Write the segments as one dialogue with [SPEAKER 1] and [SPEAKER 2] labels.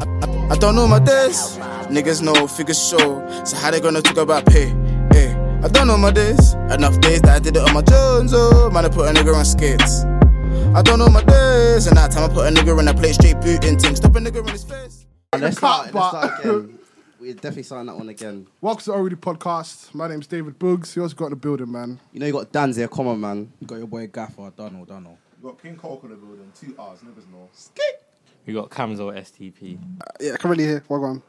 [SPEAKER 1] I, I don't know my days. Niggas know figures show. So how they gonna talk about pay? Hey, I don't know my days. Enough days that I did it on my Jones, oh man, I put a nigga on skates. I don't know my days, and that time I put a nigga in a plate straight booting thing. Stop a nigga in his face.
[SPEAKER 2] Let's
[SPEAKER 3] Cut,
[SPEAKER 2] start, let's
[SPEAKER 3] but-
[SPEAKER 2] start again. We're definitely starting that one again.
[SPEAKER 3] Welcome to Already Podcast. My name's David Boogs. You also got in the building, man.
[SPEAKER 2] You know you got Dan's here, come on, man.
[SPEAKER 4] Got your boy Gaffer, Donald, Donald.
[SPEAKER 5] We got King Coke in the building, two R's, niggas know.
[SPEAKER 6] We got Camzo STP.
[SPEAKER 7] Yeah, I can really hear. Wagwan.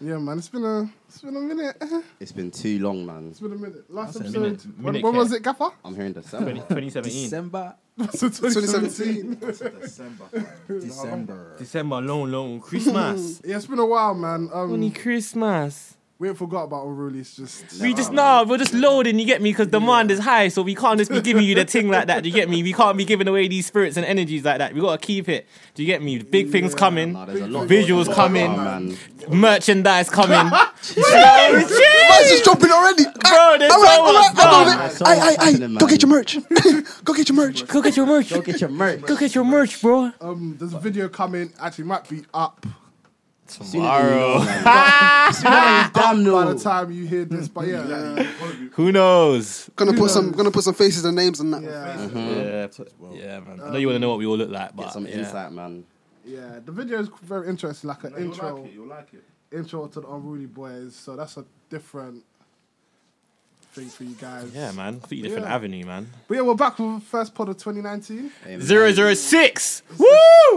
[SPEAKER 3] Yeah, man. It's been a, it's been a minute. It's
[SPEAKER 2] It's been too long, man.
[SPEAKER 3] been a minute. Last
[SPEAKER 6] That's a
[SPEAKER 3] episode.
[SPEAKER 6] minute-
[SPEAKER 3] when
[SPEAKER 6] minute
[SPEAKER 3] when was
[SPEAKER 6] care.
[SPEAKER 3] it, Gaffer?
[SPEAKER 2] I'm hearing December.
[SPEAKER 6] 2017.
[SPEAKER 4] December,
[SPEAKER 3] So
[SPEAKER 7] 2017.
[SPEAKER 5] That's in December. fam.
[SPEAKER 4] December.
[SPEAKER 6] December, long, long. Christmas.
[SPEAKER 3] Yeah, it's been a while, man.
[SPEAKER 6] Only
[SPEAKER 3] Um,
[SPEAKER 6] Christmas.
[SPEAKER 3] we ain't forgot about O'Reilly. It's just
[SPEAKER 6] We just nah, we're just loading, you get me? Because demand is high, so we can't just be giving you the thing like that, do you get me? We can't be giving away these spirits and energies like that. We gotta keep it. Do you get me? Big things coming,
[SPEAKER 2] Nah, there's a lot
[SPEAKER 6] Visuals coming.
[SPEAKER 2] Oh, man.
[SPEAKER 6] merchandise coming. Jeez,
[SPEAKER 7] Price is dropping already.
[SPEAKER 6] Bro, there's
[SPEAKER 7] I'm like,
[SPEAKER 6] so
[SPEAKER 7] I'm
[SPEAKER 6] much stuff.
[SPEAKER 7] like, I don't know. I, I,
[SPEAKER 2] happening,
[SPEAKER 7] I, go
[SPEAKER 2] man.
[SPEAKER 7] get your merch. go get your merch.
[SPEAKER 6] Go get your merch.
[SPEAKER 2] Go get your merch.
[SPEAKER 6] Go get your merch, bro.
[SPEAKER 3] um, there's a video coming. Actually, might be up
[SPEAKER 2] Tomorrow. Damn
[SPEAKER 3] by
[SPEAKER 2] no.
[SPEAKER 3] the time you hear this. But yeah, yeah,
[SPEAKER 6] Who knows?
[SPEAKER 7] Gonna put some, gonna put some faces and names and that.
[SPEAKER 6] Yeah, yeah, man. I know you want to know what we all look like, but
[SPEAKER 2] Some
[SPEAKER 6] yeah.
[SPEAKER 2] insight, man.
[SPEAKER 3] yeah. The video is very interesting, like an
[SPEAKER 5] You'll
[SPEAKER 3] intro,
[SPEAKER 5] like it, you'll like it.
[SPEAKER 3] intro to the Unruly Boys. So that's a different thing for you guys.
[SPEAKER 6] Yeah, man. Completely different
[SPEAKER 3] Yeah.
[SPEAKER 6] avenue, man.
[SPEAKER 3] But yeah, we're back with the first pod of 2019.
[SPEAKER 2] Amen.
[SPEAKER 6] 006. Woo!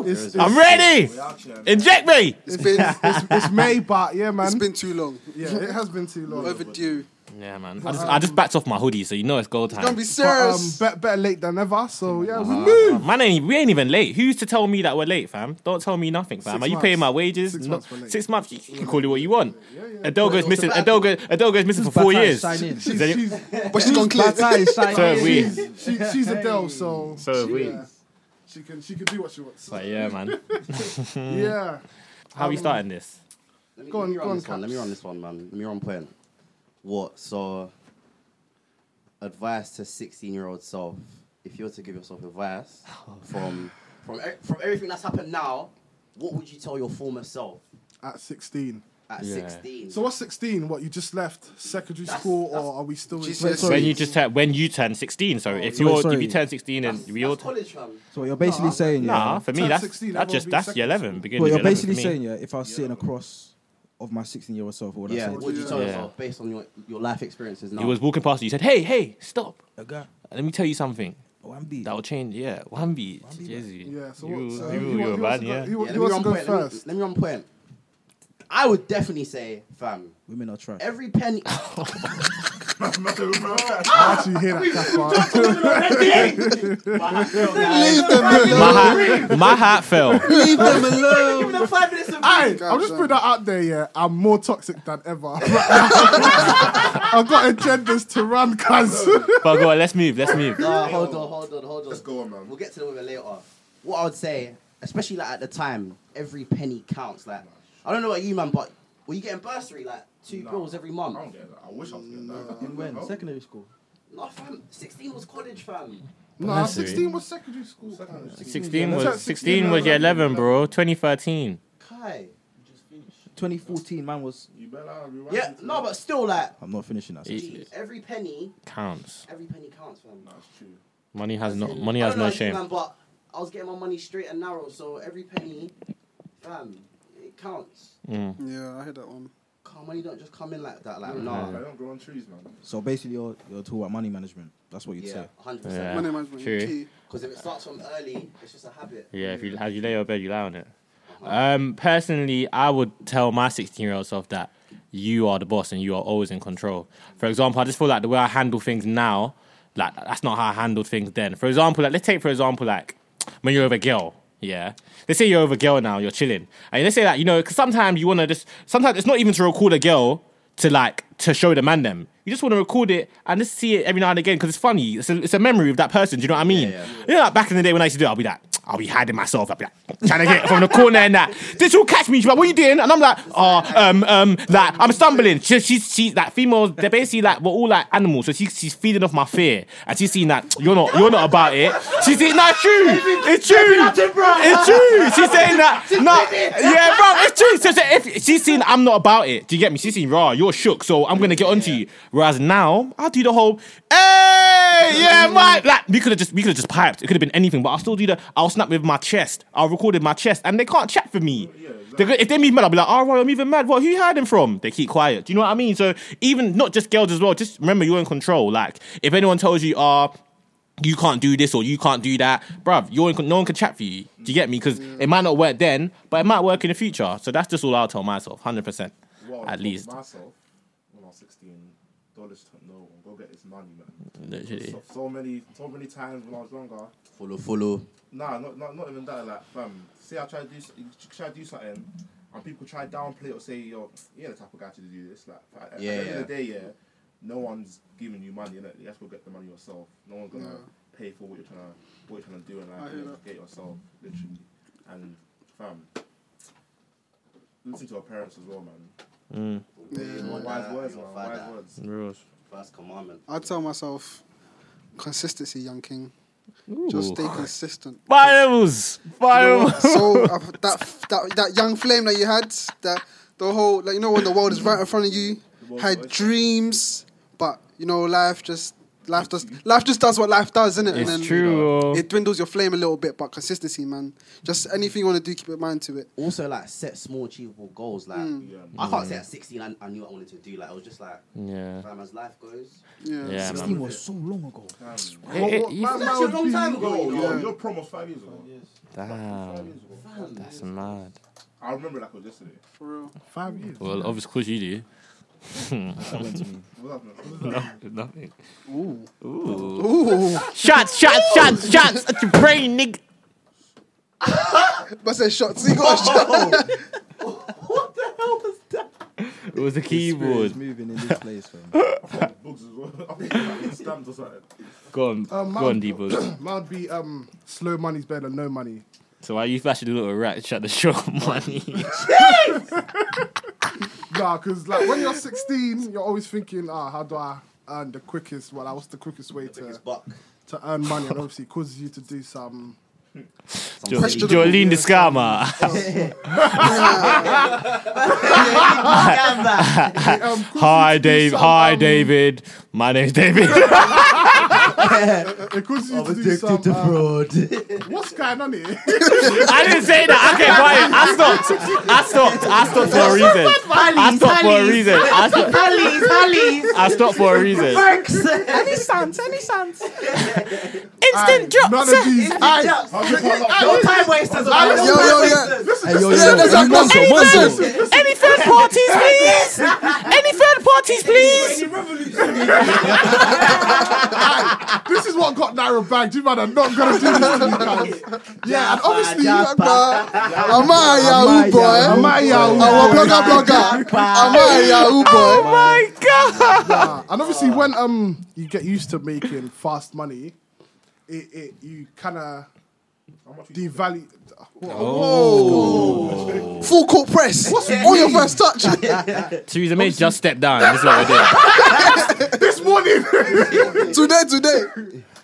[SPEAKER 3] It's, it's,
[SPEAKER 6] I'm ready.
[SPEAKER 5] We out here, man.
[SPEAKER 6] Inject me.
[SPEAKER 7] It's been,
[SPEAKER 3] it's, it's May, but yeah, man.
[SPEAKER 7] it's been too long.
[SPEAKER 3] yeah, it has been too long.
[SPEAKER 7] Overdue.
[SPEAKER 6] Yeah, man. I just, I just backed off my hoodie, so you know it's goal
[SPEAKER 7] Don't
[SPEAKER 6] time.
[SPEAKER 3] But,
[SPEAKER 7] be
[SPEAKER 3] um,
[SPEAKER 7] serious.
[SPEAKER 3] bet- better late than never. So yeah,
[SPEAKER 6] Uh-huh.
[SPEAKER 3] we move.
[SPEAKER 6] Man, ain't, we ain't even late. Who's to tell me that we're late, fam? Don't tell me nothing, fam.
[SPEAKER 3] Six
[SPEAKER 6] Are you
[SPEAKER 3] months.
[SPEAKER 6] paying my wages?
[SPEAKER 3] Six
[SPEAKER 6] No-
[SPEAKER 3] months we're late.
[SPEAKER 6] Six months. You can call it what you want. Adelgo's
[SPEAKER 2] Well,
[SPEAKER 6] missing.
[SPEAKER 2] it's about-
[SPEAKER 6] Adelgo, Adelgo's missing for
[SPEAKER 4] Bad
[SPEAKER 6] four
[SPEAKER 4] times,
[SPEAKER 6] years.
[SPEAKER 4] Shine in.
[SPEAKER 3] She's,
[SPEAKER 6] Then-
[SPEAKER 3] she's,
[SPEAKER 7] But she's gone clear.
[SPEAKER 4] Bad
[SPEAKER 3] um,
[SPEAKER 4] times, shine
[SPEAKER 6] So have
[SPEAKER 4] in.
[SPEAKER 6] we.
[SPEAKER 3] she, she's Adele, so
[SPEAKER 6] So have we.
[SPEAKER 3] yeah, she can she can do what she wants.
[SPEAKER 6] But yeah, man.
[SPEAKER 3] yeah,
[SPEAKER 6] How are we starting this?
[SPEAKER 2] Let me-
[SPEAKER 3] Go
[SPEAKER 2] let
[SPEAKER 3] on,
[SPEAKER 2] me
[SPEAKER 3] go
[SPEAKER 2] run
[SPEAKER 3] on,
[SPEAKER 2] this one. Let me
[SPEAKER 3] Caps.
[SPEAKER 2] run this one, man. Let me run point. What? So, advice to sixteen-year-old self: If you were to give yourself advice from from e- from everything that's happened now, what would you tell your former self
[SPEAKER 3] at 16.
[SPEAKER 2] at
[SPEAKER 6] Yeah.
[SPEAKER 2] sixteen?
[SPEAKER 3] So what's 16? What you just left secondary
[SPEAKER 2] That's-
[SPEAKER 3] school,
[SPEAKER 2] that's-
[SPEAKER 3] or are we still? in-
[SPEAKER 7] GCSE.
[SPEAKER 6] When you just turn, when you turn 16. So if
[SPEAKER 4] yeah.
[SPEAKER 6] you're
[SPEAKER 4] Sorry.
[SPEAKER 6] if you turn 16 and
[SPEAKER 2] that's,
[SPEAKER 6] we all
[SPEAKER 2] that's college, fam.
[SPEAKER 4] So what you're basically saying,
[SPEAKER 6] Nah,
[SPEAKER 4] yeah.
[SPEAKER 6] for me
[SPEAKER 3] Turn
[SPEAKER 6] that's
[SPEAKER 3] 16,
[SPEAKER 6] that's
[SPEAKER 3] everyone
[SPEAKER 6] just
[SPEAKER 3] be
[SPEAKER 6] that's
[SPEAKER 3] second
[SPEAKER 6] year 11.
[SPEAKER 3] school.
[SPEAKER 6] Beginning
[SPEAKER 4] Well,
[SPEAKER 6] of
[SPEAKER 4] you're
[SPEAKER 6] year 11 for
[SPEAKER 4] basically
[SPEAKER 6] me.
[SPEAKER 4] saying, yeah, if I was sitting across of my 16 year old self, what would I
[SPEAKER 2] Yeah.
[SPEAKER 4] say?
[SPEAKER 2] What would you tell
[SPEAKER 6] Yeah.
[SPEAKER 2] yourself based on your your life experiences now?
[SPEAKER 6] He was walking past you. He said, "Hey, hey, stop!
[SPEAKER 4] A guy.
[SPEAKER 6] Let me tell you something.
[SPEAKER 4] Oh, I'm beat.
[SPEAKER 6] That will change. Yeah,
[SPEAKER 4] Wambi,
[SPEAKER 6] Wambi. Jezu.
[SPEAKER 3] Yeah. So uh,
[SPEAKER 6] you,
[SPEAKER 3] what? so
[SPEAKER 6] you,
[SPEAKER 3] who wants-
[SPEAKER 6] you, were
[SPEAKER 3] who
[SPEAKER 6] bad,
[SPEAKER 3] wants to
[SPEAKER 6] yeah.
[SPEAKER 3] go- Who
[SPEAKER 2] Yeah,
[SPEAKER 3] who
[SPEAKER 2] let me
[SPEAKER 3] wants to
[SPEAKER 2] run
[SPEAKER 3] go
[SPEAKER 2] point. Let me,
[SPEAKER 3] first?
[SPEAKER 2] let me run point. I would definitely say, fam,
[SPEAKER 4] Women are trash.
[SPEAKER 2] every penny.
[SPEAKER 3] I actually hear that. Kappa.
[SPEAKER 7] Leave them
[SPEAKER 6] My
[SPEAKER 7] alone.
[SPEAKER 6] hat, my hat fell.
[SPEAKER 7] Leave
[SPEAKER 3] um,
[SPEAKER 7] them alone.
[SPEAKER 2] Give them five minutes of
[SPEAKER 3] Aye, I'll just put that out there. Yeah, I'm more toxic than ever. I've got agendas to run, cuz.
[SPEAKER 6] But go on, let's move. Let's move.
[SPEAKER 2] No, hold on, hold on, hold on.
[SPEAKER 5] Let's go on, man.
[SPEAKER 2] We'll get to the women later. What I would say, especially like at the time, every penny counts. Like, I don't know about you, man, but were you getting bursary like two
[SPEAKER 5] Nah.
[SPEAKER 2] bills every
[SPEAKER 5] I
[SPEAKER 2] month?
[SPEAKER 5] don't get that. I wish I was getting that. Oh.
[SPEAKER 4] In when? Secondary school.
[SPEAKER 2] No, fam. Sixteen was college, fam.
[SPEAKER 3] No,
[SPEAKER 6] Nursery.
[SPEAKER 3] 16 was secondary school. fam.
[SPEAKER 6] 16
[SPEAKER 3] That's
[SPEAKER 6] was
[SPEAKER 3] at 16,
[SPEAKER 6] 16 was year 11, bro. 2013.
[SPEAKER 2] Kai.
[SPEAKER 4] 2014, man was.
[SPEAKER 5] You better rewind
[SPEAKER 2] Yeah,
[SPEAKER 5] it to
[SPEAKER 2] no,
[SPEAKER 5] me.
[SPEAKER 2] but still, like,
[SPEAKER 4] I'm not finishing that.
[SPEAKER 6] Eight.
[SPEAKER 4] sentence.
[SPEAKER 2] geez, every penny,
[SPEAKER 6] Counts.
[SPEAKER 2] every penny counts, fam.
[SPEAKER 5] That's true.
[SPEAKER 6] Money has no
[SPEAKER 2] In-
[SPEAKER 6] money
[SPEAKER 2] I
[SPEAKER 6] has
[SPEAKER 2] don't know
[SPEAKER 6] no
[SPEAKER 2] about you,
[SPEAKER 6] shame.
[SPEAKER 2] Man, but I was getting my money straight and narrow, so every penny, fam, it counts.
[SPEAKER 6] Mm.
[SPEAKER 7] Yeah, I heard that one.
[SPEAKER 2] Car money don't just come in like that, like
[SPEAKER 5] They
[SPEAKER 2] nah.
[SPEAKER 5] don't grow on trees, man.
[SPEAKER 4] So basically, you're, you're talking about money management. That's what you'd
[SPEAKER 2] Yeah,
[SPEAKER 4] say.
[SPEAKER 2] hundred
[SPEAKER 6] Yeah.
[SPEAKER 2] percent.
[SPEAKER 7] Money management.
[SPEAKER 6] True.
[SPEAKER 7] Key.
[SPEAKER 2] Because if it starts from early, it's just a habit.
[SPEAKER 6] Yeah, if you as you lay your bed, you lie on it. Um, personally, I would tell my 16 year old self that you are the boss and you are always in control. For example, I just feel like the way I handle things now, like that's not how I handled things then. For example, like let's take for example, like when you're with a girl, yeah. Let's say you're with a girl now, you're chilling, and let's say that you know, because sometimes you want to just sometimes it's not even to record a girl to like to show the man them. You just want to record it and just see it every now and again because it's funny. It's a, it's a memory of that person. Do you know what I mean? You know, like back in the day when I used to do it, I'll be like, I'll be hiding myself. I'll be like, trying to get from the corner and that. This will catch me. She's like, what are you doing? And I'm like, oh, um, um, like, I'm stumbling. She, she's, she's like, females, they're basically like, we're all like animals. So she, she's feeding off my fear. And she's seen that, you're not, you're not about it. She's saying, no, it's true. It's true. It's true. She's saying that, no, yeah, bro, it's true. So, so if she's seen I'm not about it, do you get me? She's seen, raw, you're shook. So I'm going to get onto you. Whereas now, I'll do the whole, hey, yeah, mate. Like, we could have just, we could have just piped. It could have been anything, but I'll still do the, I'll snap with my chest. I'll record with my chest. And they can't chat for me. They're go- If they move mad, I'll be like, all right, I'm even mad. What, who you hiding from? They keep quiet. Do you know what I mean? So even, not just girls as well, just remember you're in control. Like, if anyone tells you, ah, you can't do this or you can't do that, bruv. You're in, no one can chat for you. Do you get me? Because it might not work then, but it might work in the future. So that's just all I'll tell myself, hundred percent,
[SPEAKER 5] Well,
[SPEAKER 6] at
[SPEAKER 5] for
[SPEAKER 6] least.
[SPEAKER 5] Myself, when I was 16, dollars to no one. Go get this money, man.
[SPEAKER 6] Literally.
[SPEAKER 5] So, so many, so many times when I was younger.
[SPEAKER 2] Follow, follow.
[SPEAKER 5] Nah, not, not, not even that. Like, fam, say I try to do, s- try to do something, and people try to downplay it or say, "Yo, you're the type of guy to do this." Like, at, at
[SPEAKER 2] Yeah,
[SPEAKER 5] the end
[SPEAKER 2] yeah.
[SPEAKER 5] of the day, yeah, no one's giving you money. innit? You have to go get the money yourself. No one's gonna pay for what you're trying to, what you're trying to do in
[SPEAKER 7] I
[SPEAKER 5] life.
[SPEAKER 7] hear
[SPEAKER 5] You have
[SPEAKER 7] that.
[SPEAKER 5] to get yourself, literally. And fam, listen to our parents as well, man.
[SPEAKER 2] Mm. Wise
[SPEAKER 5] Wise words, man. Wise words.
[SPEAKER 2] First commandment.
[SPEAKER 7] I tell myself, consistency, young king. Just stay consistent.
[SPEAKER 6] Finals, finals.
[SPEAKER 7] so uh, that that that young flame that you had, that the whole like you know when the world is right in front of you, had dreams, but you know life just life just life just does what life does, isn't it?
[SPEAKER 6] It's true, oh.
[SPEAKER 7] It dwindles your flame a little bit, but consistency, man. Just anything you want to do, keep in mind to it.
[SPEAKER 2] Also, like, set small, achievable goals. Like,
[SPEAKER 5] Yeah.
[SPEAKER 2] I can't say at 16 I, I knew what I wanted to do. Like, I was just like,
[SPEAKER 6] Yeah,
[SPEAKER 2] fam, as life goes.
[SPEAKER 7] Yeah.
[SPEAKER 6] yeah, man.
[SPEAKER 4] Sixteen was so long ago.
[SPEAKER 6] It- it- you-
[SPEAKER 2] That's actually a long time ago.
[SPEAKER 5] Yo,
[SPEAKER 2] you know?
[SPEAKER 5] yo, your prom was five years ago. Five
[SPEAKER 6] Damn,
[SPEAKER 5] years ago.
[SPEAKER 6] that's mad.
[SPEAKER 5] I remember like it was yesterday.
[SPEAKER 7] For real.
[SPEAKER 3] Five years.
[SPEAKER 6] Well, obviously, of course you do.
[SPEAKER 5] What happened?
[SPEAKER 6] Nothing.
[SPEAKER 7] Ooh.
[SPEAKER 6] Shots, shots, shots, shots at your brain, nigga.
[SPEAKER 7] But said shots. He got a shot.
[SPEAKER 6] It was a
[SPEAKER 4] Spirit is
[SPEAKER 6] keyboard.
[SPEAKER 4] moving in this place, fam.
[SPEAKER 5] Bugs as well. I think like, it stamped or something.
[SPEAKER 6] Go
[SPEAKER 7] Uh,
[SPEAKER 6] on,
[SPEAKER 3] Um,
[SPEAKER 6] go on,
[SPEAKER 3] mine-
[SPEAKER 6] Debo.
[SPEAKER 3] Mine would be um, slow money's better than no money.
[SPEAKER 6] So why you flashing a little rat? Shut the show, money.
[SPEAKER 3] Nah, because like when you're 16, you're always thinking, ah, how do I earn the quickest? Well, like, what's the quickest way
[SPEAKER 2] It's
[SPEAKER 3] to,
[SPEAKER 2] buck.
[SPEAKER 3] to earn money? And obviously, it causes you to do some.
[SPEAKER 6] Jo-
[SPEAKER 7] Questionable,
[SPEAKER 6] Jolene the
[SPEAKER 3] yeah.
[SPEAKER 6] scammer.
[SPEAKER 3] Um, causes
[SPEAKER 6] Hi,
[SPEAKER 3] you to do
[SPEAKER 6] Dave.
[SPEAKER 3] some,
[SPEAKER 6] Hi,
[SPEAKER 3] um,
[SPEAKER 6] David. My name's David.
[SPEAKER 3] It causes you to do some. um, what's going on here?
[SPEAKER 6] I didn't say that. Okay, quiet. I stopped. I stopped. I stopped for a reason. I stopped for a reason. I stopped,
[SPEAKER 8] Hallies, Hallies.
[SPEAKER 6] I stopped for a reason.
[SPEAKER 8] Perks. Any sons, any sons.
[SPEAKER 6] Instant
[SPEAKER 3] None of these. Aye,
[SPEAKER 8] No time wasters.
[SPEAKER 3] I-
[SPEAKER 8] no
[SPEAKER 7] Yo,
[SPEAKER 8] time
[SPEAKER 7] yo,
[SPEAKER 8] wasters.
[SPEAKER 7] yeah.
[SPEAKER 4] Hey, yo, yo,
[SPEAKER 7] Yeah, that's
[SPEAKER 4] yo,
[SPEAKER 7] like-
[SPEAKER 4] Monzo,
[SPEAKER 7] Hey,
[SPEAKER 4] Monzo.
[SPEAKER 6] Any third parties, please. Any third parties, please.
[SPEAKER 3] this is what got Naira bagged. You man are not going to do this to me, guys. Yeah, and obviously,
[SPEAKER 7] Am I Yahoo
[SPEAKER 3] am
[SPEAKER 7] boy?
[SPEAKER 3] I Yahoo?
[SPEAKER 7] Our
[SPEAKER 3] boy?
[SPEAKER 7] blogger blogger. Am I Yahoo boy?
[SPEAKER 6] My God.
[SPEAKER 3] Nah, and obviously, when um you get used to making fast money, it, it you kind of
[SPEAKER 5] How much you
[SPEAKER 3] devalue.
[SPEAKER 7] Full court press. On your first touch.
[SPEAKER 6] Theresa May just stepped down. That's what we did.
[SPEAKER 3] This morning.
[SPEAKER 7] today, today.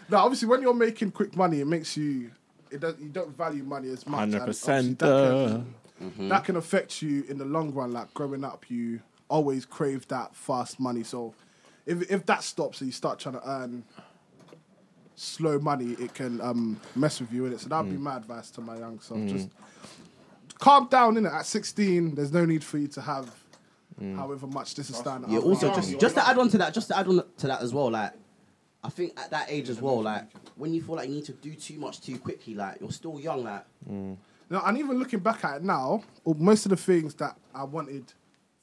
[SPEAKER 3] now, obviously, when you're making quick money, it makes you it does you don't value money as much. and
[SPEAKER 6] 100%,
[SPEAKER 3] obviously That, can, that can affect you in the long run. Like growing up, you always crave that fast money. So, if if that stops and you start trying to earn slow money, it can um, mess with you in it. So that'd be my advice to my young self. Just calm down in it. At 16, there's no need for you to have however much this is standing.
[SPEAKER 2] Yeah,
[SPEAKER 3] out.
[SPEAKER 2] also
[SPEAKER 5] Oh,
[SPEAKER 2] just
[SPEAKER 5] yeah.
[SPEAKER 2] just to add on to that, just to add on to that as well, like I think at that age as well, like when you feel like you need to do too much too quickly, like you're still young, like
[SPEAKER 3] Now, and even looking back at it now, oh, most of the things that I wanted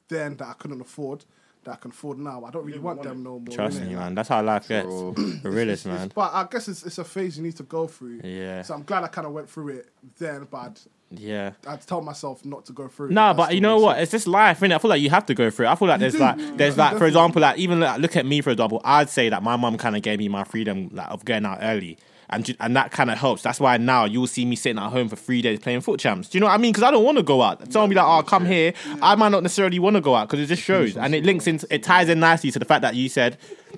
[SPEAKER 3] then that I couldn't afford, that I can afford now, I don't really
[SPEAKER 5] didn't
[SPEAKER 3] want
[SPEAKER 5] want
[SPEAKER 3] them no more.
[SPEAKER 6] Trust
[SPEAKER 3] innit?
[SPEAKER 6] me, man. That's how life gets. The realest, man.
[SPEAKER 3] But I guess it's, it's a phase you need to go through.
[SPEAKER 6] Yeah.
[SPEAKER 3] So I'm glad I kind of went through it then, but
[SPEAKER 6] Yeah.
[SPEAKER 3] I'd, I'd tell myself not to go through. it.
[SPEAKER 6] No,
[SPEAKER 3] That's
[SPEAKER 6] but
[SPEAKER 3] the
[SPEAKER 6] you know
[SPEAKER 3] way-
[SPEAKER 6] what? It's just life, innit? I feel like you have to go through it. I feel like there's
[SPEAKER 3] do,
[SPEAKER 6] like
[SPEAKER 3] yeah,
[SPEAKER 6] there's
[SPEAKER 3] you
[SPEAKER 6] like for
[SPEAKER 3] definitely
[SPEAKER 6] example, like even like, look at me for example. I'd say that my mum kind of gave me my freedom like, of going out early, and ju- and that kind of helps. That's why now you'll see me sitting at home for three days playing foot champs. Do you know what I mean? Because I don't want to go out. Tell me that oh, come here. I might not necessarily want to go out because it just shows, and it links in. It ties in nicely to the fact that you said,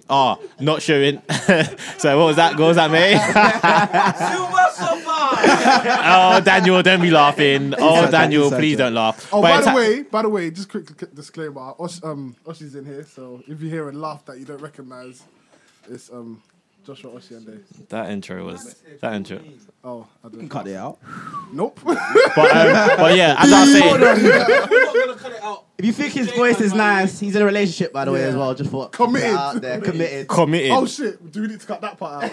[SPEAKER 6] "Ah, not showing." so what was that? What was that, mate?
[SPEAKER 8] Silver
[SPEAKER 2] Ah.
[SPEAKER 8] sofa.
[SPEAKER 6] oh, Daniel, don't be laughing. Oh,
[SPEAKER 4] Inside joke,
[SPEAKER 6] Daniel,
[SPEAKER 4] inside
[SPEAKER 6] please
[SPEAKER 4] joke.
[SPEAKER 6] don't laugh.
[SPEAKER 3] Oh,
[SPEAKER 6] But
[SPEAKER 3] by
[SPEAKER 6] in
[SPEAKER 3] the
[SPEAKER 6] ta-
[SPEAKER 3] way, by the way, just quick c- disclaimer. Osh, um, Oshi's in here, so if you hear a laugh that you don't recognize, it's um Joshua Oshiende.
[SPEAKER 6] that intro was that intro.
[SPEAKER 3] Oh, I
[SPEAKER 2] uh.
[SPEAKER 3] don't.
[SPEAKER 4] Cut it out.
[SPEAKER 3] Nope.
[SPEAKER 6] But, um, but yeah, as I was saying,
[SPEAKER 8] We're not gonna cut it out.
[SPEAKER 2] If you think his voice is nice, he's in a relationship, by the way, as
[SPEAKER 3] Yeah.
[SPEAKER 2] well. Just for
[SPEAKER 3] Committed.
[SPEAKER 2] out there, committed.
[SPEAKER 6] committed.
[SPEAKER 3] oh shit! Do we need to cut that part out?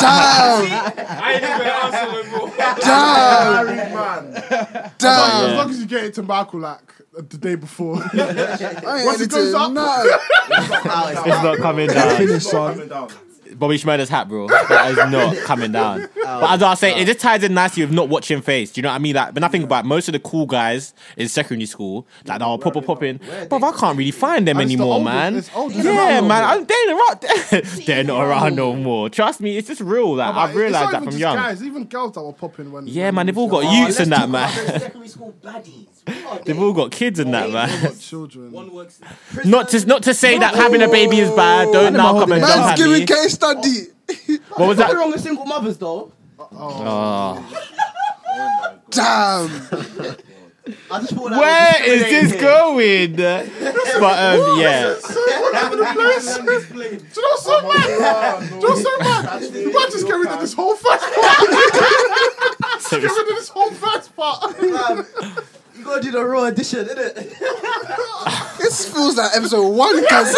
[SPEAKER 7] Damn,
[SPEAKER 8] I ain't even answer no more.
[SPEAKER 7] damn,
[SPEAKER 5] Married man.
[SPEAKER 7] damn.
[SPEAKER 3] As long as you get it to Michael like the day before.
[SPEAKER 7] I ain't
[SPEAKER 3] Once it goes
[SPEAKER 7] editing,
[SPEAKER 3] up-
[SPEAKER 7] nah.
[SPEAKER 6] It's not coming down.
[SPEAKER 4] Finish, son.
[SPEAKER 5] Coming down.
[SPEAKER 6] Bobby Schmurder's hat, bro. That is not coming down.
[SPEAKER 3] Oh,
[SPEAKER 6] but as I was saying, it just ties in nicely with not watching face. Do you know what I mean? Like, when I think about it, most of the cool guys in secondary school, like they'll pop up popping, but I can't really find them
[SPEAKER 3] And Oh, it's the
[SPEAKER 6] anymore,
[SPEAKER 3] oldest-
[SPEAKER 6] man.
[SPEAKER 3] it's older than
[SPEAKER 6] yeah,
[SPEAKER 3] that.
[SPEAKER 6] man, I, they're not around. they're not around no more. Trust me, it's just real. Like I've
[SPEAKER 3] It's not
[SPEAKER 6] realized that
[SPEAKER 3] even
[SPEAKER 6] from
[SPEAKER 3] just
[SPEAKER 6] young.
[SPEAKER 3] Guys, Oh, even girls that were popping when.
[SPEAKER 6] Yeah,
[SPEAKER 3] when
[SPEAKER 6] man,
[SPEAKER 3] we
[SPEAKER 6] they've all
[SPEAKER 3] was
[SPEAKER 6] got
[SPEAKER 3] young.
[SPEAKER 6] youths and that, man.
[SPEAKER 9] Secondary school baddies. What are
[SPEAKER 6] They've
[SPEAKER 9] they?
[SPEAKER 6] all got kids and that, man.
[SPEAKER 3] children.
[SPEAKER 9] One works.
[SPEAKER 6] Not to not to say that having a baby is bad. Don't now come and
[SPEAKER 4] Man's
[SPEAKER 6] dump
[SPEAKER 7] Man's
[SPEAKER 6] at
[SPEAKER 7] giving
[SPEAKER 6] me.
[SPEAKER 7] case study.
[SPEAKER 6] What was
[SPEAKER 2] Nothing
[SPEAKER 6] that?
[SPEAKER 2] wrong with single mothers, though.
[SPEAKER 6] Oh,
[SPEAKER 7] Damn.
[SPEAKER 2] I just thought that
[SPEAKER 6] where
[SPEAKER 2] was
[SPEAKER 6] is this going? But um, yeah.
[SPEAKER 3] Do you know what's so mad? Do you know what's so mad? You might just get rid of this whole first part. get rid of this whole first part.
[SPEAKER 2] You gotta do the raw edition, innit?
[SPEAKER 7] This feels like episode one, cuz.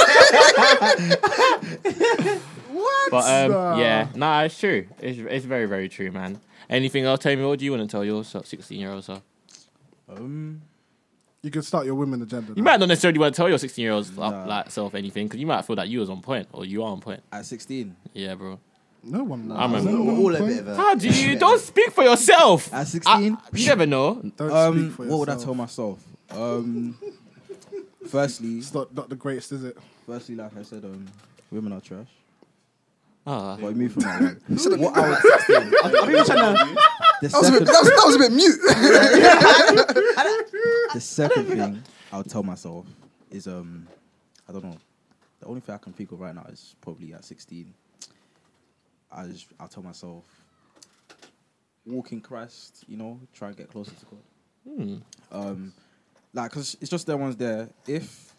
[SPEAKER 6] But um,
[SPEAKER 3] Nah.
[SPEAKER 6] yeah, nah, it's true. It's, it's very, very true, man. Anything else, Tell me What do you want to tell your 16 year old self?
[SPEAKER 3] You can start your women agenda.
[SPEAKER 6] You might not necessarily want to tell your 16 year old like, self anything because you might feel that you was on point or you are on point.
[SPEAKER 4] At 16.
[SPEAKER 6] Yeah, bro.
[SPEAKER 3] No one. knows.
[SPEAKER 6] I remember.
[SPEAKER 3] No
[SPEAKER 2] We're
[SPEAKER 3] one
[SPEAKER 2] all a
[SPEAKER 3] knows.
[SPEAKER 2] bit of a.
[SPEAKER 6] How do you? Don't speak for yourself.
[SPEAKER 4] At 16?
[SPEAKER 6] I- you never know.
[SPEAKER 3] Don't
[SPEAKER 4] Um,
[SPEAKER 3] speak for
[SPEAKER 4] what would I
[SPEAKER 3] yourself.
[SPEAKER 4] tell myself? Um, firstly,
[SPEAKER 3] It's not, not the greatest, is it?
[SPEAKER 4] firstly, like I said, um, women are trash.
[SPEAKER 6] Ah.
[SPEAKER 4] But move from that one.
[SPEAKER 7] That
[SPEAKER 2] I think we're trying to.
[SPEAKER 4] The
[SPEAKER 7] was a
[SPEAKER 4] second,
[SPEAKER 7] bit- that was- that was a bit mute.
[SPEAKER 4] the second thing I'll tell myself is um, I don't know. The only thing I can think of right now is probably at 16. I just, I'll tell myself, walk in Christ, you know, try and get closer to God. Um, like, cause it's just that one's there. If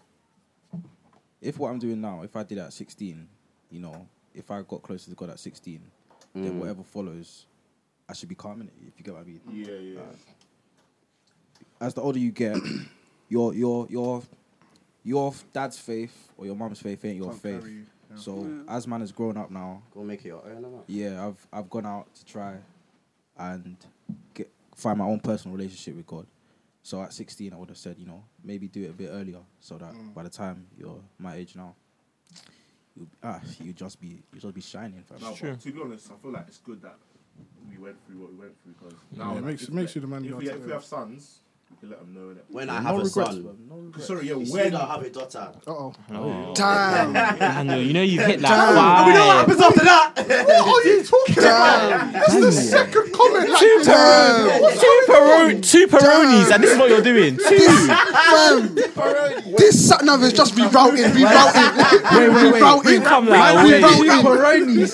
[SPEAKER 4] if what I'm doing now, if I did at 16, you know, if I got closer to God at 16, then whatever follows, I should be calming it. If you get what I mean
[SPEAKER 5] Yeah, yeah.
[SPEAKER 4] as the older you get, your your your your dad's faith or your mum's faith ain't your faith. So as man has grown up now,
[SPEAKER 2] Go make it your own, innit?
[SPEAKER 4] yeah, I've I've gone out to try and get find my own personal relationship with God. So at 16, I would have said, you know, maybe do it a bit earlier, so that
[SPEAKER 3] Mm.
[SPEAKER 4] by the time you're my age now, you ah, you just be you just be shining. fam.
[SPEAKER 5] No,
[SPEAKER 6] Sure.
[SPEAKER 5] but to be honest, I feel like it's good that we went through what we went through because now
[SPEAKER 3] Yeah, it
[SPEAKER 5] like,
[SPEAKER 3] makes-
[SPEAKER 5] if
[SPEAKER 3] makes
[SPEAKER 5] we-
[SPEAKER 3] you the man you
[SPEAKER 5] If
[SPEAKER 3] are
[SPEAKER 5] we,
[SPEAKER 3] today.
[SPEAKER 5] if we have sons, we can let them know that.
[SPEAKER 2] When I have a
[SPEAKER 4] regrets,
[SPEAKER 2] son.
[SPEAKER 4] fam, no regrets.
[SPEAKER 5] Sorry, yeah,
[SPEAKER 2] You
[SPEAKER 5] when
[SPEAKER 2] still don't have a daughter.
[SPEAKER 3] Uh oh.
[SPEAKER 6] Oh.
[SPEAKER 7] Damn.
[SPEAKER 6] Daniel, you know you've hit that
[SPEAKER 7] Damn.
[SPEAKER 6] five.
[SPEAKER 2] after that?
[SPEAKER 3] What are you talking about? This is the second comment. Like,
[SPEAKER 6] Two,
[SPEAKER 7] Damn.
[SPEAKER 6] pepperoni- two, pepperoni- two pepperonis, and this is what you're doing. Two.
[SPEAKER 7] Fam, this sat nav is just rerouting, rerouting,
[SPEAKER 4] Wait, wait, wait.
[SPEAKER 6] We
[SPEAKER 7] rerouting.
[SPEAKER 6] come that
[SPEAKER 7] Wait,
[SPEAKER 6] way.
[SPEAKER 7] wait.
[SPEAKER 4] Pepperonis.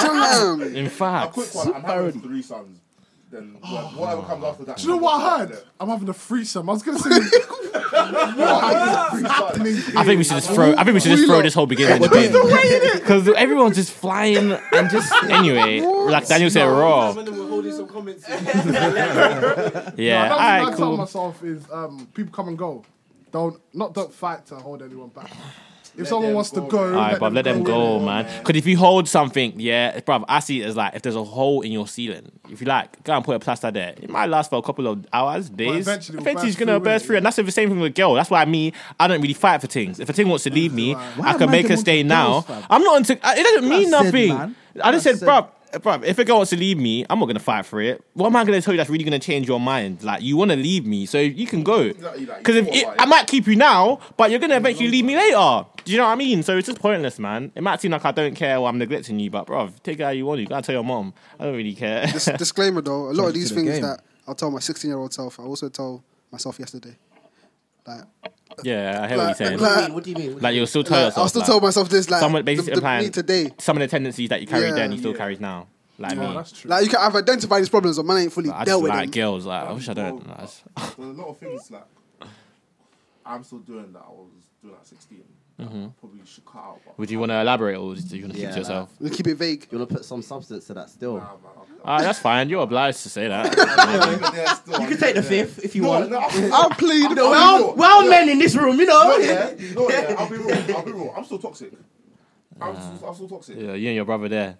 [SPEAKER 7] Damn.
[SPEAKER 6] In
[SPEAKER 5] a
[SPEAKER 6] fact,
[SPEAKER 5] quick one, I'm having three sons. Then wha- whatever comes after that.
[SPEAKER 3] do you know what I heard? I'm having a threesome. I was gonna say. what is happening?
[SPEAKER 6] I think we should just throw. I think we should just
[SPEAKER 3] Wheel
[SPEAKER 6] throw
[SPEAKER 3] up.
[SPEAKER 6] this whole beginning in the bin because everyone's just flying and just anyway. Like Daniel said, raw.
[SPEAKER 8] Remember we're holding some comments.
[SPEAKER 6] Yeah.
[SPEAKER 3] Another
[SPEAKER 6] All
[SPEAKER 3] thing I
[SPEAKER 6] right.
[SPEAKER 3] tell
[SPEAKER 6] Cool.
[SPEAKER 3] myself is um, people come and go. Don't not don't fight to hold anyone back. If someone
[SPEAKER 5] them
[SPEAKER 3] wants to
[SPEAKER 5] go,
[SPEAKER 3] go,
[SPEAKER 5] man.
[SPEAKER 6] All right, bruv, let them go, man. Because if you hold something, yeah, bruv, I see it as like if there's a hole in your ceiling, if you like, go and put a plaster there. It might last for a couple of hours, days.
[SPEAKER 3] eventually
[SPEAKER 6] Eventually,
[SPEAKER 3] it will
[SPEAKER 6] it's
[SPEAKER 3] burst
[SPEAKER 6] gonna
[SPEAKER 3] through,
[SPEAKER 6] burst
[SPEAKER 3] innit?
[SPEAKER 6] through, and that's the same thing with a girl. That's why me, I don't really fight for things. If a thing wants to leave me,
[SPEAKER 3] Why
[SPEAKER 6] I
[SPEAKER 4] are man
[SPEAKER 6] can make
[SPEAKER 4] them
[SPEAKER 6] her stay
[SPEAKER 4] onto
[SPEAKER 6] now.
[SPEAKER 4] girls, fam?
[SPEAKER 6] I'm not into. I- It doesn't mean
[SPEAKER 4] I said,
[SPEAKER 6] nothing.
[SPEAKER 4] man.
[SPEAKER 6] I just
[SPEAKER 4] I
[SPEAKER 6] said,
[SPEAKER 4] said-
[SPEAKER 6] bruv, eh, bruv, if a girl wants to leave me, I'm not gonna fight for it. What am I gonna tell you that's really gonna change your mind? Like you wanna leave me, so you can go.
[SPEAKER 5] Exactly, like,
[SPEAKER 6] Because if
[SPEAKER 5] what
[SPEAKER 6] it,
[SPEAKER 5] about it?
[SPEAKER 6] I might keep you now, but you're gonna eventually leave me later. Do you know what I mean? So it's just pointless, man. It might seem like I don't care or I'm neglecting you, but bruv, take it how you want. You gotta tell your mom. I don't really care.
[SPEAKER 7] Dis- disclaimer though, a lot
[SPEAKER 4] Change
[SPEAKER 7] of these
[SPEAKER 4] to the
[SPEAKER 7] things
[SPEAKER 4] game.
[SPEAKER 7] that I'll tell my 16 year old self, I also tell myself yesterday. Like,
[SPEAKER 6] yeah, I hear what
[SPEAKER 7] Like-
[SPEAKER 6] you're saying.
[SPEAKER 7] like-
[SPEAKER 6] Like,
[SPEAKER 2] What do you mean? What do you mean? What do you
[SPEAKER 6] you'll still tell
[SPEAKER 7] like,
[SPEAKER 6] yourself.
[SPEAKER 7] I'll still
[SPEAKER 6] like,
[SPEAKER 7] tell myself this, like,
[SPEAKER 6] someone
[SPEAKER 7] the,
[SPEAKER 6] basically
[SPEAKER 7] the, me
[SPEAKER 6] implying
[SPEAKER 7] today.
[SPEAKER 6] some of the tendencies that you carried
[SPEAKER 7] Yeah.
[SPEAKER 6] then you still carries now. Like me.
[SPEAKER 3] Oh, that's true.
[SPEAKER 7] Like, you can, I've identified these problems, and man ain't fully
[SPEAKER 6] Like, I just
[SPEAKER 7] dealt with
[SPEAKER 6] like
[SPEAKER 7] them.
[SPEAKER 6] girls. Like I wish I don't.
[SPEAKER 5] Well,
[SPEAKER 6] like, it's-
[SPEAKER 5] There's a lot of things like I'm still doing that I was doing at 16. that
[SPEAKER 2] Mm-hmm.
[SPEAKER 5] Probably should cut out. But
[SPEAKER 6] Would you want to elaborate or do you want to keep
[SPEAKER 2] Yeah, like-
[SPEAKER 6] to yourself?
[SPEAKER 7] You keep it vague.
[SPEAKER 2] want to put some substance to that still?
[SPEAKER 5] Nah, man, I'm-
[SPEAKER 6] Ah, that's fine. You're obliged to say that.
[SPEAKER 5] I'm not there still,
[SPEAKER 2] You
[SPEAKER 5] I'm
[SPEAKER 2] can
[SPEAKER 5] not
[SPEAKER 2] take the
[SPEAKER 5] there.
[SPEAKER 2] fifth if you
[SPEAKER 5] No,
[SPEAKER 2] want.
[SPEAKER 5] no, I'm-
[SPEAKER 7] I'll plead.
[SPEAKER 5] No,
[SPEAKER 7] Well,
[SPEAKER 5] I'm
[SPEAKER 2] Well,
[SPEAKER 5] not.
[SPEAKER 2] well, men in this room, you know.
[SPEAKER 5] No, yeah, no, yeah. I'll be real. I'll be real. I'm still toxic. I'm, still, I'm still toxic.
[SPEAKER 6] yeah, you and your brother there,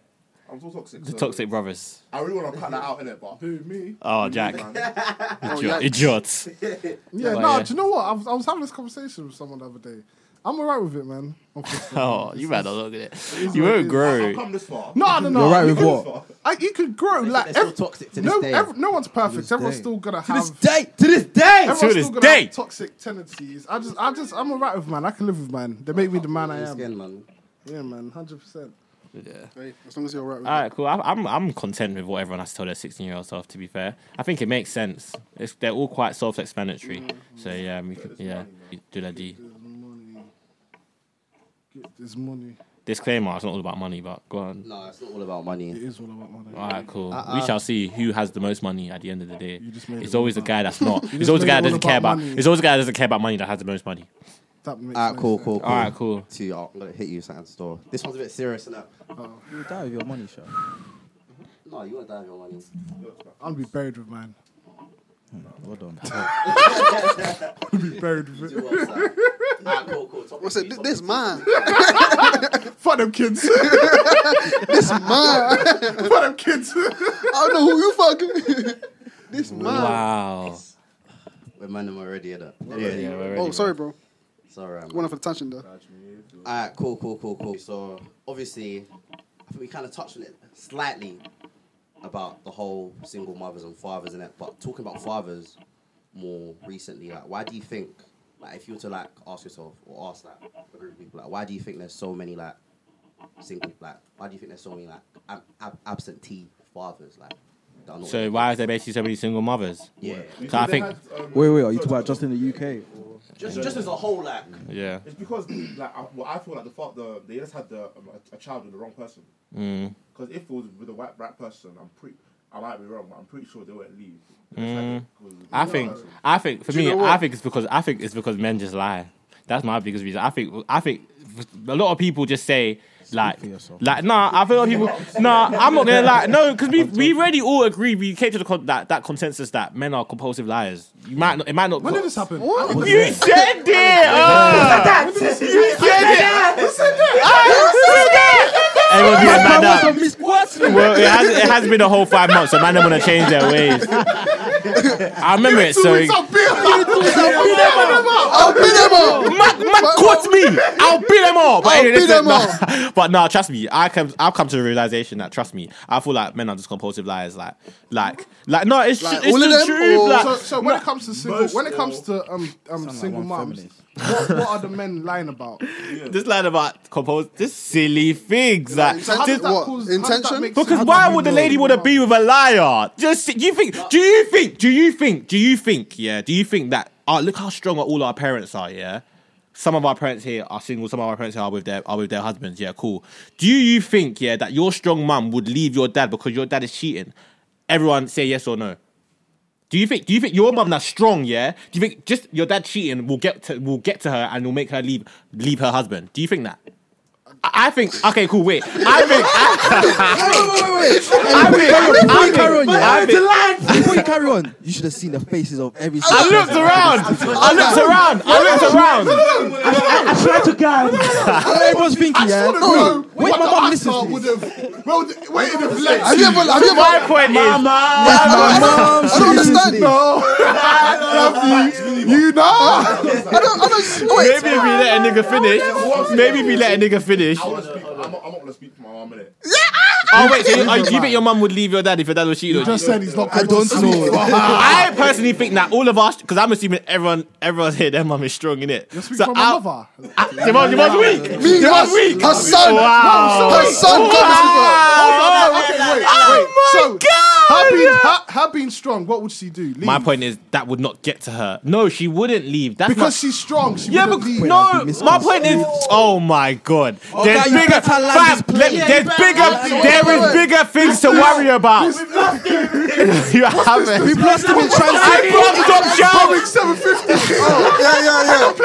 [SPEAKER 5] I'm still toxic.
[SPEAKER 6] the
[SPEAKER 5] so
[SPEAKER 6] toxic brothers.
[SPEAKER 5] I really want to cut that out in it, but
[SPEAKER 3] Who, me?
[SPEAKER 6] Oh, Jack,
[SPEAKER 5] man,
[SPEAKER 6] idiot, idiots.
[SPEAKER 3] Yeah,
[SPEAKER 6] Yeah,
[SPEAKER 3] no,
[SPEAKER 6] yeah.
[SPEAKER 3] do you know what? I was, I was having this conversation with someone the other day. I'm alright with it, man. Obviously.
[SPEAKER 6] Oh, you better look at it. You won't
[SPEAKER 5] I've
[SPEAKER 6] grow.
[SPEAKER 5] come this far.
[SPEAKER 3] No, no, no.
[SPEAKER 4] You're right
[SPEAKER 3] you
[SPEAKER 4] with
[SPEAKER 3] can-
[SPEAKER 4] what?
[SPEAKER 3] I, you could grow.
[SPEAKER 2] They're
[SPEAKER 3] Like
[SPEAKER 2] still
[SPEAKER 3] ev-
[SPEAKER 2] toxic to this
[SPEAKER 3] no,
[SPEAKER 2] day.
[SPEAKER 3] ev- no one's perfect.
[SPEAKER 4] this
[SPEAKER 3] Everyone's
[SPEAKER 4] day.
[SPEAKER 3] still gonna
[SPEAKER 2] To this
[SPEAKER 3] have.
[SPEAKER 2] day, to this day.
[SPEAKER 3] Everyone's
[SPEAKER 6] To
[SPEAKER 3] still
[SPEAKER 6] this
[SPEAKER 3] gonna
[SPEAKER 6] day.
[SPEAKER 3] have toxic tendencies. I just, I just, I'm alright with man. I can live with man. They make me the man I am.
[SPEAKER 2] Again, man.
[SPEAKER 3] Yeah, man, hundred percent.
[SPEAKER 7] As long as you're alright with
[SPEAKER 6] All right, cool. I, I'm I'm content with what everyone has to tell their 16 year old self. To be fair, I think it makes sense. It's, they're all quite self-explanatory.
[SPEAKER 3] Mm-hmm.
[SPEAKER 6] So yeah, we could, yeah, do that. D
[SPEAKER 3] There's money. Get this money.
[SPEAKER 6] disclaimer: it's not all about money, but go on.
[SPEAKER 2] No, it's not all about
[SPEAKER 3] It
[SPEAKER 2] money.
[SPEAKER 3] is all about money.
[SPEAKER 6] All right, cool. we shall see who has the most money at the end of the day.
[SPEAKER 3] Uh, just made
[SPEAKER 6] It's
[SPEAKER 3] it all
[SPEAKER 6] always the guy that's not. it's
[SPEAKER 3] just
[SPEAKER 6] always the
[SPEAKER 3] made
[SPEAKER 6] guy
[SPEAKER 3] it
[SPEAKER 6] that
[SPEAKER 3] all
[SPEAKER 6] doesn't care
[SPEAKER 3] about
[SPEAKER 6] about.
[SPEAKER 3] money.
[SPEAKER 6] It's always the guy that doesn't care about money that has the most money.
[SPEAKER 3] That makes
[SPEAKER 2] Alright,
[SPEAKER 3] no
[SPEAKER 2] Ah, cool,
[SPEAKER 3] sense.
[SPEAKER 2] cool, cool.
[SPEAKER 6] All right, cool.
[SPEAKER 2] To you, I'm gonna hit you, Santa Store. This one's a bit serious, isn't it?
[SPEAKER 4] You'll die with your money, sure.
[SPEAKER 2] No, you want to die with your money.
[SPEAKER 3] I'll be buried with man.
[SPEAKER 4] Well done.
[SPEAKER 3] Be buried with it.
[SPEAKER 2] Alright, cool, cool. Topic
[SPEAKER 7] What's
[SPEAKER 2] two,
[SPEAKER 7] it? Th-
[SPEAKER 2] topic
[SPEAKER 7] This
[SPEAKER 2] two.
[SPEAKER 7] man,
[SPEAKER 3] Fuck them kids.
[SPEAKER 7] this man. I
[SPEAKER 3] Fuck them kids.
[SPEAKER 7] don't know who you fucking. this man.
[SPEAKER 6] Wow.
[SPEAKER 2] We're man them already, innit?
[SPEAKER 6] Yeah,
[SPEAKER 2] Anyway,
[SPEAKER 6] we're ready,
[SPEAKER 7] Oh,
[SPEAKER 6] man.
[SPEAKER 7] sorry, bro.
[SPEAKER 2] it's alright.
[SPEAKER 7] One
[SPEAKER 2] man.
[SPEAKER 7] off the tension there.
[SPEAKER 2] Alright, cool, cool, cool, cool. So obviously, I think we kind of touched on it slightly about the whole single mothers and fathers and that. But talking about fathers more recently, like why do you think, like if you were to like ask yourself or ask like a group of people, like why do you think there's so many like single, like why do you think there's so many like ab- ab- absentee fathers, like? that are not-
[SPEAKER 6] So why is there basically so many single mothers?
[SPEAKER 2] Yeah,
[SPEAKER 6] So I think
[SPEAKER 5] um,
[SPEAKER 4] Wait, wait, are you talking about just in the UK?
[SPEAKER 2] just just as a whole, like
[SPEAKER 6] yeah.
[SPEAKER 5] It's because like I, well, I feel like the fact the they just had the um, a, a child with the wrong person. Because if it was with a white black person, I'm pretty I might be wrong, but I'm pretty sure they wouldn't leave. They just had it 'cause it was a
[SPEAKER 6] I
[SPEAKER 5] white
[SPEAKER 6] think
[SPEAKER 5] person.
[SPEAKER 6] I think for
[SPEAKER 7] you
[SPEAKER 6] me
[SPEAKER 7] know what?
[SPEAKER 6] I think it's because I think it's because men just lie. That's my biggest reason. I think I think a lot of people just say like
[SPEAKER 4] for yourself.
[SPEAKER 6] like nah. I feel like people nah. I'm not gonna lie. No, because we we already all agree. We came to the con- that that consensus that men are compulsive liars. You might not. It might not.
[SPEAKER 3] When did this happen?
[SPEAKER 6] You said it. Oh. You said it.
[SPEAKER 7] Oh.
[SPEAKER 6] You said that. Everyone's being mad up. Well, it has, it has been a whole five months, so man, I'm gonna change their ways. I remember it. So
[SPEAKER 7] I'll beat them up.
[SPEAKER 6] Matt, Matt quotes me. I'll beat them all. But
[SPEAKER 7] I'll
[SPEAKER 6] anyway,
[SPEAKER 7] beat
[SPEAKER 6] listen,
[SPEAKER 7] them
[SPEAKER 6] no, but no, trust me. I come. I've come to the realization that trust me. I feel like men are just compulsive liars. Like, like, like. No, it's
[SPEAKER 7] Like,
[SPEAKER 6] ju- it's
[SPEAKER 7] all of
[SPEAKER 6] the
[SPEAKER 7] them
[SPEAKER 6] truth.
[SPEAKER 7] or-
[SPEAKER 6] like-
[SPEAKER 3] So, so when it comes to single,
[SPEAKER 5] most
[SPEAKER 3] when it comes to um, um
[SPEAKER 4] like
[SPEAKER 3] single
[SPEAKER 4] one
[SPEAKER 3] moms,
[SPEAKER 4] feminist.
[SPEAKER 3] what, what are the men lying about?
[SPEAKER 6] this line about compose. This silly things. Like,
[SPEAKER 7] Intention-
[SPEAKER 3] How does
[SPEAKER 6] this-
[SPEAKER 3] that
[SPEAKER 7] What,
[SPEAKER 3] cause- how does that
[SPEAKER 7] intention?
[SPEAKER 3] make sense?
[SPEAKER 6] Because
[SPEAKER 3] How
[SPEAKER 6] why
[SPEAKER 3] do
[SPEAKER 6] would
[SPEAKER 3] we
[SPEAKER 6] the lady
[SPEAKER 3] know?
[SPEAKER 6] want to be with a liar? Just do you think? Do you think? Do you think? Do you think? Yeah. Do you think that? Oh, look how strong all our parents are. Yeah. Some of our parents here are single. Some of our parents here are with their are with their husbands. Yeah, cool. Do you think? Yeah, that your strong mum would leave your dad because your dad is cheating? Everyone say yes or no. Do you think? Do you think your mum that's strong? Yeah. Do you think just your dad cheating will get to will get to her and will make her leave leave her husband? Do you think that? I I think okay, cool. Wait, I think I think I think-
[SPEAKER 4] Carry on,
[SPEAKER 6] I
[SPEAKER 4] yeah.
[SPEAKER 6] think-
[SPEAKER 4] Before you carry on, you should have seen the faces of every.
[SPEAKER 6] I looked around. I looked around. I looked around.
[SPEAKER 9] I swear to God.
[SPEAKER 4] Everyone's thinking, yeah.
[SPEAKER 3] No,
[SPEAKER 4] Wait, my mum listens to
[SPEAKER 3] would
[SPEAKER 4] this.
[SPEAKER 3] have. Well, wait, would have led
[SPEAKER 7] Have you ever? Have you ever?
[SPEAKER 6] My point is,
[SPEAKER 7] I don't understand.
[SPEAKER 3] You know,
[SPEAKER 7] I don't. I don't. Wait.
[SPEAKER 6] maybe if we let a nigga finish, maybe if we let a nigga finish,
[SPEAKER 5] I wanna speak- I'm I'm not, I'm not gonna speak for my mum innit?
[SPEAKER 6] Oh wait, so you, uh, you think your mum would leave your dad if your dad was cheating?
[SPEAKER 3] You
[SPEAKER 6] on you?
[SPEAKER 3] just said he's not.
[SPEAKER 4] I don't know.
[SPEAKER 6] I personally think that all of us, because I'm assuming everyone, everyone here, their mum is strong in it.
[SPEAKER 3] Speak for my mother.
[SPEAKER 6] Your mum, your mum's weak.
[SPEAKER 7] Me,
[SPEAKER 6] your
[SPEAKER 7] her,
[SPEAKER 6] mum's weak.
[SPEAKER 7] her son,
[SPEAKER 6] Wow.
[SPEAKER 7] her son
[SPEAKER 6] Wow.
[SPEAKER 7] got this
[SPEAKER 6] Wow.
[SPEAKER 3] Oh, okay, wait,
[SPEAKER 6] Oh
[SPEAKER 3] wait. so,
[SPEAKER 6] my
[SPEAKER 3] her
[SPEAKER 6] god.
[SPEAKER 3] being, her, her being strong, what would she do? Leave.
[SPEAKER 6] My point is that would not get to her. No, she wouldn't leave. That's
[SPEAKER 3] because
[SPEAKER 6] not-
[SPEAKER 3] she's strong. She
[SPEAKER 6] Yeah,
[SPEAKER 3] wouldn't
[SPEAKER 6] but
[SPEAKER 3] leave.
[SPEAKER 6] no. My point is, oh my god, there's
[SPEAKER 4] you
[SPEAKER 6] bigger,
[SPEAKER 4] better land
[SPEAKER 6] fam,
[SPEAKER 4] this
[SPEAKER 6] let- there's bigger, there is bigger things to worry about. you haven't.
[SPEAKER 7] We blessed him in
[SPEAKER 6] I
[SPEAKER 7] transit.
[SPEAKER 6] brought up Charles.
[SPEAKER 7] Yeah, yeah, yeah.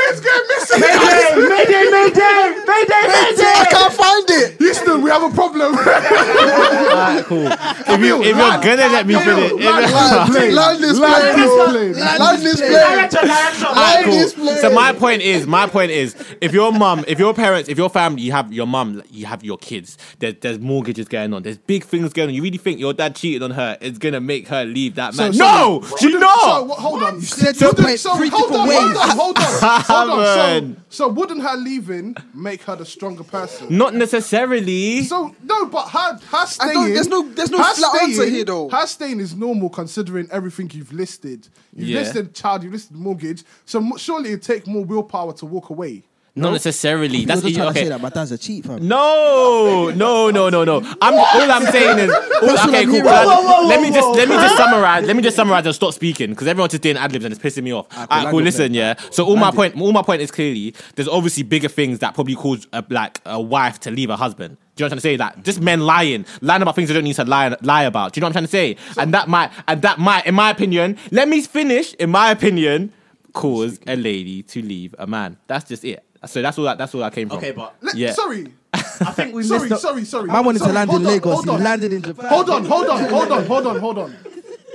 [SPEAKER 9] Mayday! Mayday! Mayday! Mayday!
[SPEAKER 7] I can't find it.
[SPEAKER 3] Houston, we have a problem.
[SPEAKER 6] Alright, cool. If, you, if you're
[SPEAKER 3] Land,
[SPEAKER 6] gonna let me finish, if you're-
[SPEAKER 7] Land, land this
[SPEAKER 3] Land
[SPEAKER 7] plane.
[SPEAKER 3] this plane.
[SPEAKER 7] Land this plane.
[SPEAKER 9] Director! Director!
[SPEAKER 7] Land
[SPEAKER 6] Cool.
[SPEAKER 7] this plane.
[SPEAKER 6] So my point is, my point is, if your mum, if your parents, if your family, you have your mum, you have your kids. There's there's mortgages going on. There's big things going on. You really think your dad cheated on her is gonna make her leave that man?
[SPEAKER 3] so-
[SPEAKER 6] no, she
[SPEAKER 3] So,
[SPEAKER 6] not.
[SPEAKER 3] what, hold on. You
[SPEAKER 4] said you went three
[SPEAKER 3] hold
[SPEAKER 4] different
[SPEAKER 3] on,
[SPEAKER 4] ways.
[SPEAKER 3] hold on, hold on, hold on.
[SPEAKER 6] Haven't.
[SPEAKER 3] So, so wouldn't her leaving make her the stronger person?
[SPEAKER 6] Not necessarily.
[SPEAKER 3] So no, but her her staying.
[SPEAKER 7] don't- there's no- there's no
[SPEAKER 3] her
[SPEAKER 7] flat answer here, though.
[SPEAKER 3] Her staying is normal considering everything you've listed. You've
[SPEAKER 6] Yeah.
[SPEAKER 3] listed child, you've listed mortgage. So mo- surely it'd take more willpower to walk away.
[SPEAKER 6] not necessarily.
[SPEAKER 4] That's E,
[SPEAKER 6] That's
[SPEAKER 4] just trying to say
[SPEAKER 6] okay.
[SPEAKER 4] that my dad's a cheat,
[SPEAKER 6] Mm.
[SPEAKER 4] fam.
[SPEAKER 6] No, no, no, no, no. I'm all I'm saying is all, okay,
[SPEAKER 4] I'm
[SPEAKER 6] cool.
[SPEAKER 4] hearing.
[SPEAKER 6] cool. let me just let me just summarize. Let me just summarize and stop speaking because everyone's just doing ad libs and it's pissing me
[SPEAKER 2] Ah,
[SPEAKER 6] off. All right,
[SPEAKER 4] land
[SPEAKER 6] cool.
[SPEAKER 4] it,
[SPEAKER 6] Listen, yeah. So all my point, all my point is clearly there's obviously bigger things that probably cause a, like a wife to leave her husband. Do you know what I'm trying to say? That just men lying, lying about things they don't need to lie lie about. Do you know what I'm trying to say? and that might, and that might, in my opinion, let me finish. In my opinion, cause a lady to leave a man. That's just it. So that's all that. That's all I came from.
[SPEAKER 2] Okay, but
[SPEAKER 3] Let-
[SPEAKER 6] Yeah.
[SPEAKER 3] Sorry.
[SPEAKER 2] I think we
[SPEAKER 3] Sorry,
[SPEAKER 2] missed. up-
[SPEAKER 3] sorry, sorry.
[SPEAKER 4] Man wanted to
[SPEAKER 3] Sorry,
[SPEAKER 4] land
[SPEAKER 3] hold
[SPEAKER 4] in
[SPEAKER 3] on,
[SPEAKER 4] Lagos.
[SPEAKER 3] hold
[SPEAKER 4] He
[SPEAKER 3] on.
[SPEAKER 4] landed in Japan.
[SPEAKER 3] Hold on, hold on, hold on, hold on, hold on.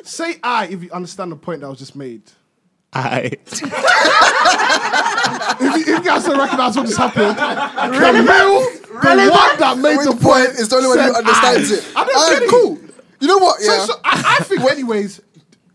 [SPEAKER 3] Say I if you understand the point that was just made.
[SPEAKER 6] I.
[SPEAKER 3] If you, if you guys don't recognize what just happened, Camille, the one that made
[SPEAKER 7] With
[SPEAKER 3] the
[SPEAKER 7] the point is the only one who understands it.
[SPEAKER 3] I don't get
[SPEAKER 7] Alright,
[SPEAKER 3] it.
[SPEAKER 7] cool. You know what?
[SPEAKER 3] So,
[SPEAKER 7] Yeah.
[SPEAKER 3] so I, I think, anyways,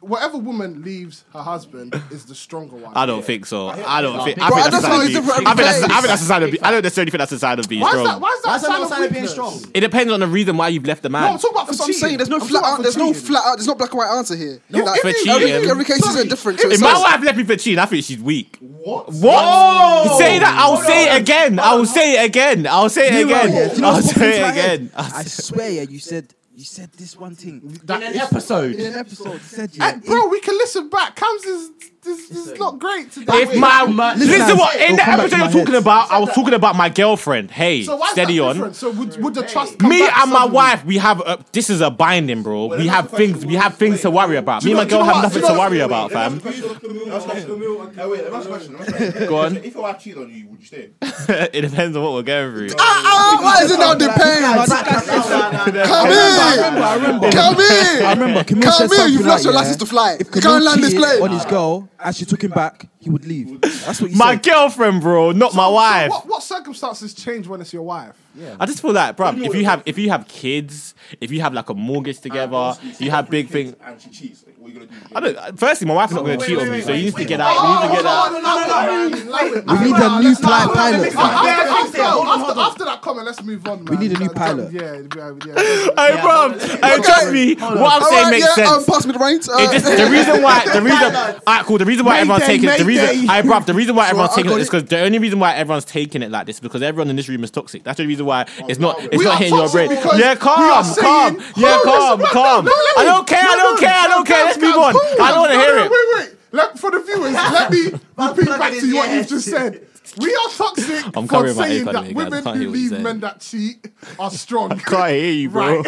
[SPEAKER 3] whatever woman leaves her husband is the stronger one.
[SPEAKER 6] I don't think so. I don't think. I
[SPEAKER 7] Bro,
[SPEAKER 6] think
[SPEAKER 7] I
[SPEAKER 6] that's
[SPEAKER 7] just
[SPEAKER 6] a sign
[SPEAKER 7] know
[SPEAKER 6] of
[SPEAKER 7] it's
[SPEAKER 6] being. I
[SPEAKER 7] different
[SPEAKER 6] think that's. I
[SPEAKER 7] things.
[SPEAKER 6] think that's a sign of being. I don't necessarily think that's a sign of being
[SPEAKER 3] Why is that?
[SPEAKER 6] strong.
[SPEAKER 3] Why is that?
[SPEAKER 2] That's
[SPEAKER 3] a sign
[SPEAKER 2] another
[SPEAKER 3] of
[SPEAKER 2] sign of being
[SPEAKER 3] weakness?
[SPEAKER 2] strong.
[SPEAKER 6] It depends on the reason why you've left the
[SPEAKER 3] No,
[SPEAKER 6] man.
[SPEAKER 3] I'm talking about for
[SPEAKER 7] That's what I'm
[SPEAKER 3] cheating.
[SPEAKER 7] saying. There's no
[SPEAKER 3] I'm
[SPEAKER 7] flat
[SPEAKER 3] talking about
[SPEAKER 7] out.
[SPEAKER 3] for
[SPEAKER 7] There's no
[SPEAKER 3] cheating.
[SPEAKER 7] flat out. There's no black and white answer here. Like,
[SPEAKER 6] for
[SPEAKER 7] every,
[SPEAKER 6] cheating.
[SPEAKER 7] every case is
[SPEAKER 3] Sorry.
[SPEAKER 7] a different. So
[SPEAKER 6] If
[SPEAKER 7] it's
[SPEAKER 6] my
[SPEAKER 7] not-
[SPEAKER 6] wife left me for cheating, I think she's weak.
[SPEAKER 5] What?
[SPEAKER 6] What? Say that. I'll say it again. I'll say it again. I'll say it
[SPEAKER 4] You are, Oh, yeah. Do
[SPEAKER 6] again.
[SPEAKER 4] you know
[SPEAKER 6] I'll
[SPEAKER 4] what popped
[SPEAKER 6] say
[SPEAKER 4] into
[SPEAKER 6] it
[SPEAKER 4] my head?
[SPEAKER 6] again. I'll
[SPEAKER 4] I
[SPEAKER 6] say-
[SPEAKER 4] swear, yeah, you said you said this one thing
[SPEAKER 2] in an episode.
[SPEAKER 4] in an episode. Said
[SPEAKER 3] Hey,
[SPEAKER 4] yeah,
[SPEAKER 3] bro, we can listen back. Cam's is, is, is not great today.
[SPEAKER 6] If my listen,
[SPEAKER 4] Listen,
[SPEAKER 6] what in
[SPEAKER 4] it'll
[SPEAKER 6] the
[SPEAKER 4] come back to
[SPEAKER 6] episode
[SPEAKER 4] my
[SPEAKER 6] you're talking
[SPEAKER 4] head.
[SPEAKER 6] about, I was talking about my girlfriend. Hey,
[SPEAKER 3] so why is
[SPEAKER 6] steady
[SPEAKER 3] that
[SPEAKER 6] on.
[SPEAKER 3] different? So would, would the trust come
[SPEAKER 6] Me
[SPEAKER 3] back
[SPEAKER 6] and my
[SPEAKER 3] suddenly?
[SPEAKER 6] wife, we have a, this is a binding, bro. we
[SPEAKER 5] that's
[SPEAKER 6] have
[SPEAKER 5] the question
[SPEAKER 6] things, we
[SPEAKER 5] we'll
[SPEAKER 6] have things to worry about. Me and my
[SPEAKER 3] do you
[SPEAKER 6] girl
[SPEAKER 3] know
[SPEAKER 6] have
[SPEAKER 3] what?
[SPEAKER 6] nothing
[SPEAKER 3] Do you
[SPEAKER 6] to
[SPEAKER 3] know what?
[SPEAKER 6] worry about, fam.
[SPEAKER 5] Oh, wait, last question. last question.
[SPEAKER 6] Go on.
[SPEAKER 5] If your wife cheated on you, would you stay?
[SPEAKER 6] it depends on what we're going through.
[SPEAKER 7] Ah, ah, why is it now depends? Come
[SPEAKER 4] I
[SPEAKER 7] in.
[SPEAKER 4] remember.
[SPEAKER 7] Come in.
[SPEAKER 4] I remember. Camille said
[SPEAKER 7] Come in.
[SPEAKER 4] something
[SPEAKER 7] You've lost
[SPEAKER 4] like,
[SPEAKER 7] your
[SPEAKER 4] yeah,
[SPEAKER 7] license to fly. You
[SPEAKER 4] If Camille
[SPEAKER 7] can't land this
[SPEAKER 4] cheated
[SPEAKER 7] plane.
[SPEAKER 4] on his girl, and she took him back, he would leave. That's what you
[SPEAKER 6] My
[SPEAKER 4] said.
[SPEAKER 6] girlfriend, bro, not my wife.
[SPEAKER 3] What, what circumstances change when it's your wife? Yeah.
[SPEAKER 6] I just feel like, bro, if you have if you have kids, if you have like a mortgage
[SPEAKER 5] Ah,
[SPEAKER 6] together, if you have big things.
[SPEAKER 5] And she cheats. Like, what are you gonna do?
[SPEAKER 6] I don't. Firstly, my wife's not going to cheat on me, so you need to get out. You
[SPEAKER 3] Oh,
[SPEAKER 6] need to get out.
[SPEAKER 4] We need a new pli- pilot.
[SPEAKER 3] After,
[SPEAKER 4] fam.
[SPEAKER 3] after, after, after that comment, let's move on. Man.
[SPEAKER 4] need a new
[SPEAKER 3] That-
[SPEAKER 4] pilot.
[SPEAKER 3] that- Yeah, yeah.
[SPEAKER 6] Hey, bro, hey, trust me. What I'm saying
[SPEAKER 7] Alright,
[SPEAKER 6] makes
[SPEAKER 7] yeah,
[SPEAKER 6] sense.
[SPEAKER 7] um, pass me the reins.
[SPEAKER 6] It
[SPEAKER 7] Uh,
[SPEAKER 6] just, the reason why the reason alright, cool. The reason why everyone's taking the reason I bruv, the reason why everyone's
[SPEAKER 7] I
[SPEAKER 6] taking
[SPEAKER 7] got
[SPEAKER 6] it is
[SPEAKER 7] it.
[SPEAKER 6] because the only reason why everyone's taking it like this is because everyone in this room is toxic. That's the reason why it's not it's
[SPEAKER 3] We
[SPEAKER 6] not
[SPEAKER 3] are
[SPEAKER 6] hitting your
[SPEAKER 3] toxic
[SPEAKER 6] brain.
[SPEAKER 3] because
[SPEAKER 6] Yeah,
[SPEAKER 3] we
[SPEAKER 6] calm,
[SPEAKER 3] are
[SPEAKER 6] calm.
[SPEAKER 3] saying-
[SPEAKER 6] Yeah,
[SPEAKER 3] Hold on,
[SPEAKER 6] calm,
[SPEAKER 3] listen,
[SPEAKER 6] calm.
[SPEAKER 3] no, no,
[SPEAKER 6] I don't care. I
[SPEAKER 3] no,
[SPEAKER 6] don't
[SPEAKER 3] no,
[SPEAKER 6] care. I don't
[SPEAKER 3] no,
[SPEAKER 6] care. Let's
[SPEAKER 3] no,
[SPEAKER 6] move
[SPEAKER 3] no,
[SPEAKER 6] on.
[SPEAKER 3] no,
[SPEAKER 6] I don't want to
[SPEAKER 3] no,
[SPEAKER 6] hear
[SPEAKER 3] no,
[SPEAKER 6] it.
[SPEAKER 3] Wait, wait. Let, for the viewers, let me repeat back to you what you've just said. We are toxic for
[SPEAKER 6] I'm covering my
[SPEAKER 3] saying
[SPEAKER 6] ear,
[SPEAKER 3] that
[SPEAKER 6] by the way, guys. I
[SPEAKER 3] women
[SPEAKER 6] can't hear
[SPEAKER 3] who
[SPEAKER 6] what you're
[SPEAKER 3] leave
[SPEAKER 6] saying.
[SPEAKER 3] men that cheat are strong.
[SPEAKER 6] Can't hear you, bro.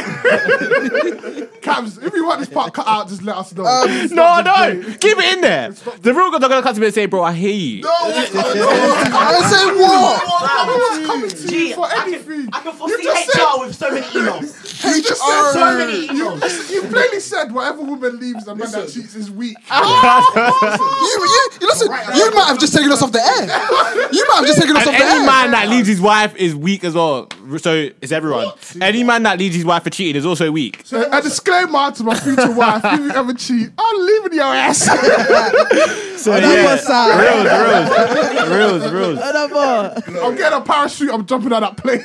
[SPEAKER 3] Cams, if you want this part cut out, just let us know. It's
[SPEAKER 6] No,
[SPEAKER 3] not just
[SPEAKER 6] no,
[SPEAKER 3] great.
[SPEAKER 6] keep it in there. The real girls are gonna come to me and say, "Bro, I hear you."
[SPEAKER 7] I say what?
[SPEAKER 3] Everyone's coming to
[SPEAKER 2] Gee,
[SPEAKER 3] you for
[SPEAKER 2] I can-
[SPEAKER 3] anything.
[SPEAKER 2] I can
[SPEAKER 3] You
[SPEAKER 2] foresee
[SPEAKER 3] just said
[SPEAKER 2] HR with so many emails.
[SPEAKER 3] you just said
[SPEAKER 7] HR.
[SPEAKER 2] So
[SPEAKER 3] so
[SPEAKER 2] many
[SPEAKER 3] You,
[SPEAKER 2] emails.
[SPEAKER 3] you plainly said whatever woman leaves a man that cheats is weak.
[SPEAKER 7] You, you, you listen. You might have just taken us off the air. You might have just taken us
[SPEAKER 6] And
[SPEAKER 7] off the
[SPEAKER 6] any
[SPEAKER 7] air.
[SPEAKER 6] man that leaves his wife is weak as well. So it's everyone. Any man that leaves his wife for cheating is also weak.
[SPEAKER 3] So, a disclaimer to my future wife: if you ever cheat, I'm leaving your ass.
[SPEAKER 6] So
[SPEAKER 4] Another side.
[SPEAKER 6] Reels, reels, reels, reels.
[SPEAKER 4] Another.
[SPEAKER 3] I'm getting a parachute. I'm jumping out that plane.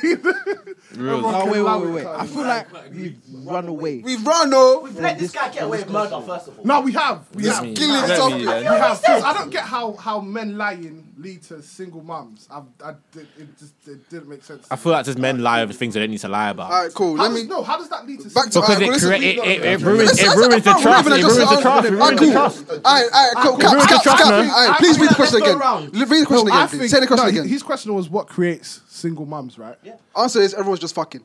[SPEAKER 6] Real.
[SPEAKER 4] Oh, wait, wait, wait, wait. I feel like we've run away.
[SPEAKER 7] We've run, oh.
[SPEAKER 4] from
[SPEAKER 10] Let this
[SPEAKER 4] this-
[SPEAKER 10] guy get away with murder, first of all.
[SPEAKER 3] No, we have. We have.
[SPEAKER 7] Kill him,
[SPEAKER 11] Let
[SPEAKER 7] stop
[SPEAKER 11] me,
[SPEAKER 7] it.
[SPEAKER 11] then.
[SPEAKER 3] We have. 'cause I don't get how, how men lying lead to single mums. I, I did, it just it didn't make sense. to
[SPEAKER 6] I
[SPEAKER 3] me.
[SPEAKER 6] feel like just men lie over things they don't need to lie about.
[SPEAKER 7] All right, cool.
[SPEAKER 3] How
[SPEAKER 7] Let
[SPEAKER 3] does,
[SPEAKER 7] me.
[SPEAKER 3] no, how does that lead to
[SPEAKER 7] Back to-
[SPEAKER 6] because
[SPEAKER 7] Alright,
[SPEAKER 6] it, create,
[SPEAKER 7] well,
[SPEAKER 6] it,
[SPEAKER 7] listen, we-
[SPEAKER 6] it, it ruins, it
[SPEAKER 7] Listen,
[SPEAKER 6] ruins the
[SPEAKER 7] I'm
[SPEAKER 6] trust. It
[SPEAKER 7] not even
[SPEAKER 6] ruins the
[SPEAKER 7] adjusting-
[SPEAKER 6] trust. It
[SPEAKER 7] I'm
[SPEAKER 6] ruins the
[SPEAKER 7] cool.
[SPEAKER 6] trust.
[SPEAKER 7] Alright, alright, cool.
[SPEAKER 3] Alright,
[SPEAKER 7] Caps,
[SPEAKER 6] ruined the
[SPEAKER 7] caps,
[SPEAKER 6] trust,
[SPEAKER 7] caps.
[SPEAKER 6] man.
[SPEAKER 7] Alright, please read the question
[SPEAKER 10] Let's go
[SPEAKER 7] again.
[SPEAKER 10] round.
[SPEAKER 7] Le- Read the question
[SPEAKER 3] I
[SPEAKER 7] again. please.
[SPEAKER 3] think-
[SPEAKER 7] Say the question
[SPEAKER 3] no,
[SPEAKER 7] again.
[SPEAKER 3] His question was what creates single mums, right?
[SPEAKER 7] Answer is everyone's just fucking.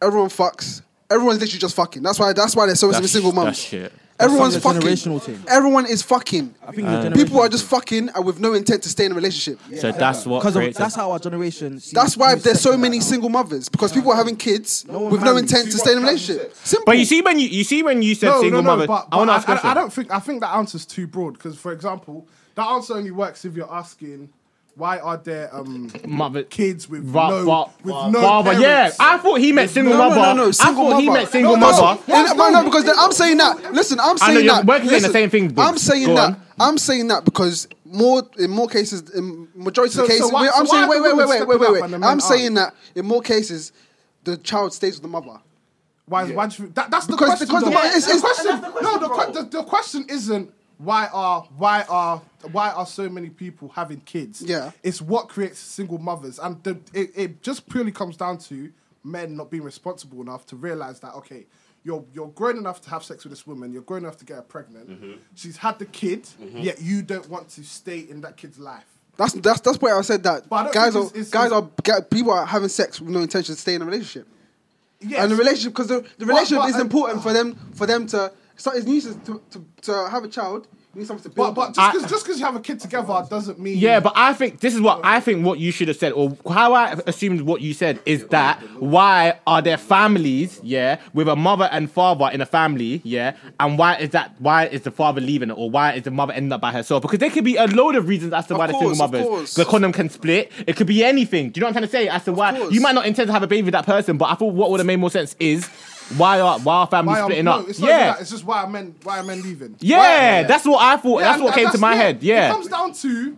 [SPEAKER 7] Everyone fucks. Everyone's literally just fucking. That's why. That's why there's so many
[SPEAKER 6] That's-
[SPEAKER 7] single
[SPEAKER 6] That's
[SPEAKER 7] mums.
[SPEAKER 6] shit.
[SPEAKER 7] Everyone's
[SPEAKER 4] That's a
[SPEAKER 7] fucking.
[SPEAKER 4] generational thing.
[SPEAKER 7] Everyone is fucking.
[SPEAKER 4] I think it's a
[SPEAKER 7] People
[SPEAKER 4] generational
[SPEAKER 7] are just fucking and with no intent to stay in a relationship.
[SPEAKER 6] So that's what
[SPEAKER 4] Because
[SPEAKER 6] creates.
[SPEAKER 4] that's
[SPEAKER 6] That's
[SPEAKER 4] how our generation. sees-
[SPEAKER 7] That's why
[SPEAKER 4] sees
[SPEAKER 7] there's
[SPEAKER 4] sex
[SPEAKER 7] so
[SPEAKER 4] right
[SPEAKER 7] many
[SPEAKER 4] now.
[SPEAKER 7] single mothers because people are having kids
[SPEAKER 4] No one
[SPEAKER 7] with no
[SPEAKER 4] marries.
[SPEAKER 7] intent to
[SPEAKER 5] See
[SPEAKER 7] stay in a
[SPEAKER 5] what comes
[SPEAKER 7] relationship. Simple.
[SPEAKER 6] but you see when you, you see when you said
[SPEAKER 3] No,
[SPEAKER 6] single
[SPEAKER 3] no, no,
[SPEAKER 6] mother.
[SPEAKER 3] But,
[SPEAKER 6] I
[SPEAKER 3] but
[SPEAKER 6] want to
[SPEAKER 3] I,
[SPEAKER 6] ask a
[SPEAKER 3] I,
[SPEAKER 6] question.
[SPEAKER 3] I don't think I think that answer's too broad because, for example, that answer only works if you're asking why are there um
[SPEAKER 6] Mother-
[SPEAKER 3] kids with
[SPEAKER 6] Ra-
[SPEAKER 3] no
[SPEAKER 6] ra-
[SPEAKER 3] with
[SPEAKER 6] ra-
[SPEAKER 3] no
[SPEAKER 6] father. Yeah,
[SPEAKER 3] parents?
[SPEAKER 6] I thought he meant single
[SPEAKER 7] No,
[SPEAKER 6] mother.
[SPEAKER 7] no, no, no,
[SPEAKER 6] I
[SPEAKER 7] single
[SPEAKER 6] thought he
[SPEAKER 7] mother.
[SPEAKER 6] meant single
[SPEAKER 3] No, no,
[SPEAKER 6] mother.
[SPEAKER 7] Yeah, no, no, because then I'm saying that. Listen, I'm saying
[SPEAKER 6] you're-
[SPEAKER 7] that.
[SPEAKER 6] we're saying the
[SPEAKER 7] listen,
[SPEAKER 6] same thing, Bob.
[SPEAKER 7] I'm saying
[SPEAKER 6] Go
[SPEAKER 7] that.
[SPEAKER 6] on.
[SPEAKER 7] I'm saying that because more in more cases, in majority
[SPEAKER 3] So-
[SPEAKER 7] of
[SPEAKER 3] so
[SPEAKER 7] cases,
[SPEAKER 3] why-
[SPEAKER 7] wait, I'm
[SPEAKER 3] so why
[SPEAKER 7] saying
[SPEAKER 3] are
[SPEAKER 7] wait,
[SPEAKER 3] the
[SPEAKER 7] wait, wait,
[SPEAKER 3] women
[SPEAKER 7] wait, wait,
[SPEAKER 3] stepping
[SPEAKER 7] wait,
[SPEAKER 3] up and the
[SPEAKER 7] wait.
[SPEAKER 3] men
[SPEAKER 7] I'm saying
[SPEAKER 3] aren't?
[SPEAKER 7] that in more cases, the child stays with the mother.
[SPEAKER 3] Why? Why do you, that, that's the
[SPEAKER 7] Because-
[SPEAKER 3] question.
[SPEAKER 7] because the
[SPEAKER 3] though.
[SPEAKER 7] mo- it's- it's-
[SPEAKER 3] the question.
[SPEAKER 10] That's the question,
[SPEAKER 3] no, the, que-
[SPEAKER 10] bro.
[SPEAKER 3] the, the question isn't why are why are why are so many people having kids?
[SPEAKER 7] Yeah.
[SPEAKER 3] it's what creates single mothers, and the, it it just purely comes down to men not being responsible enough to realize that okay. You're, you're grown enough to have sex with this woman. You're grown enough to get her pregnant. She's had the kid, yet you don't want to stay in that kid's life.
[SPEAKER 7] That's that's that's where I said that
[SPEAKER 3] But I don't
[SPEAKER 7] guys
[SPEAKER 3] think
[SPEAKER 7] are
[SPEAKER 3] it's- it's-
[SPEAKER 7] guys are ga- people are having sex with no intention to stay in a relationship.
[SPEAKER 3] Yes.
[SPEAKER 7] And the relationship because the, the relationship
[SPEAKER 3] but-
[SPEAKER 7] is important for them for them to so it's useless to, to, to have a child. You need something to
[SPEAKER 3] But
[SPEAKER 7] build.
[SPEAKER 3] but just
[SPEAKER 7] on.
[SPEAKER 3] because just 'cause you have a kid together doesn't mean
[SPEAKER 6] Yeah, but I think this is what I think what you should have said, or how I assumed what you said is that why are there families, yeah, with a mother and father in a family, yeah, and why is that why is the father leaving it, or why is the mother ending up by herself? Because there could be a load of reasons as to
[SPEAKER 7] Of
[SPEAKER 6] why the
[SPEAKER 7] course,
[SPEAKER 6] single
[SPEAKER 7] of
[SPEAKER 6] mother
[SPEAKER 7] course.
[SPEAKER 6] is. The condom can split. It could be anything. Do you know what I'm trying to say? As to why
[SPEAKER 7] course.
[SPEAKER 6] you might not intend to have a baby with that person, but I thought what would have made more sense is why are why are families
[SPEAKER 3] why are,
[SPEAKER 6] splitting
[SPEAKER 3] no,
[SPEAKER 6] up?
[SPEAKER 3] It's not even
[SPEAKER 6] Yeah.
[SPEAKER 3] that. It's just why are men why are men leaving?
[SPEAKER 6] yeah, that's what I thought.
[SPEAKER 3] Yeah,
[SPEAKER 6] that's
[SPEAKER 3] and-
[SPEAKER 6] what
[SPEAKER 3] and
[SPEAKER 6] came to my
[SPEAKER 3] yeah,
[SPEAKER 6] head. Yeah,
[SPEAKER 3] It comes down to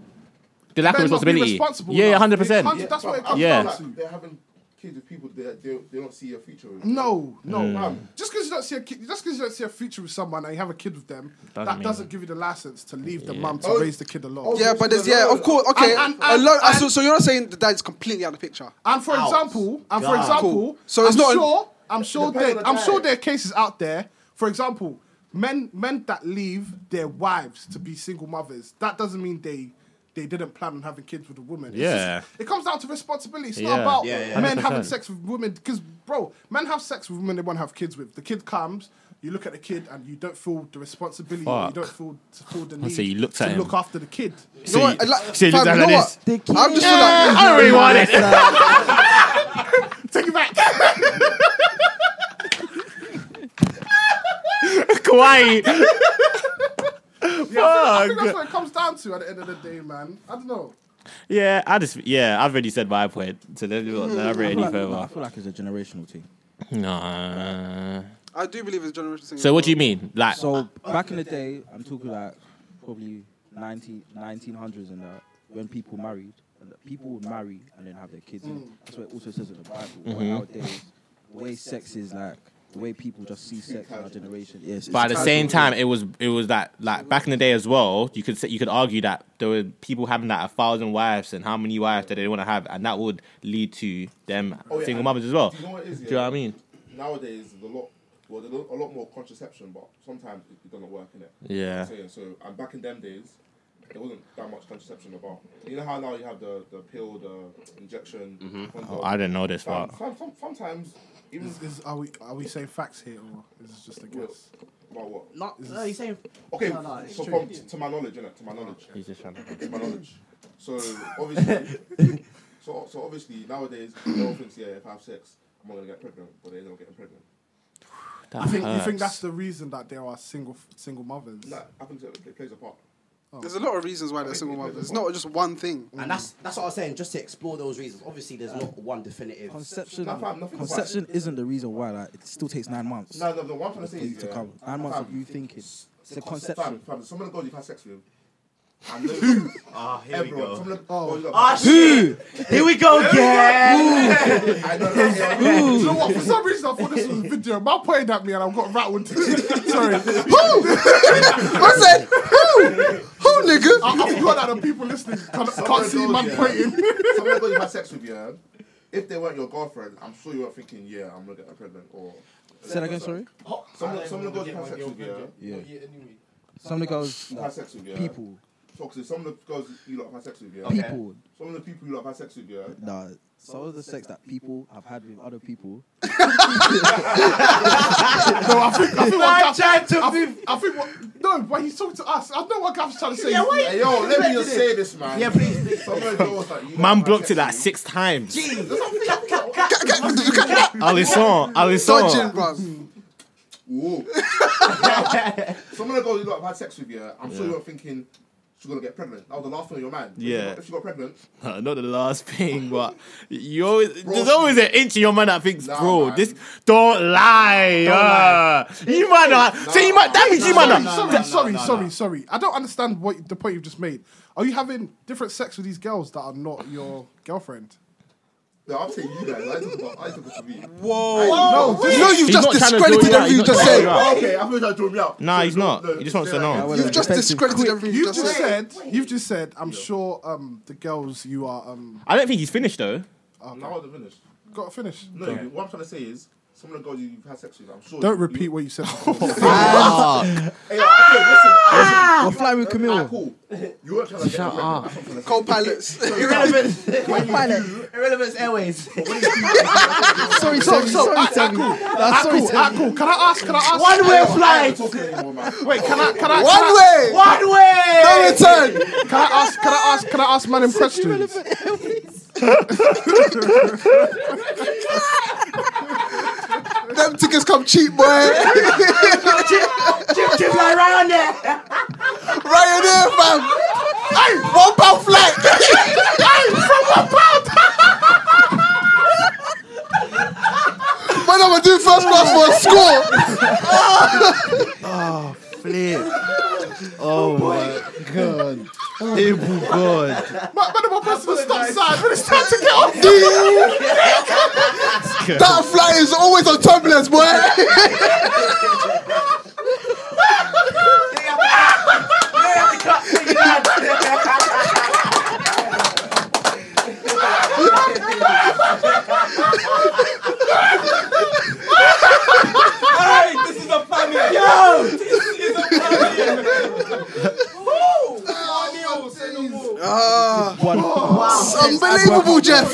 [SPEAKER 6] the lack of
[SPEAKER 3] men not being
[SPEAKER 6] responsibility.
[SPEAKER 3] responsible.
[SPEAKER 6] Yeah,
[SPEAKER 3] enough.
[SPEAKER 6] hundred
[SPEAKER 3] It
[SPEAKER 6] percent.
[SPEAKER 3] comes- That's what it comes
[SPEAKER 6] Yeah.
[SPEAKER 3] down
[SPEAKER 5] Like,
[SPEAKER 3] to.
[SPEAKER 5] they're having kids with people that they, they don't see a future with.
[SPEAKER 3] No, no,
[SPEAKER 6] Mm.
[SPEAKER 3] man. Just because you don't see a kid, just because you don't see a future with someone and you have a kid with them, that
[SPEAKER 6] mean-
[SPEAKER 3] doesn't give you the license to leave the mum to
[SPEAKER 5] Oh,
[SPEAKER 3] raise the kid alone.
[SPEAKER 5] oh,
[SPEAKER 7] yeah, but there's yeah, of course, okay.
[SPEAKER 3] And- and-
[SPEAKER 7] a lot,
[SPEAKER 3] and-
[SPEAKER 7] so, so you're not saying the dad's completely out of the picture.
[SPEAKER 3] And for example, and for example,
[SPEAKER 7] So it's
[SPEAKER 3] I'm
[SPEAKER 7] not-
[SPEAKER 3] sure, I'm sure
[SPEAKER 5] Depends
[SPEAKER 3] there,
[SPEAKER 5] on the
[SPEAKER 3] I'm
[SPEAKER 5] guy.
[SPEAKER 3] sure there are cases out there. For example, men men that leave their wives to be single mothers. That doesn't mean they they didn't plan on having kids with a woman. It's
[SPEAKER 6] Yeah.
[SPEAKER 3] just- it comes down to responsibility. It's
[SPEAKER 6] Yeah.
[SPEAKER 3] not about
[SPEAKER 2] Yeah, yeah.
[SPEAKER 3] men having
[SPEAKER 6] 100%.
[SPEAKER 3] sex with women because bro, men have sex with women they want to have kids with. The kid comes. You look at the kid and you don't feel the responsibility. or You
[SPEAKER 6] Fuck.
[SPEAKER 3] don't feel, feel the
[SPEAKER 6] I
[SPEAKER 3] need
[SPEAKER 6] see you looked at
[SPEAKER 3] to
[SPEAKER 6] him.
[SPEAKER 3] look after the kid.
[SPEAKER 6] So
[SPEAKER 7] what,
[SPEAKER 6] you-
[SPEAKER 7] like,
[SPEAKER 6] so you look
[SPEAKER 7] fam,
[SPEAKER 6] down
[SPEAKER 7] you know
[SPEAKER 6] like
[SPEAKER 7] what? I'm just feel like
[SPEAKER 6] I don't really want it. Take it back. Kawaii.
[SPEAKER 3] I think that's what it comes down to at the end of the day, man. I don't know.
[SPEAKER 6] Yeah, I just yeah, I've already said my point. So then we'll never
[SPEAKER 4] I
[SPEAKER 6] any
[SPEAKER 4] feel, like,
[SPEAKER 5] Mm-hmm.
[SPEAKER 4] no, I
[SPEAKER 6] further.
[SPEAKER 4] feel like it's a generational thing.
[SPEAKER 6] Nah.
[SPEAKER 7] I do believe it's generational. thing.
[SPEAKER 6] So what do you mean? Like
[SPEAKER 4] So back in the day, I'm talking like probably 19, 1900s and that, when people married, and that people would marry and then have their kids. in it. That's what it also says in the Bible. But nowadays, the way sex is like, the way people just see sex in our generation is.
[SPEAKER 6] But at the same time, it was it was that like back in the day as well. You could say, you could argue that there were people having like a thousand wives and how many wives did they want to have, and that would lead to them
[SPEAKER 5] Oh, yeah,
[SPEAKER 6] single
[SPEAKER 5] and
[SPEAKER 6] mothers as well.
[SPEAKER 5] do you know what it is,
[SPEAKER 6] Do
[SPEAKER 5] yeah?
[SPEAKER 6] you know what I mean?
[SPEAKER 5] Nowadays, there's a lot. Well, there's a lot more contraception, but sometimes it, it doesn't work in it.
[SPEAKER 6] Yeah.
[SPEAKER 5] saying. So, and back in them days, there wasn't that much contraception about. You know how now you have the, the pill, the injection. condom?
[SPEAKER 6] Oh, I didn't know this,
[SPEAKER 5] Fam,
[SPEAKER 6] but
[SPEAKER 5] fam- fam- sometimes even
[SPEAKER 3] Is, is, are we are we saying facts here or is this just a guess?
[SPEAKER 5] about what?
[SPEAKER 10] Not, no, he's saying.
[SPEAKER 5] Okay,
[SPEAKER 10] No, no, it's
[SPEAKER 5] so
[SPEAKER 10] true.
[SPEAKER 5] from, to, to my knowledge, innit? To my knowledge.
[SPEAKER 6] he's just trying to.
[SPEAKER 5] To my knowledge. So obviously, so so obviously nowadays, no one thinks yeah, if I have sex, I'm not gonna get pregnant, but they end up getting pregnant.
[SPEAKER 3] You think, you think that's the reason that there are single single mothers?
[SPEAKER 5] That I think it, it plays a part.
[SPEAKER 7] There's a lot of reasons why they're single mothers. It's not just one thing.
[SPEAKER 2] And that's that's what I was saying. Just to explore those reasons. Obviously, there's not one definitive.
[SPEAKER 4] Conception,
[SPEAKER 5] Nah, fam, nothing about
[SPEAKER 4] conception isn't the reason why. Like, it still takes nine months
[SPEAKER 5] No, no, the one thing I say
[SPEAKER 4] for you
[SPEAKER 5] is
[SPEAKER 4] to
[SPEAKER 5] yeah,
[SPEAKER 4] come. Nine months
[SPEAKER 5] fam,
[SPEAKER 4] of you thinking. It's a
[SPEAKER 5] Fam,
[SPEAKER 4] conception.
[SPEAKER 5] fam, some of the girls you've had sex with, Who?
[SPEAKER 2] Ah,
[SPEAKER 5] here we go. From the, oh.
[SPEAKER 9] Ah, shit. Here we go again.
[SPEAKER 5] I know, that's it.
[SPEAKER 3] Do you know what? For some reason, I thought this was a video. Man pointed at me and I got rattled. Sorry. Who?
[SPEAKER 7] I said, who? Who, nigga?
[SPEAKER 3] I, I forgot that the people listening can't,
[SPEAKER 5] Some
[SPEAKER 3] can't
[SPEAKER 5] of
[SPEAKER 3] see
[SPEAKER 5] those,
[SPEAKER 3] man
[SPEAKER 5] yeah.
[SPEAKER 3] pointing.
[SPEAKER 5] Some of the girls you had sex with, yeah. If they weren't your girlfriend, I'm sure you weren't thinking, yeah, I'm gonna get her pregnant or.
[SPEAKER 4] Say that again, sorry?
[SPEAKER 5] Some, some of the girls you had sex with, yeah.
[SPEAKER 4] Yeah.
[SPEAKER 8] anyway.
[SPEAKER 4] Some of the girls,
[SPEAKER 5] You had sex with, yeah.
[SPEAKER 4] people,
[SPEAKER 5] Toxic. Some of the girls you lot have had sex with, yeah.
[SPEAKER 4] people.
[SPEAKER 5] Some of the people you lot have had sex with, yeah.
[SPEAKER 4] Nah, some of the sex that people have had with other people.
[SPEAKER 3] No, I think, I think
[SPEAKER 9] I
[SPEAKER 3] what Gav,
[SPEAKER 9] tried to
[SPEAKER 3] I, think- I think what, no, but he's talking to us. I know what Gav's trying to say.
[SPEAKER 5] Hey, yo, let me just say this, man. Yeah, please. please. Some of the girls that you lot
[SPEAKER 6] Man
[SPEAKER 5] have
[SPEAKER 6] blocked it
[SPEAKER 5] had
[SPEAKER 6] like
[SPEAKER 5] sex
[SPEAKER 6] six times.
[SPEAKER 7] Dodging,
[SPEAKER 6] Alisson, Alisson.
[SPEAKER 7] bruv.
[SPEAKER 5] with- Whoa. some of the girls you lot have had sex with, yeah. I'm sure you weren't thinking she's gonna get pregnant. That was the last thing on your mind. If she
[SPEAKER 6] Yeah.
[SPEAKER 5] got- If she got pregnant,
[SPEAKER 6] Uh, not the last thing, but you always
[SPEAKER 5] Bro,
[SPEAKER 6] there's always an inch in your mind that thinks,
[SPEAKER 5] Nah,
[SPEAKER 6] bro,
[SPEAKER 5] man.
[SPEAKER 6] this don't lie. uh, You might not. so you might that means you might
[SPEAKER 3] Sorry,
[SPEAKER 6] not.
[SPEAKER 3] sorry, sorry, sorry, sorry. I don't understand what the point you've just made. Are you having different sex with these girls that are not your girlfriend?
[SPEAKER 5] no, I'm saying you guys. I took about, I took it for me.
[SPEAKER 3] No, this-
[SPEAKER 7] No, you've
[SPEAKER 6] He's
[SPEAKER 7] just
[SPEAKER 6] not trying to
[SPEAKER 7] discredited
[SPEAKER 6] draw you out,
[SPEAKER 7] everything you
[SPEAKER 6] he's not
[SPEAKER 7] just
[SPEAKER 6] trying to
[SPEAKER 7] said.
[SPEAKER 6] draw you out.
[SPEAKER 5] Okay, I thought you tried to draw me out.
[SPEAKER 6] Nah,
[SPEAKER 5] So
[SPEAKER 6] he's
[SPEAKER 5] no,
[SPEAKER 6] not.
[SPEAKER 5] no,
[SPEAKER 6] He just wants
[SPEAKER 5] say
[SPEAKER 6] to
[SPEAKER 5] that again.
[SPEAKER 6] know.
[SPEAKER 7] You've just discredited everything you
[SPEAKER 3] you've
[SPEAKER 7] just
[SPEAKER 3] just
[SPEAKER 7] said.
[SPEAKER 3] said. You've just said. I'm sure um, the girls you are um,
[SPEAKER 6] I don't think he's finished though.
[SPEAKER 5] Now I'll finish.
[SPEAKER 3] got to finish.
[SPEAKER 5] No, you- what I'm trying to say is, some of the girls you've had sex with, I'm sure.
[SPEAKER 3] Don't
[SPEAKER 5] you-
[SPEAKER 3] repeat
[SPEAKER 5] You,
[SPEAKER 3] what you said.
[SPEAKER 5] hey, okay, listen, ah!
[SPEAKER 4] I'll fly with
[SPEAKER 5] listen. Ah,
[SPEAKER 4] Camille.
[SPEAKER 5] cool. You weren't trying to get Shut up.
[SPEAKER 7] Co-pilots.
[SPEAKER 9] Irrelevant.
[SPEAKER 5] When you do,
[SPEAKER 9] Irrelevance Airways.
[SPEAKER 4] Sorry, sorry, sorry, Sammy. Nah, sorry,
[SPEAKER 3] Cool, ah, cool. Can I ask? Can I ask?
[SPEAKER 9] One way
[SPEAKER 5] I ain't
[SPEAKER 9] flight.
[SPEAKER 5] talking anymore, man.
[SPEAKER 3] Wait, can I? Can I? Can
[SPEAKER 7] One
[SPEAKER 3] I,
[SPEAKER 7] way!
[SPEAKER 9] One way.
[SPEAKER 7] No return!
[SPEAKER 3] can I ask? Can I ask? Can I ask man them questions?
[SPEAKER 7] Them tickets come cheap, boy. Ryanair,
[SPEAKER 9] Chip, chip, like round there.
[SPEAKER 7] fam. Hey, one pound flight. hey, from one pound. Man, I'ma do first class for a score.
[SPEAKER 4] Oh my god. Able god.
[SPEAKER 3] Man, man, my person the stop sign. When it's time to get off.
[SPEAKER 7] That flight is always on turbulence, boy.
[SPEAKER 8] Hey, this is a family. Yo, this is a family. Woo! Four meals, say no more.
[SPEAKER 7] It's Ah. unbelievable, Jeff.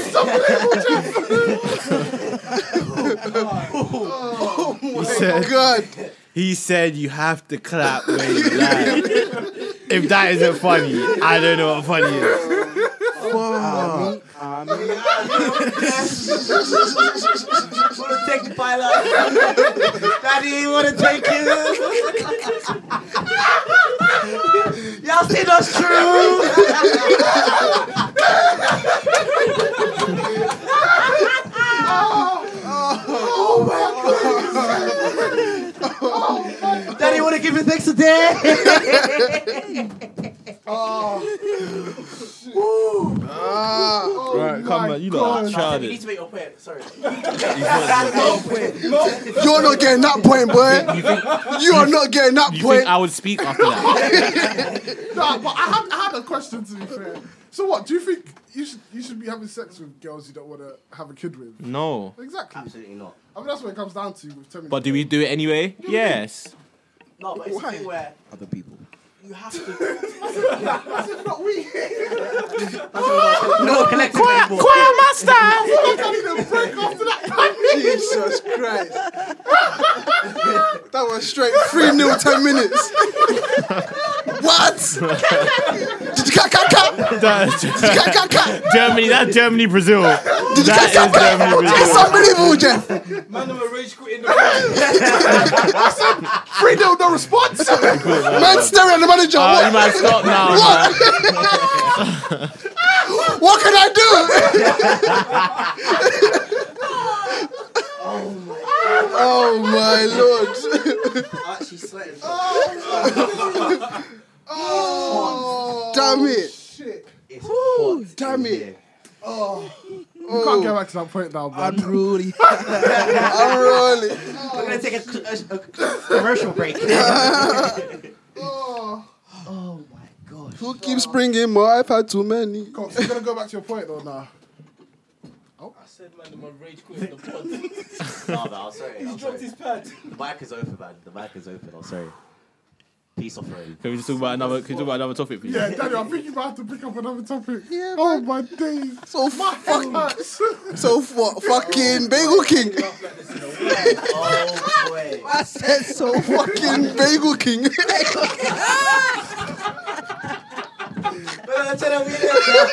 [SPEAKER 6] He said,
[SPEAKER 7] Oh, God.
[SPEAKER 6] he said you have to clap when you lie. if that isn't funny, I don't know what funny is.
[SPEAKER 9] Wanna take the pilot? Daddy, wanna take you? Y'all see those true? Daddy, wanna give you thanks today?
[SPEAKER 6] right, come on, you lot are childish.
[SPEAKER 9] to make your point. Sorry.
[SPEAKER 7] You're not getting that point, boy. You are not getting that
[SPEAKER 6] You
[SPEAKER 7] point.
[SPEAKER 6] think I would speak after that?
[SPEAKER 3] Nah, but I had, I had a question to be fair. So what? Do you think you should you should be having sex with girls you don't want to have a kid with?
[SPEAKER 6] No.
[SPEAKER 3] Exactly.
[SPEAKER 2] Absolutely not.
[SPEAKER 3] I mean, that's what it comes down to. With Temi.
[SPEAKER 6] But do we do it anyway? Yes.
[SPEAKER 10] No, but it's the thing where
[SPEAKER 4] Other people.
[SPEAKER 10] you have to.
[SPEAKER 9] No, collect anymore.
[SPEAKER 3] I can't even break after that.
[SPEAKER 7] Jesus Christ. that was straight 3 0 10 minutes. what? Did you cut, cut, cut?
[SPEAKER 6] That-
[SPEAKER 7] Cut, cut, cut?
[SPEAKER 6] Germany, that's Germany, Brazil.
[SPEAKER 7] Did you
[SPEAKER 6] That
[SPEAKER 7] cut, cut,
[SPEAKER 6] is
[SPEAKER 7] cut?
[SPEAKER 6] Germany, Brazil.
[SPEAKER 7] It's unbelievable, Jeff.
[SPEAKER 8] Man, I'm a rage quit in the
[SPEAKER 3] Free no, no response.
[SPEAKER 7] Man staring at the manager.
[SPEAKER 6] Oh, you
[SPEAKER 7] what?
[SPEAKER 6] might stop now, man.
[SPEAKER 7] what can I do? oh my lord.
[SPEAKER 9] Actually, sweating.
[SPEAKER 7] Oh. damn it.
[SPEAKER 3] Shit.
[SPEAKER 7] Woo, damn it.
[SPEAKER 3] Oh.
[SPEAKER 7] Oh.
[SPEAKER 3] We can't get back to that point now, man.
[SPEAKER 4] Unruly.
[SPEAKER 7] Unruly.
[SPEAKER 12] We're gonna take a, a, a commercial break.
[SPEAKER 3] Oh.
[SPEAKER 12] oh my gosh.
[SPEAKER 7] Who keeps bringing more? I've had too many.
[SPEAKER 3] Cox, you gonna go back to your point or nah?
[SPEAKER 13] I said, man, I'm a rage quit in the pod.
[SPEAKER 2] Nah, nah, I'm sorry.
[SPEAKER 13] He's
[SPEAKER 2] I'm
[SPEAKER 13] dropped
[SPEAKER 2] sorry.
[SPEAKER 13] his pad.
[SPEAKER 2] The mic is open, man. The mic is open. I'm sorry. Peace offering.
[SPEAKER 14] Can we just talk about another? Can we talk about another topic, please?
[SPEAKER 3] Yeah, Daniel, I think you might have to pick up another topic.
[SPEAKER 7] Yeah,
[SPEAKER 3] oh my days.
[SPEAKER 7] So
[SPEAKER 3] My head
[SPEAKER 7] fuck,
[SPEAKER 3] hurts.
[SPEAKER 7] so what? Fucking Bagel King.
[SPEAKER 2] Oh boy.
[SPEAKER 7] I said so fucking Bagel King.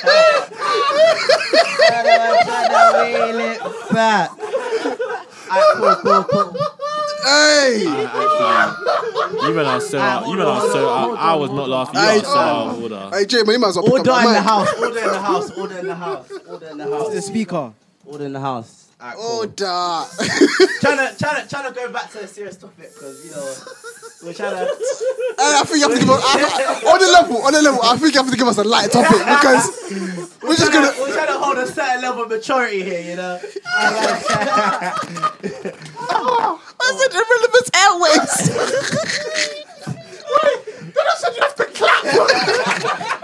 [SPEAKER 12] Fat.
[SPEAKER 2] Alright, cool, cool, cool.
[SPEAKER 7] hey,
[SPEAKER 14] You men are so out. You men are so out. I was not laughing. You are so out of order.
[SPEAKER 7] hey, Jay, man, you might as well pick
[SPEAKER 12] Order
[SPEAKER 7] up
[SPEAKER 12] in
[SPEAKER 7] my
[SPEAKER 12] the
[SPEAKER 7] mic.
[SPEAKER 12] house.
[SPEAKER 2] Order in the house. Order in the house. Order in the house.
[SPEAKER 4] The speaker.
[SPEAKER 2] Order in the house. Alright,
[SPEAKER 7] Oh,
[SPEAKER 2] cool.
[SPEAKER 7] Order.
[SPEAKER 2] Trying to, trying to, trying to go back to a serious topic because you know we're trying to.
[SPEAKER 7] And I think you have to give us I, on the level. On the level, I think you have to give us a light topic because we're just
[SPEAKER 2] We're
[SPEAKER 7] gonna.
[SPEAKER 2] trying, to hold a certain level of maturity here, you know.
[SPEAKER 7] Oh, I said irrelevant airways.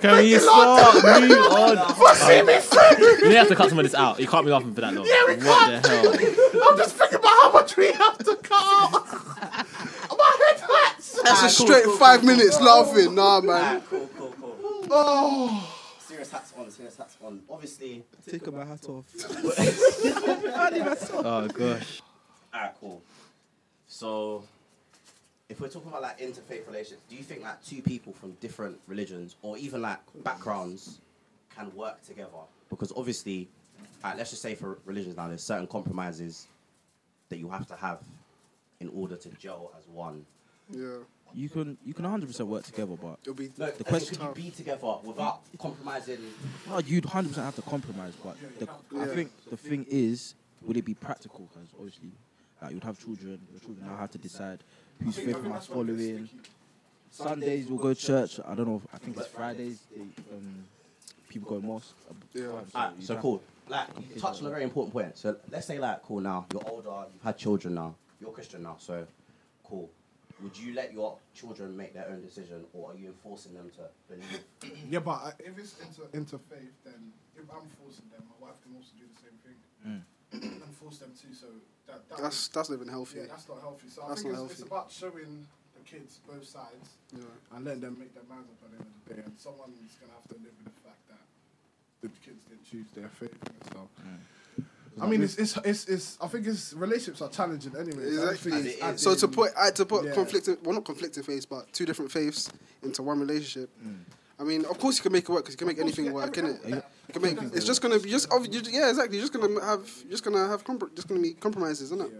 [SPEAKER 14] Can you stop? Move on. You have to cut some of this out. You can't be laughing for that long. Yeah, we what the hell?
[SPEAKER 7] That's a straight five minutes laughing. Nah, man.
[SPEAKER 2] cool, cool, cool. Oh. Serious hats on, serious hats on. Obviously.
[SPEAKER 4] Take my hat off.
[SPEAKER 14] Oh gosh.
[SPEAKER 2] Alright, Ah, cool. So, if we're talking about like interfaith relations, do you think like two people from different religions or even like backgrounds can work together? Because obviously, like, let's just say for religions now, there's certain compromises that you have to have in order to gel as one.
[SPEAKER 7] Yeah,
[SPEAKER 4] You can you can 100 percent work together, but
[SPEAKER 7] it'll be.
[SPEAKER 2] No, the
[SPEAKER 4] question-
[SPEAKER 2] question: Could you be together without compromising?
[SPEAKER 4] no, you'd 100 percent have to compromise. But the, I
[SPEAKER 7] Yeah.
[SPEAKER 4] think the thing is, would it be practical? Because obviously, like you'd have children. Your children now have to decide whose faith am I following. Sundays we'll go to church. I don't know. If, I think it's Fridays. They, um, people go to mosque. Um,
[SPEAKER 7] Yeah.
[SPEAKER 2] Alright, Ah, so cool. Like you touched on a very important point. So let's say like cool now you're older, you've had children now, you're Christian now, so cool. Would you let your children make their own decision, or are you enforcing them to believe?
[SPEAKER 3] Yeah, but uh, if it's inter- interfaith, then if I'm forcing them, my wife can also do the same thing and force them too. So that, that
[SPEAKER 7] That's that's not even
[SPEAKER 3] yeah,
[SPEAKER 7] healthy.
[SPEAKER 3] that's not healthy. So I
[SPEAKER 7] That's
[SPEAKER 3] think
[SPEAKER 7] not
[SPEAKER 3] it's, it's
[SPEAKER 7] healthy.
[SPEAKER 3] about showing the kids both sides
[SPEAKER 7] Yeah.
[SPEAKER 3] and letting them make their minds up at the end of the day. And someone's gonna have to live with the fact that the kids didn't choose their faith. and So. I mean, it's, it's it's it's. I think it's relationships are challenging anyway.
[SPEAKER 2] As it
[SPEAKER 7] Exactly.
[SPEAKER 2] is.
[SPEAKER 7] So to put uh, to put
[SPEAKER 3] Yeah.
[SPEAKER 7] conflicting well not conflicting faiths but two different faiths into one relationship. I mean, of course you can make it work because you can make anything work, can it? You can make it's just gonna be just obvi- you- yeah exactly. You're just gonna have you're just gonna have compr- just gonna be compromises, isn't it?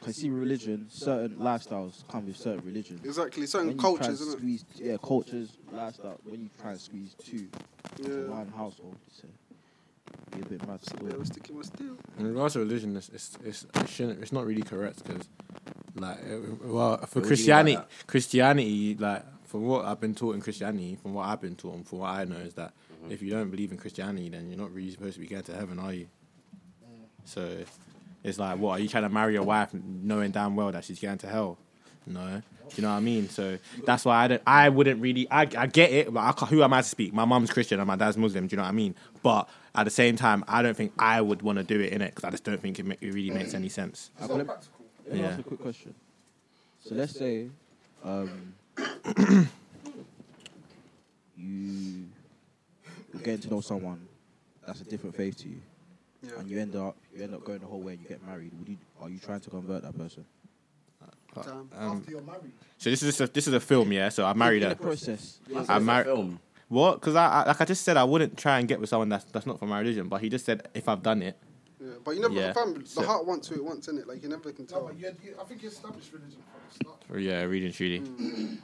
[SPEAKER 4] Because see, religion, certain lifestyles come with certain religions.
[SPEAKER 7] Exactly.
[SPEAKER 4] When
[SPEAKER 7] Certain
[SPEAKER 4] you try and
[SPEAKER 7] cultures, isn't it?
[SPEAKER 4] squeeze, Yeah, cultures, lifestyle. When you try and squeeze two into
[SPEAKER 7] Yeah.
[SPEAKER 4] one household, it's a, be a bit mad still.
[SPEAKER 7] Yeah, we're sticking with steel.
[SPEAKER 6] In regards to religion, it's it's it's, it shouldn't, it's not really correct because, like, uh, well, for
[SPEAKER 2] do you mean by
[SPEAKER 6] Christianity,
[SPEAKER 2] that?
[SPEAKER 6] Christianity, like, from what I've been taught in Christianity, from what I've been taught, and from what I know is that
[SPEAKER 14] Mm-hmm.
[SPEAKER 6] if you don't believe in Christianity, then you're not really supposed to be going to heaven, are you?
[SPEAKER 14] Mm.
[SPEAKER 6] So, it's like, what are you trying to marry your wife knowing damn well that she's going to hell? No, do you know what I mean? So that's why I, don't, I wouldn't really. I, I get it, but I, ca- who am I to speak? My mum's Christian and my dad's Muslim. Do you know what I mean? But at the same time, I don't think I would want to do it in it because I just don't think it, ma- it really makes any sense.
[SPEAKER 4] I've got a- Let me ask
[SPEAKER 6] Yeah.
[SPEAKER 4] you a quick question. So let's say um, you you're getting to know someone that's a different faith to you,
[SPEAKER 7] Yeah.
[SPEAKER 4] and you end up you end up going the whole way and you get married. Would you are you trying to convert that person?
[SPEAKER 7] Damn.
[SPEAKER 3] After you're married,
[SPEAKER 6] So this is a, this is a film, yeah. So I married
[SPEAKER 4] In the
[SPEAKER 6] her.
[SPEAKER 4] process.
[SPEAKER 2] It's
[SPEAKER 6] I
[SPEAKER 2] a
[SPEAKER 6] mar-
[SPEAKER 2] film.
[SPEAKER 6] What? Because I, I like I just said I wouldn't try and get with someone that's that's not from my religion. But he just said if I've done it,
[SPEAKER 7] Yeah. But you never
[SPEAKER 6] Yeah.
[SPEAKER 7] fam, the
[SPEAKER 6] So-
[SPEAKER 7] heart wants who it wants, innit? Like you never can
[SPEAKER 3] no,
[SPEAKER 7] tell.
[SPEAKER 3] but you, you, I think you established religion from the start.
[SPEAKER 6] yeah, really and truly.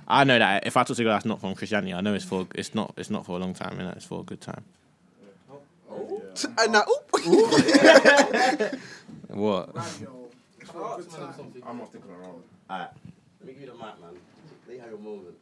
[SPEAKER 6] I know that if I talk to a girl that's not from Christianity, I know it's for it's not it's not for a long time, and it's for a good time.
[SPEAKER 7] And now, oop.
[SPEAKER 6] What?
[SPEAKER 3] Radio, it's for a good time.
[SPEAKER 5] I'm not sticking around.
[SPEAKER 2] Alright, let me give you the mic, man. Let you have your moment.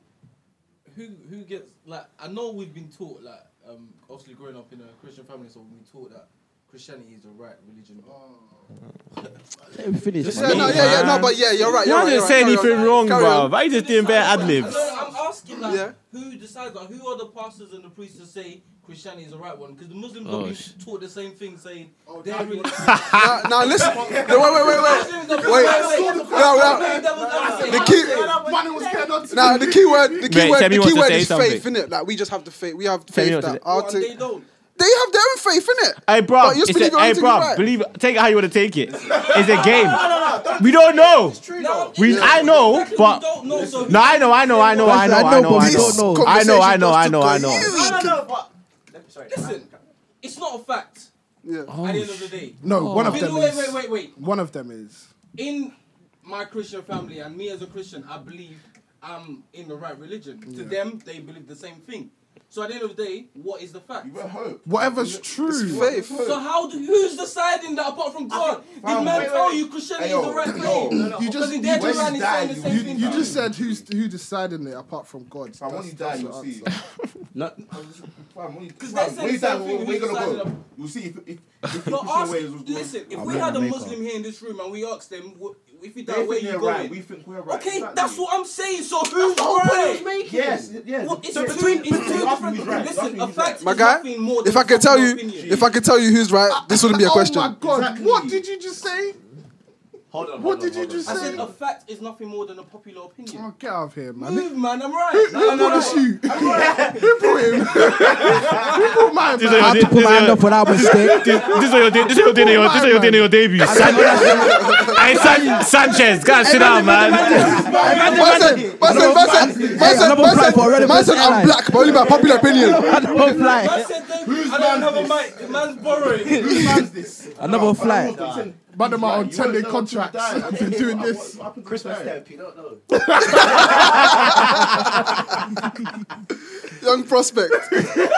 [SPEAKER 10] who who gets like? I know we've been taught like, um, obviously growing up in a Christian family, so we've been taught that Christianity is the right religion. But
[SPEAKER 6] Let me finish.
[SPEAKER 10] Just
[SPEAKER 6] my
[SPEAKER 10] say- no,
[SPEAKER 6] thing,
[SPEAKER 10] yeah, yeah,
[SPEAKER 6] man.
[SPEAKER 10] no, but yeah, you're right,
[SPEAKER 6] You
[SPEAKER 10] you're
[SPEAKER 6] all
[SPEAKER 10] right,
[SPEAKER 6] didn't
[SPEAKER 10] you're
[SPEAKER 6] say
[SPEAKER 10] right, carry
[SPEAKER 6] anything
[SPEAKER 10] on,
[SPEAKER 6] wrong,
[SPEAKER 10] carry on.
[SPEAKER 6] bruv. I just doing bare ad libs.
[SPEAKER 10] No, no, I'm asking like, who decides like, who are the pastors and the priests to say Christianity is the right one? Because the Muslims
[SPEAKER 6] Oh,
[SPEAKER 10] are being
[SPEAKER 6] sh-
[SPEAKER 10] taught the same thing, saying they're really.
[SPEAKER 7] now, now listen. No, wait, wait, wait, wait. Wait. No, no. The key. Now the key word. The key
[SPEAKER 6] Mate,
[SPEAKER 7] word.
[SPEAKER 6] Temi
[SPEAKER 7] The key
[SPEAKER 6] wants to
[SPEAKER 7] word
[SPEAKER 6] say
[SPEAKER 7] is faith,
[SPEAKER 6] something.
[SPEAKER 7] innit? Like we just have the faith. We have
[SPEAKER 6] Temi
[SPEAKER 7] faith
[SPEAKER 6] wants to
[SPEAKER 7] that
[SPEAKER 6] say-
[SPEAKER 7] our thing. They have their own faith, innit?
[SPEAKER 6] Hey, bro.
[SPEAKER 7] But you
[SPEAKER 6] it's
[SPEAKER 7] just
[SPEAKER 6] a-
[SPEAKER 7] believe your
[SPEAKER 6] hey,
[SPEAKER 7] own thing is
[SPEAKER 6] bro.
[SPEAKER 7] right.
[SPEAKER 6] Believe it. Take it how you want to take it. It's a game. we don't know. we, I know, but no, I know, I know, I know, I know,
[SPEAKER 10] Listen, I
[SPEAKER 6] I
[SPEAKER 10] know,
[SPEAKER 6] know,
[SPEAKER 10] but
[SPEAKER 6] I
[SPEAKER 10] we
[SPEAKER 6] know,
[SPEAKER 10] don't know.
[SPEAKER 6] I know, I know, I know, I
[SPEAKER 10] No,
[SPEAKER 6] know.
[SPEAKER 10] no, no, but listen, it's not a fact.
[SPEAKER 7] Yeah.
[SPEAKER 6] Oh,
[SPEAKER 10] At the end of the day,
[SPEAKER 3] No, one of
[SPEAKER 10] Wait,
[SPEAKER 3] them
[SPEAKER 10] Wait,
[SPEAKER 3] is.
[SPEAKER 10] wait, wait, wait.
[SPEAKER 3] One of them is.
[SPEAKER 10] In my Christian family and me as a Christian, I believe I'm in the right religion. To
[SPEAKER 3] Yeah.
[SPEAKER 10] them, they believe the same thing. So at the end of the day, what is the fact? You hope.
[SPEAKER 3] Whatever's true.
[SPEAKER 10] So how do who's deciding that apart from God? Did
[SPEAKER 3] Fam,
[SPEAKER 10] man
[SPEAKER 3] wait, wait,
[SPEAKER 10] tell
[SPEAKER 3] wait.
[SPEAKER 10] you Christianity
[SPEAKER 3] Hey, yo,
[SPEAKER 10] is the right
[SPEAKER 3] no,
[SPEAKER 10] thing?
[SPEAKER 3] You
[SPEAKER 10] Because
[SPEAKER 3] just,
[SPEAKER 10] in
[SPEAKER 3] you
[SPEAKER 10] their
[SPEAKER 3] just,
[SPEAKER 10] Quran, it's saying the same
[SPEAKER 3] you,
[SPEAKER 10] thing.
[SPEAKER 3] you just said who's who deciding it apart from God.
[SPEAKER 5] Fam, when
[SPEAKER 3] That's-
[SPEAKER 5] you die,
[SPEAKER 3] that's
[SPEAKER 5] you'll
[SPEAKER 3] the
[SPEAKER 5] see.
[SPEAKER 3] answer.
[SPEAKER 5] No. Fam, when you,
[SPEAKER 10] Because
[SPEAKER 5] fam,
[SPEAKER 10] they said
[SPEAKER 5] when you
[SPEAKER 10] the
[SPEAKER 5] die,
[SPEAKER 10] same thing,
[SPEAKER 5] where you
[SPEAKER 10] who
[SPEAKER 5] gonna
[SPEAKER 10] decided
[SPEAKER 5] go? You'll see if, if, if the
[SPEAKER 10] You're
[SPEAKER 5] Christian way is
[SPEAKER 10] asking,
[SPEAKER 5] was wrong.
[SPEAKER 10] listen, if
[SPEAKER 5] I'm
[SPEAKER 10] we
[SPEAKER 5] not
[SPEAKER 10] had a
[SPEAKER 5] Jamaican.
[SPEAKER 10] Muslim here in this room and we asked them, "Wh- if
[SPEAKER 5] They
[SPEAKER 10] you die,
[SPEAKER 5] think
[SPEAKER 10] where you
[SPEAKER 5] they're
[SPEAKER 10] going?
[SPEAKER 5] right, we think we're right.
[SPEAKER 10] Okay,
[SPEAKER 5] Exactly.
[SPEAKER 10] that's what I'm saying. So who's
[SPEAKER 5] the whole point I
[SPEAKER 10] right?
[SPEAKER 5] was making. Yes, yes.
[SPEAKER 10] What, it's
[SPEAKER 5] So
[SPEAKER 10] between,
[SPEAKER 5] between-
[SPEAKER 10] it's two
[SPEAKER 5] between-
[SPEAKER 10] different.
[SPEAKER 5] you're right,
[SPEAKER 10] Listen,
[SPEAKER 5] you're
[SPEAKER 10] a
[SPEAKER 5] right.
[SPEAKER 10] fact
[SPEAKER 7] My
[SPEAKER 10] is
[SPEAKER 7] guy,
[SPEAKER 10] nothing more
[SPEAKER 7] if
[SPEAKER 10] than
[SPEAKER 7] I could tell you,
[SPEAKER 10] opinion.
[SPEAKER 7] if I could tell you who's right, this wouldn't be a question.
[SPEAKER 3] Oh my God! What did you just say?
[SPEAKER 4] Hold on.
[SPEAKER 3] What did you just
[SPEAKER 10] I
[SPEAKER 3] say?
[SPEAKER 10] said a fact is nothing more than a popular opinion.
[SPEAKER 3] Oh, get out of here, man.
[SPEAKER 10] Move, man, I'm right.
[SPEAKER 3] Who,
[SPEAKER 10] No,
[SPEAKER 3] who
[SPEAKER 10] no,
[SPEAKER 3] brought
[SPEAKER 10] no.
[SPEAKER 3] this you? who brought him? who brought mine?
[SPEAKER 6] This
[SPEAKER 3] man?
[SPEAKER 6] is- this is- This this is your de- this is your de- this is your de- your debut. San- Hey, San- Sanchez, go and sit down, man.
[SPEAKER 7] Manson, Manson, Manson, Manson, Manson, I'm black, but only by popular opinion.
[SPEAKER 10] I said thank you. I don't have a mic. The man's borrowing.
[SPEAKER 2] Another flight.
[SPEAKER 3] Man, I'm on 10 day contracts. I've been doing this.
[SPEAKER 4] Christmas therapy, don't know.
[SPEAKER 7] Young prospect. Yeah,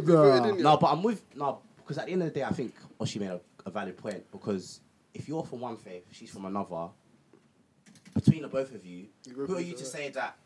[SPEAKER 7] be buried in
[SPEAKER 4] No, but I'm with no because at the end of the day, I think Oshi made a, a valid point because if you're from one faith, she's from another. Between the both of you, who are you to say that?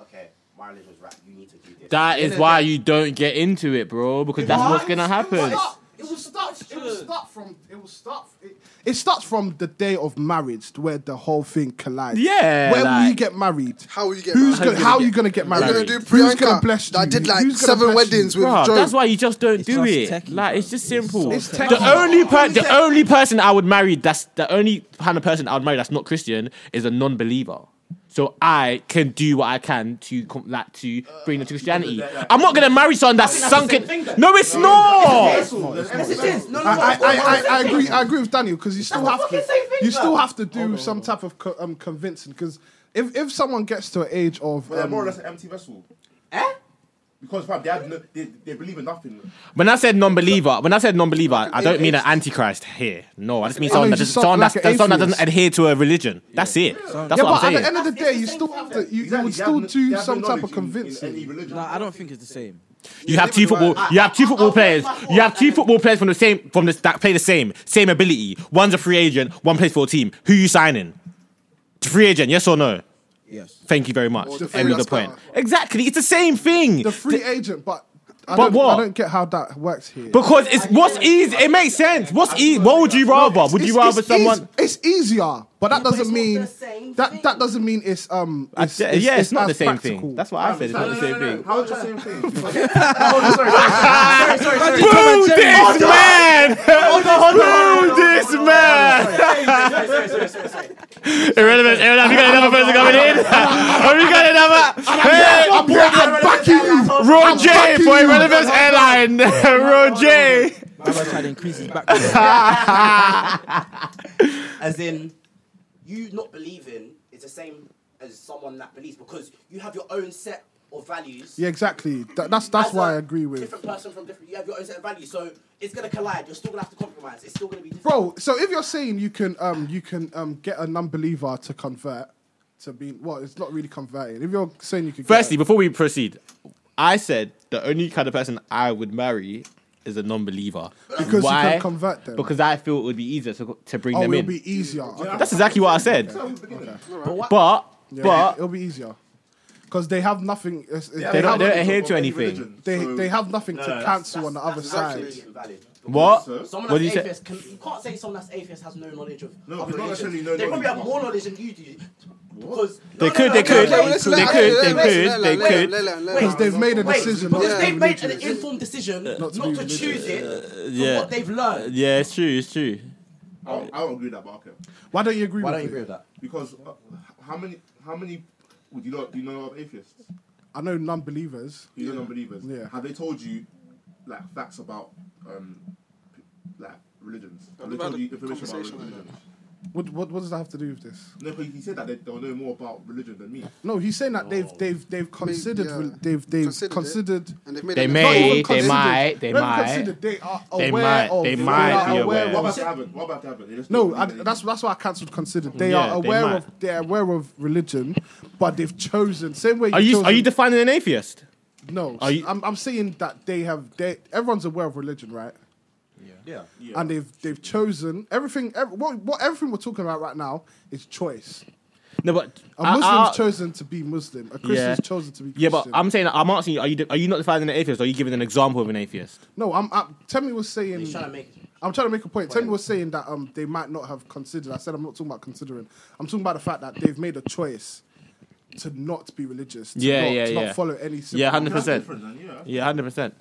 [SPEAKER 4] Okay, my religion's right. You need to do this.
[SPEAKER 6] That is why you don't get into it, bro, because that's what's gonna happen.
[SPEAKER 3] It will start. It will start from. It will start. It, it starts from the day of marriage, where the whole thing collides.
[SPEAKER 6] Yeah,
[SPEAKER 3] When
[SPEAKER 6] like-
[SPEAKER 3] you get married?
[SPEAKER 7] How will you get
[SPEAKER 3] Who's
[SPEAKER 7] married?
[SPEAKER 3] gonna? How are you gonna get married?
[SPEAKER 7] gonna do
[SPEAKER 3] Who's
[SPEAKER 7] Priyanka
[SPEAKER 3] gonna bless you?
[SPEAKER 7] that did, like,
[SPEAKER 3] Who's gonna
[SPEAKER 7] seven
[SPEAKER 3] bless you?
[SPEAKER 7] weddings with
[SPEAKER 6] Bruh,
[SPEAKER 7] Joe.
[SPEAKER 6] that's why you just don't do
[SPEAKER 2] just
[SPEAKER 6] it.
[SPEAKER 2] techie,
[SPEAKER 6] like it's just simple.
[SPEAKER 3] It's so
[SPEAKER 6] the
[SPEAKER 3] techie.
[SPEAKER 6] only per- the only person I would marry that's the only kind of person I would marry that's not Christian is a non-believer. So I can do what I can to com- like to bring them to Christianity. I'm not gonna marry someone that's sunk in. No, it's not.
[SPEAKER 3] I, I, I, I agree. I agree with Daniel because you still have to. You still have to do some type of co- um, convincing because if if someone gets to an age of
[SPEAKER 5] But they're
[SPEAKER 3] um,
[SPEAKER 5] more or less an empty vessel. Eh? Because fam, they, have no, they, they believe in nothing.
[SPEAKER 6] When I said non-believer, when I said non-believer, I don't mean an antichrist here. No, I just mean someone
[SPEAKER 3] you
[SPEAKER 6] that
[SPEAKER 3] just
[SPEAKER 6] doesn't,
[SPEAKER 3] sound
[SPEAKER 6] someone,
[SPEAKER 3] like
[SPEAKER 6] that's,
[SPEAKER 3] an
[SPEAKER 6] someone that doesn't
[SPEAKER 3] atheist.
[SPEAKER 6] adhere to a religion. That's it. That's
[SPEAKER 3] yeah,
[SPEAKER 6] what I'm
[SPEAKER 3] but at
[SPEAKER 6] saying.
[SPEAKER 3] the end of the day, you still have to. You, you would still do some type of convincing.
[SPEAKER 2] No, I don't think it's the same.
[SPEAKER 6] You have two football. You have two football players. You have two football players from the same from the that play the same same ability. One's a free agent. One plays for a team. Who you signing? The Free agent? Yes or no?
[SPEAKER 2] Yes.
[SPEAKER 6] Thank you very much.
[SPEAKER 3] the free
[SPEAKER 6] End of the
[SPEAKER 3] that's
[SPEAKER 6] point.
[SPEAKER 3] better.
[SPEAKER 6] Exactly. It's the same thing.
[SPEAKER 3] The free agent, but I
[SPEAKER 6] But
[SPEAKER 3] don't,
[SPEAKER 6] what?
[SPEAKER 3] I don't get how that works here.
[SPEAKER 6] because it's what's easy. It makes sense. What's easy? What would you rather? Would you
[SPEAKER 3] It's-
[SPEAKER 6] rather
[SPEAKER 3] it's eas-
[SPEAKER 6] someone?
[SPEAKER 3] It's easier, but that doesn't mean
[SPEAKER 10] the same
[SPEAKER 3] that that doesn't mean it's um.
[SPEAKER 6] I-
[SPEAKER 3] It's,
[SPEAKER 6] yeah, yeah, it's not
[SPEAKER 3] as
[SPEAKER 6] the same
[SPEAKER 3] practical.
[SPEAKER 6] thing. That's what I said. It's not the same thing.
[SPEAKER 5] How is the same thing?
[SPEAKER 6] Boo this man! Boo this man! Irrelevant, irrelevant. Have you got another person coming in? Have you got another? Hey,
[SPEAKER 3] I'm, i backing you.
[SPEAKER 6] Roger for Irrelevance Airline. Roger.
[SPEAKER 2] That's why I tried to increase his back.
[SPEAKER 4] As in, you not believing is the same as someone that believes because you have your own set of values.
[SPEAKER 3] Yeah, exactly. That, that's that's
[SPEAKER 4] As
[SPEAKER 3] why I
[SPEAKER 4] a
[SPEAKER 3] agree with.
[SPEAKER 4] different person from different. You have your own set of values, so it's gonna collide. You're still gonna have to compromise. It's still gonna be different.
[SPEAKER 3] Bro, so if you're saying you can um you can um get a non-believer to convert to be well, it's not really converting. If you're saying you can,
[SPEAKER 6] Firstly,
[SPEAKER 3] get,
[SPEAKER 6] before we proceed, I said the only kind of person I would marry is a non-believer.
[SPEAKER 3] Because you
[SPEAKER 6] Why?
[SPEAKER 3] can convert them.
[SPEAKER 6] Because I feel it would be easier to, to bring
[SPEAKER 3] oh,
[SPEAKER 6] them
[SPEAKER 3] it'll
[SPEAKER 6] in.
[SPEAKER 3] be easier. Okay.
[SPEAKER 6] That's exactly what I said. But
[SPEAKER 3] Yeah,
[SPEAKER 6] but
[SPEAKER 3] it'll be easier. because they have nothing. it's-
[SPEAKER 11] They don't-
[SPEAKER 3] have
[SPEAKER 11] they don't
[SPEAKER 3] nothing
[SPEAKER 11] adhere to
[SPEAKER 3] any
[SPEAKER 11] anything.
[SPEAKER 3] religion. They
[SPEAKER 11] So-
[SPEAKER 3] they have nothing
[SPEAKER 11] No,
[SPEAKER 3] to
[SPEAKER 11] no, that's-
[SPEAKER 3] cancel on the
[SPEAKER 11] that's-
[SPEAKER 3] other
[SPEAKER 11] that's
[SPEAKER 3] side.
[SPEAKER 11] actually
[SPEAKER 8] invalid.
[SPEAKER 6] What?
[SPEAKER 8] Because Someone
[SPEAKER 6] What
[SPEAKER 8] that's
[SPEAKER 6] do you say?
[SPEAKER 8] atheist can, you can't say someone that's atheist has no knowledge of.
[SPEAKER 5] No,
[SPEAKER 8] other
[SPEAKER 5] it's not
[SPEAKER 8] religions.
[SPEAKER 5] necessarily no
[SPEAKER 8] They probably
[SPEAKER 5] knowledge.
[SPEAKER 8] have more knowledge than you do. Because No,
[SPEAKER 6] They
[SPEAKER 8] no,
[SPEAKER 6] could,
[SPEAKER 8] no,
[SPEAKER 6] they
[SPEAKER 8] no,
[SPEAKER 6] could,
[SPEAKER 8] no, no,
[SPEAKER 6] they
[SPEAKER 8] no,
[SPEAKER 6] could,
[SPEAKER 8] no,
[SPEAKER 6] they
[SPEAKER 8] no,
[SPEAKER 6] could,
[SPEAKER 8] no, no,
[SPEAKER 6] they
[SPEAKER 8] no,
[SPEAKER 6] could.
[SPEAKER 8] no, no, no, no.
[SPEAKER 3] Because they've made a
[SPEAKER 8] Wait,
[SPEAKER 3] decision not
[SPEAKER 8] Because
[SPEAKER 3] to
[SPEAKER 8] they've
[SPEAKER 3] be
[SPEAKER 8] made an
[SPEAKER 3] religious.
[SPEAKER 8] informed decision not
[SPEAKER 3] to
[SPEAKER 8] to
[SPEAKER 3] be
[SPEAKER 8] choose it from
[SPEAKER 6] Uh, yeah.
[SPEAKER 8] what they've learned.
[SPEAKER 6] Yeah, it's true. It's true.
[SPEAKER 5] I don't, I don't agree with that, but okay.
[SPEAKER 3] Why don't you agree?
[SPEAKER 5] Why
[SPEAKER 3] with
[SPEAKER 5] don't you
[SPEAKER 3] it?
[SPEAKER 5] agree with that? Because uh, how many, how many, would you know, do you know of atheists?
[SPEAKER 3] I know non-believers.
[SPEAKER 5] You know non-believers.
[SPEAKER 3] Yeah.
[SPEAKER 5] Have they told you, like, facts about, um, p- like, religions? Have they
[SPEAKER 3] About
[SPEAKER 5] told
[SPEAKER 3] the
[SPEAKER 5] you information about
[SPEAKER 3] conversation like
[SPEAKER 5] religions?
[SPEAKER 3] What, what what does that have to do with this?
[SPEAKER 5] No, because he said that they, they'll know more about religion than me.
[SPEAKER 3] No, he's saying that they've they've they've considered
[SPEAKER 5] yeah.
[SPEAKER 3] re- they've they've
[SPEAKER 5] Considered
[SPEAKER 3] considered,
[SPEAKER 5] it,
[SPEAKER 3] and they've
[SPEAKER 6] made They a- may,
[SPEAKER 3] Not even
[SPEAKER 6] they
[SPEAKER 3] considered.
[SPEAKER 6] might, they
[SPEAKER 3] Not even
[SPEAKER 6] might.
[SPEAKER 3] considered, They are
[SPEAKER 6] They
[SPEAKER 3] aware
[SPEAKER 6] might,
[SPEAKER 3] of.
[SPEAKER 6] they might
[SPEAKER 3] are
[SPEAKER 6] be aware.
[SPEAKER 3] of-
[SPEAKER 5] What about to happen? What about to happen? They just
[SPEAKER 3] No,
[SPEAKER 5] don't
[SPEAKER 3] I,
[SPEAKER 5] believe in
[SPEAKER 3] that's that's why I cancelled considered. They
[SPEAKER 6] Yeah,
[SPEAKER 3] are
[SPEAKER 6] they
[SPEAKER 3] aware
[SPEAKER 6] might.
[SPEAKER 3] of they're aware of religion, but they've chosen same way.
[SPEAKER 6] Are you
[SPEAKER 3] chosen,
[SPEAKER 6] are you defining an atheist?
[SPEAKER 3] no?
[SPEAKER 6] are you-
[SPEAKER 3] I'm I'm saying that they have they everyone's aware of religion, right?
[SPEAKER 5] Yeah.
[SPEAKER 3] And they've they've chosen everything. ev what what everything we're talking about right now is choice.
[SPEAKER 6] No, but
[SPEAKER 3] A
[SPEAKER 6] I-
[SPEAKER 3] Muslim's
[SPEAKER 6] I-
[SPEAKER 3] chosen to be Muslim. A Christian's chosen to be
[SPEAKER 6] Uh, Yeah,
[SPEAKER 3] Christian.
[SPEAKER 6] but I'm saying I'm asking you: Are you de- are you not defining an atheist? Or are you giving an example of an atheist?
[SPEAKER 3] No, I'm. I'm tell me what's saying.
[SPEAKER 8] He's trying to make-
[SPEAKER 3] I'm trying to make a point. Tell me what's saying that um they might not have considered. I said I'm not talking about considering. I'm talking about the fact that they've made a choice to not be religious. To
[SPEAKER 6] Yeah,
[SPEAKER 3] not,
[SPEAKER 6] yeah,
[SPEAKER 3] to
[SPEAKER 6] yeah.
[SPEAKER 3] Not follow any.
[SPEAKER 6] Yeah, hundred percent. Yeah, hundred percent.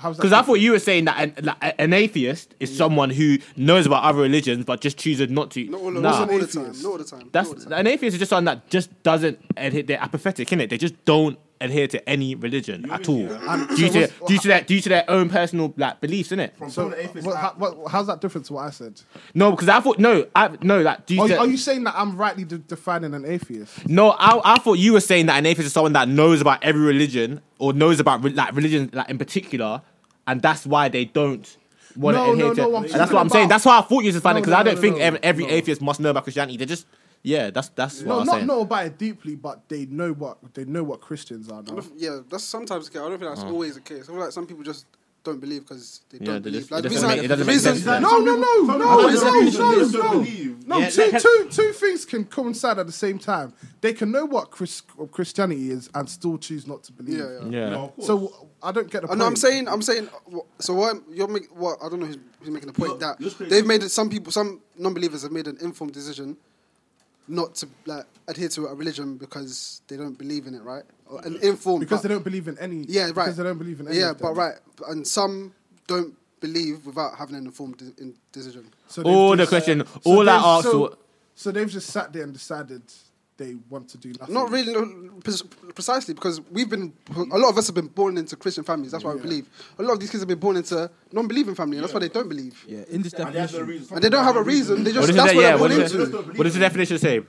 [SPEAKER 6] Because I thought you were saying that an, like, an atheist is someone who knows about other religions but just chooses not to.
[SPEAKER 7] Not all,
[SPEAKER 6] Nah.
[SPEAKER 7] not all the time. Not all the time.
[SPEAKER 6] That's an atheist is just someone that just doesn't adhere. They're apathetic, innit? They just don't adhere to any religion at all.
[SPEAKER 3] And
[SPEAKER 6] Due
[SPEAKER 3] so
[SPEAKER 6] to
[SPEAKER 3] what's-
[SPEAKER 6] due to their due to their own personal like beliefs, innit?
[SPEAKER 3] So, what, how, what, how's that different to what I said?
[SPEAKER 6] No, because I thought no, I no like due
[SPEAKER 3] Are you,
[SPEAKER 6] to
[SPEAKER 3] are you saying that I'm rightly de- defining an atheist?
[SPEAKER 6] no. I I thought you were saying that an atheist is someone that knows about every religion or knows about re- like religion like in particular, and that's why they don't. Want
[SPEAKER 3] No,
[SPEAKER 6] to adhere
[SPEAKER 3] no,
[SPEAKER 6] to,
[SPEAKER 3] no, I'm
[SPEAKER 6] And
[SPEAKER 3] talking
[SPEAKER 6] that's what I'm saying.
[SPEAKER 3] about-
[SPEAKER 6] That's why I thought you were finding
[SPEAKER 3] No,
[SPEAKER 6] because
[SPEAKER 3] no,
[SPEAKER 6] I don't
[SPEAKER 3] no,
[SPEAKER 6] think
[SPEAKER 3] no,
[SPEAKER 6] ev- every
[SPEAKER 3] no.
[SPEAKER 6] atheist must know about Christianity. They just yeah, that's that's what
[SPEAKER 3] no,
[SPEAKER 6] I'm
[SPEAKER 3] not
[SPEAKER 6] saying.
[SPEAKER 3] know about it deeply, but they know what they know what Christians are. Now.
[SPEAKER 7] Yeah, that's sometimes the case. I don't think that's
[SPEAKER 6] Uh.
[SPEAKER 7] always the case. I feel like some people just don't believe because they
[SPEAKER 6] Yeah,
[SPEAKER 7] don't
[SPEAKER 6] they
[SPEAKER 7] believe.
[SPEAKER 6] just-
[SPEAKER 7] like,
[SPEAKER 6] it
[SPEAKER 7] the
[SPEAKER 6] doesn't
[SPEAKER 7] reason,
[SPEAKER 6] make- it doesn't
[SPEAKER 7] the
[SPEAKER 6] make
[SPEAKER 7] reason,
[SPEAKER 6] sense.
[SPEAKER 7] No,
[SPEAKER 3] No, no, no, no, no,
[SPEAKER 7] it's
[SPEAKER 3] no,
[SPEAKER 7] not-
[SPEAKER 3] no,
[SPEAKER 7] it's not-
[SPEAKER 3] no. No,
[SPEAKER 6] Yeah,
[SPEAKER 3] two,
[SPEAKER 6] like-
[SPEAKER 3] two, two things can coincide at the same time. They can know what Chris, Christianity is and still choose not to believe.
[SPEAKER 7] Yeah, yeah. Yeah. No, of course.
[SPEAKER 3] so I don't get the
[SPEAKER 7] I
[SPEAKER 3] point.
[SPEAKER 7] know. Uh, I'm saying. I'm saying. wha- So what? I'm- You're make, what? I don't know. Who's, who's making the point that they've made it, some people, some non-believers have made an informed decision not to like adhere to a religion because they don't believe in it, right? Or an informed
[SPEAKER 3] because
[SPEAKER 7] but-
[SPEAKER 3] they don't believe in any.
[SPEAKER 7] Yeah, right.
[SPEAKER 3] Because they don't believe in any.
[SPEAKER 7] Yeah,
[SPEAKER 3] of
[SPEAKER 7] but
[SPEAKER 3] them.
[SPEAKER 7] right, and some don't believe without having an informed de- in decision.
[SPEAKER 3] So they've
[SPEAKER 6] All the
[SPEAKER 3] just-
[SPEAKER 6] question,
[SPEAKER 3] so
[SPEAKER 6] all I
[SPEAKER 3] they've-
[SPEAKER 6] asked.
[SPEAKER 3] So,
[SPEAKER 6] wa-
[SPEAKER 3] so they've just sat there and decided they want to do nothing.
[SPEAKER 7] Not really, no, pre- precisely because we've been a lot of us have been born into Christian families. That's why we believe. A lot of these kids have been born into non-believing family, and that's why they don't believe.
[SPEAKER 4] Yeah, in this
[SPEAKER 7] and
[SPEAKER 4] definition.
[SPEAKER 7] they don't have a reason. They
[SPEAKER 6] what
[SPEAKER 7] just
[SPEAKER 6] is it
[SPEAKER 7] that's
[SPEAKER 6] that-
[SPEAKER 7] what
[SPEAKER 6] yeah,
[SPEAKER 7] they're
[SPEAKER 6] what
[SPEAKER 7] born
[SPEAKER 6] is
[SPEAKER 7] into.
[SPEAKER 6] it- what does the definition say?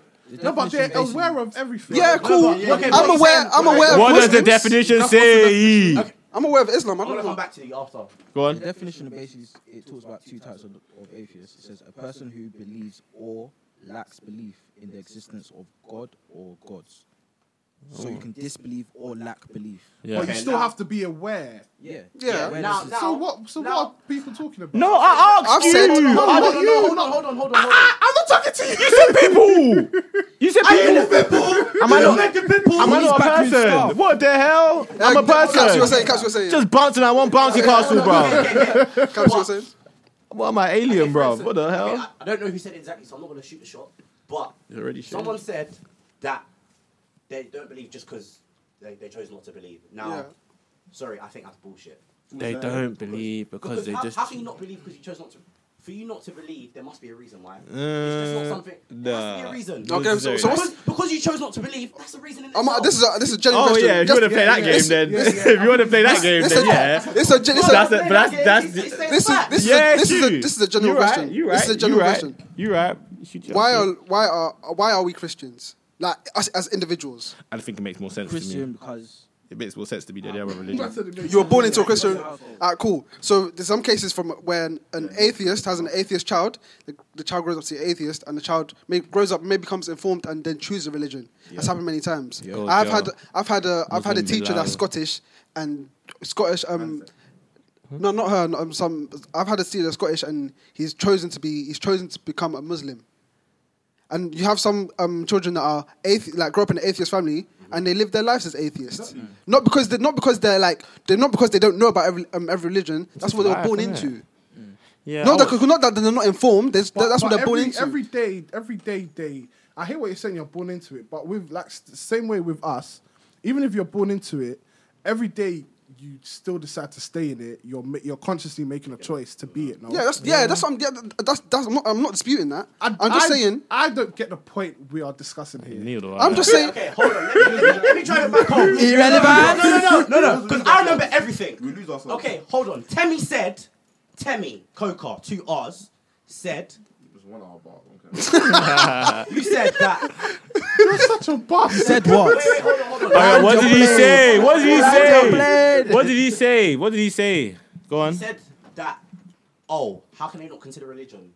[SPEAKER 3] No, but they're aware of everything.
[SPEAKER 7] Yeah, cool. I'm aware. I'm aware.
[SPEAKER 6] What
[SPEAKER 7] of
[SPEAKER 6] does the
[SPEAKER 7] Muslims.
[SPEAKER 6] definition
[SPEAKER 7] That's what the
[SPEAKER 6] say?
[SPEAKER 7] definition- I'm aware of Islam. I don't know.
[SPEAKER 8] back to you after.
[SPEAKER 6] Go on.
[SPEAKER 4] The definition of basically is- it talks about two types of, of atheists. It says a person who believes or lacks belief in the existence of God or gods. So you
[SPEAKER 3] Oh.
[SPEAKER 4] can disbelieve or lack belief.
[SPEAKER 3] But you still have to be aware.
[SPEAKER 4] Yeah.
[SPEAKER 8] Yeah.
[SPEAKER 4] Awareness
[SPEAKER 8] Now-
[SPEAKER 4] is-
[SPEAKER 8] now-
[SPEAKER 3] So what? So what are people talking about?
[SPEAKER 6] No, I asked you.
[SPEAKER 3] No, not
[SPEAKER 6] I don't
[SPEAKER 3] you.
[SPEAKER 6] know.
[SPEAKER 8] Hold on, hold on, hold on, hold on.
[SPEAKER 3] I'm not talking to you.
[SPEAKER 6] You said people. You said people. Am I not? Am I
[SPEAKER 8] He's
[SPEAKER 6] not a
[SPEAKER 8] back with
[SPEAKER 6] person?
[SPEAKER 8] stuff.
[SPEAKER 6] What the hell? I'm a person.
[SPEAKER 7] Caps, you were saying. Caps, you were saying.
[SPEAKER 6] Just bouncing. I want bouncy castle, bro.
[SPEAKER 7] Caps, you were saying.
[SPEAKER 6] What am I, alien, bro? What the
[SPEAKER 8] Okay,
[SPEAKER 6] hell?
[SPEAKER 8] I, I don't know who said it exactly, so I'm not going to shoot the shot. But
[SPEAKER 6] You're already shooting.
[SPEAKER 8] someone said that they don't believe just because they, they chose not to believe. Now,
[SPEAKER 6] Yeah.
[SPEAKER 8] sorry, I think that's bullshit.
[SPEAKER 6] They don't believe because they
[SPEAKER 8] how,
[SPEAKER 6] just.
[SPEAKER 8] how can you not believe because you chose not to? For you not to believe, there must be a reason why. it's just
[SPEAKER 6] Uh,
[SPEAKER 8] not something. There must be
[SPEAKER 6] nah.
[SPEAKER 8] a reason.
[SPEAKER 6] Okay, so- so what's-
[SPEAKER 8] because, because you chose not to believe, that's the reason. In
[SPEAKER 7] I'm,
[SPEAKER 8] itself.
[SPEAKER 7] this is a, this is a genuine
[SPEAKER 6] Oh
[SPEAKER 7] question.
[SPEAKER 6] yeah, if you
[SPEAKER 7] Just-
[SPEAKER 6] want to play that game,
[SPEAKER 7] It's-
[SPEAKER 6] then
[SPEAKER 7] it's-
[SPEAKER 6] if you want to play that game,
[SPEAKER 7] it's
[SPEAKER 6] then
[SPEAKER 7] a-
[SPEAKER 6] yeah.
[SPEAKER 7] it's a gen- it's a-
[SPEAKER 6] that's it, but that's that's
[SPEAKER 7] This is this is
[SPEAKER 6] Yeah,
[SPEAKER 7] a, this is a,
[SPEAKER 6] shoot.
[SPEAKER 7] this is a general
[SPEAKER 6] You right,
[SPEAKER 7] question.
[SPEAKER 6] you
[SPEAKER 7] This is a
[SPEAKER 6] right,
[SPEAKER 7] general
[SPEAKER 6] you right,
[SPEAKER 7] question.
[SPEAKER 6] You right. You should just-
[SPEAKER 7] Why are why are why are we Christians? Like us as individuals.
[SPEAKER 6] I think it makes more sense to
[SPEAKER 4] Christian
[SPEAKER 6] me.
[SPEAKER 4] because
[SPEAKER 6] It makes more sense to be the other religion.
[SPEAKER 7] You were born into a Christian. Ah, cool. So there's some cases from when an atheist has an atheist child, the, the child grows up to be atheist, and the child may, grows up, may becomes informed, and then chooses a religion. That's happened many times.
[SPEAKER 6] Yeah.
[SPEAKER 7] I've
[SPEAKER 6] Yeah.
[SPEAKER 7] had I've had a I've had a
[SPEAKER 6] Muslim
[SPEAKER 7] teacher that's
[SPEAKER 6] Bilal.
[SPEAKER 7] Scottish and Scottish. Um, no, not her. no, um, some I've had a teacher that's Scottish, and he's chosen to be he's chosen to become a Muslim. And you have some um, children that are athe- like grow up in an atheist family, and they live their lives as atheists.
[SPEAKER 6] Mm.
[SPEAKER 7] Not because they not because they're like they're not because they don't know about every um, every religion. That's what they were
[SPEAKER 6] life,
[SPEAKER 7] born
[SPEAKER 6] innit?
[SPEAKER 7] into.
[SPEAKER 6] Yeah, Oh,
[SPEAKER 7] not
[SPEAKER 6] I
[SPEAKER 7] that not that they're not informed. That's, that's what they're
[SPEAKER 3] every,
[SPEAKER 7] born into.
[SPEAKER 3] Every day, every day, day. I hear what you're saying. You're born into it, but with like s- the same way with us, even if you're born into it, every day you still decide to stay in it. You're ma- you're consciously making a choice to be it. No?
[SPEAKER 7] yeah, that's yeah, that's what I'm. Yeah, that's that's I'm not, I'm not disputing that. I, am just
[SPEAKER 3] I-
[SPEAKER 7] saying.
[SPEAKER 3] I don't get the point we are discussing here.
[SPEAKER 6] Neither do I.
[SPEAKER 7] I'm just saying.
[SPEAKER 8] Hold on, let me, let me, let me try to back home.
[SPEAKER 9] Irrelevant.
[SPEAKER 8] No, no, no, no, no, because I remember everything.
[SPEAKER 5] We lose ourselves.
[SPEAKER 8] Okay, hold on. Temi said, Temi, Coca, two R's, said,
[SPEAKER 5] It was one hour bar. Okay.
[SPEAKER 8] you said that.
[SPEAKER 3] You're such a boss.
[SPEAKER 4] Said
[SPEAKER 8] Wait,
[SPEAKER 4] what?
[SPEAKER 8] wait, hold on, hold on.
[SPEAKER 6] Oh, yeah, what did he say? What did he
[SPEAKER 4] Land your
[SPEAKER 6] say?
[SPEAKER 4] blade.
[SPEAKER 6] What did he say? What did he say? Go on.
[SPEAKER 8] He said that, oh, how can they not consider religion?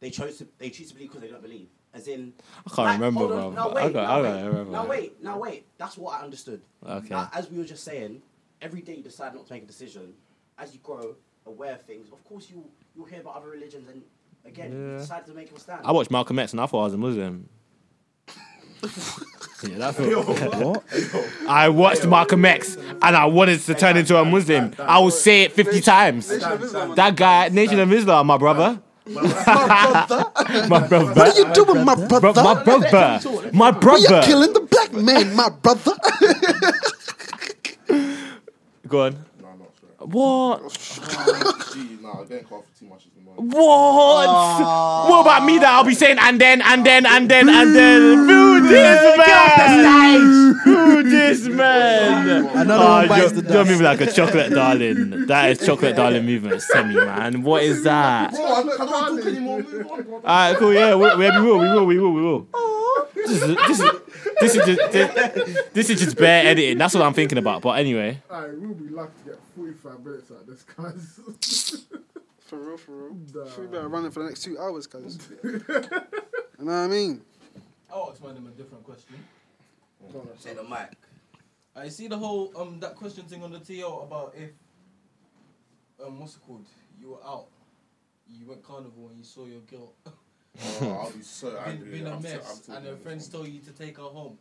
[SPEAKER 8] They chose to, they choose to believe because they don't believe. As in,
[SPEAKER 6] I can't remember,
[SPEAKER 8] hold on,
[SPEAKER 6] bro.
[SPEAKER 8] Now
[SPEAKER 6] I
[SPEAKER 8] wait,
[SPEAKER 6] got-
[SPEAKER 8] now,
[SPEAKER 6] I
[SPEAKER 8] wait
[SPEAKER 6] got- I remember.
[SPEAKER 8] now wait, now wait. That's what I understood.
[SPEAKER 6] Okay.
[SPEAKER 8] Now, as we were just saying, every day you decide not to make a decision. As you grow aware of things, of course you you'll hear about other religions, and again, you
[SPEAKER 6] Yeah.
[SPEAKER 8] decide to make your stand.
[SPEAKER 6] I watched Malcolm X and I thought I was a Muslim. yeah, that's what. I watched Malcolm X and I wanted to turn into a Muslim. I will say it 50 times. That guy, Nation of Islam, my brother. My brother.
[SPEAKER 7] What are you doing, my brother?
[SPEAKER 6] Bro, my brother. My
[SPEAKER 7] Why you
[SPEAKER 6] brother.
[SPEAKER 7] killing the black man, my brother?
[SPEAKER 6] Go on.
[SPEAKER 5] no, I'm not sure.
[SPEAKER 6] What?
[SPEAKER 5] Jeez, nah, I'm getting caught for too much this morning.
[SPEAKER 6] What? what about me that I'll be saying and then and then and then and then boo this man, boo this man. Ah,
[SPEAKER 4] Another one bites
[SPEAKER 6] you're,
[SPEAKER 4] the
[SPEAKER 6] you're
[SPEAKER 4] dust.
[SPEAKER 6] moving like a chocolate darling. That is chocolate darling movement, Semi man. What is that?
[SPEAKER 5] Bro, I'm not, I don't talk anymore. Move on. bro.
[SPEAKER 6] Alright, cool. Yeah, we, we, we will, we will, we will, we will. This is this is this is just this, this is just bare editing. That's what I'm thinking about. But anyway,
[SPEAKER 3] Alright, we'll be lucky to get 45 minutes out of this, guys.
[SPEAKER 7] For real, for real. We better run it for the next two hours, guys. you know what I mean?
[SPEAKER 10] I'll ask them a different question.
[SPEAKER 8] Say the mic.
[SPEAKER 10] I see the whole um that question thing on the TL about if um what's it called? You were out, you went carnival and you saw your girl
[SPEAKER 5] Oh, I'll be so
[SPEAKER 10] been,
[SPEAKER 5] angry.
[SPEAKER 10] been a
[SPEAKER 5] I'm so-
[SPEAKER 10] mess,
[SPEAKER 5] I'm
[SPEAKER 10] and her
[SPEAKER 5] talking
[SPEAKER 10] friends
[SPEAKER 5] this morning.
[SPEAKER 10] told you to take her home.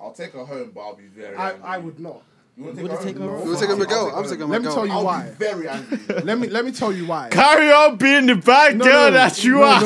[SPEAKER 5] I'll take her home, but I'll be very
[SPEAKER 3] I,
[SPEAKER 5] angry.
[SPEAKER 3] I would not.
[SPEAKER 5] You want
[SPEAKER 4] You
[SPEAKER 5] to take her home?
[SPEAKER 7] You wanna take her with girl?
[SPEAKER 5] I'll
[SPEAKER 7] I'm
[SPEAKER 5] take her
[SPEAKER 7] taking
[SPEAKER 5] home.
[SPEAKER 7] my
[SPEAKER 3] Let me
[SPEAKER 7] girl.
[SPEAKER 3] tell you
[SPEAKER 5] I'll be
[SPEAKER 3] why.
[SPEAKER 5] very angry.
[SPEAKER 3] Let me let me tell you why.
[SPEAKER 6] carry on being the bad girl
[SPEAKER 3] no,
[SPEAKER 6] that you are.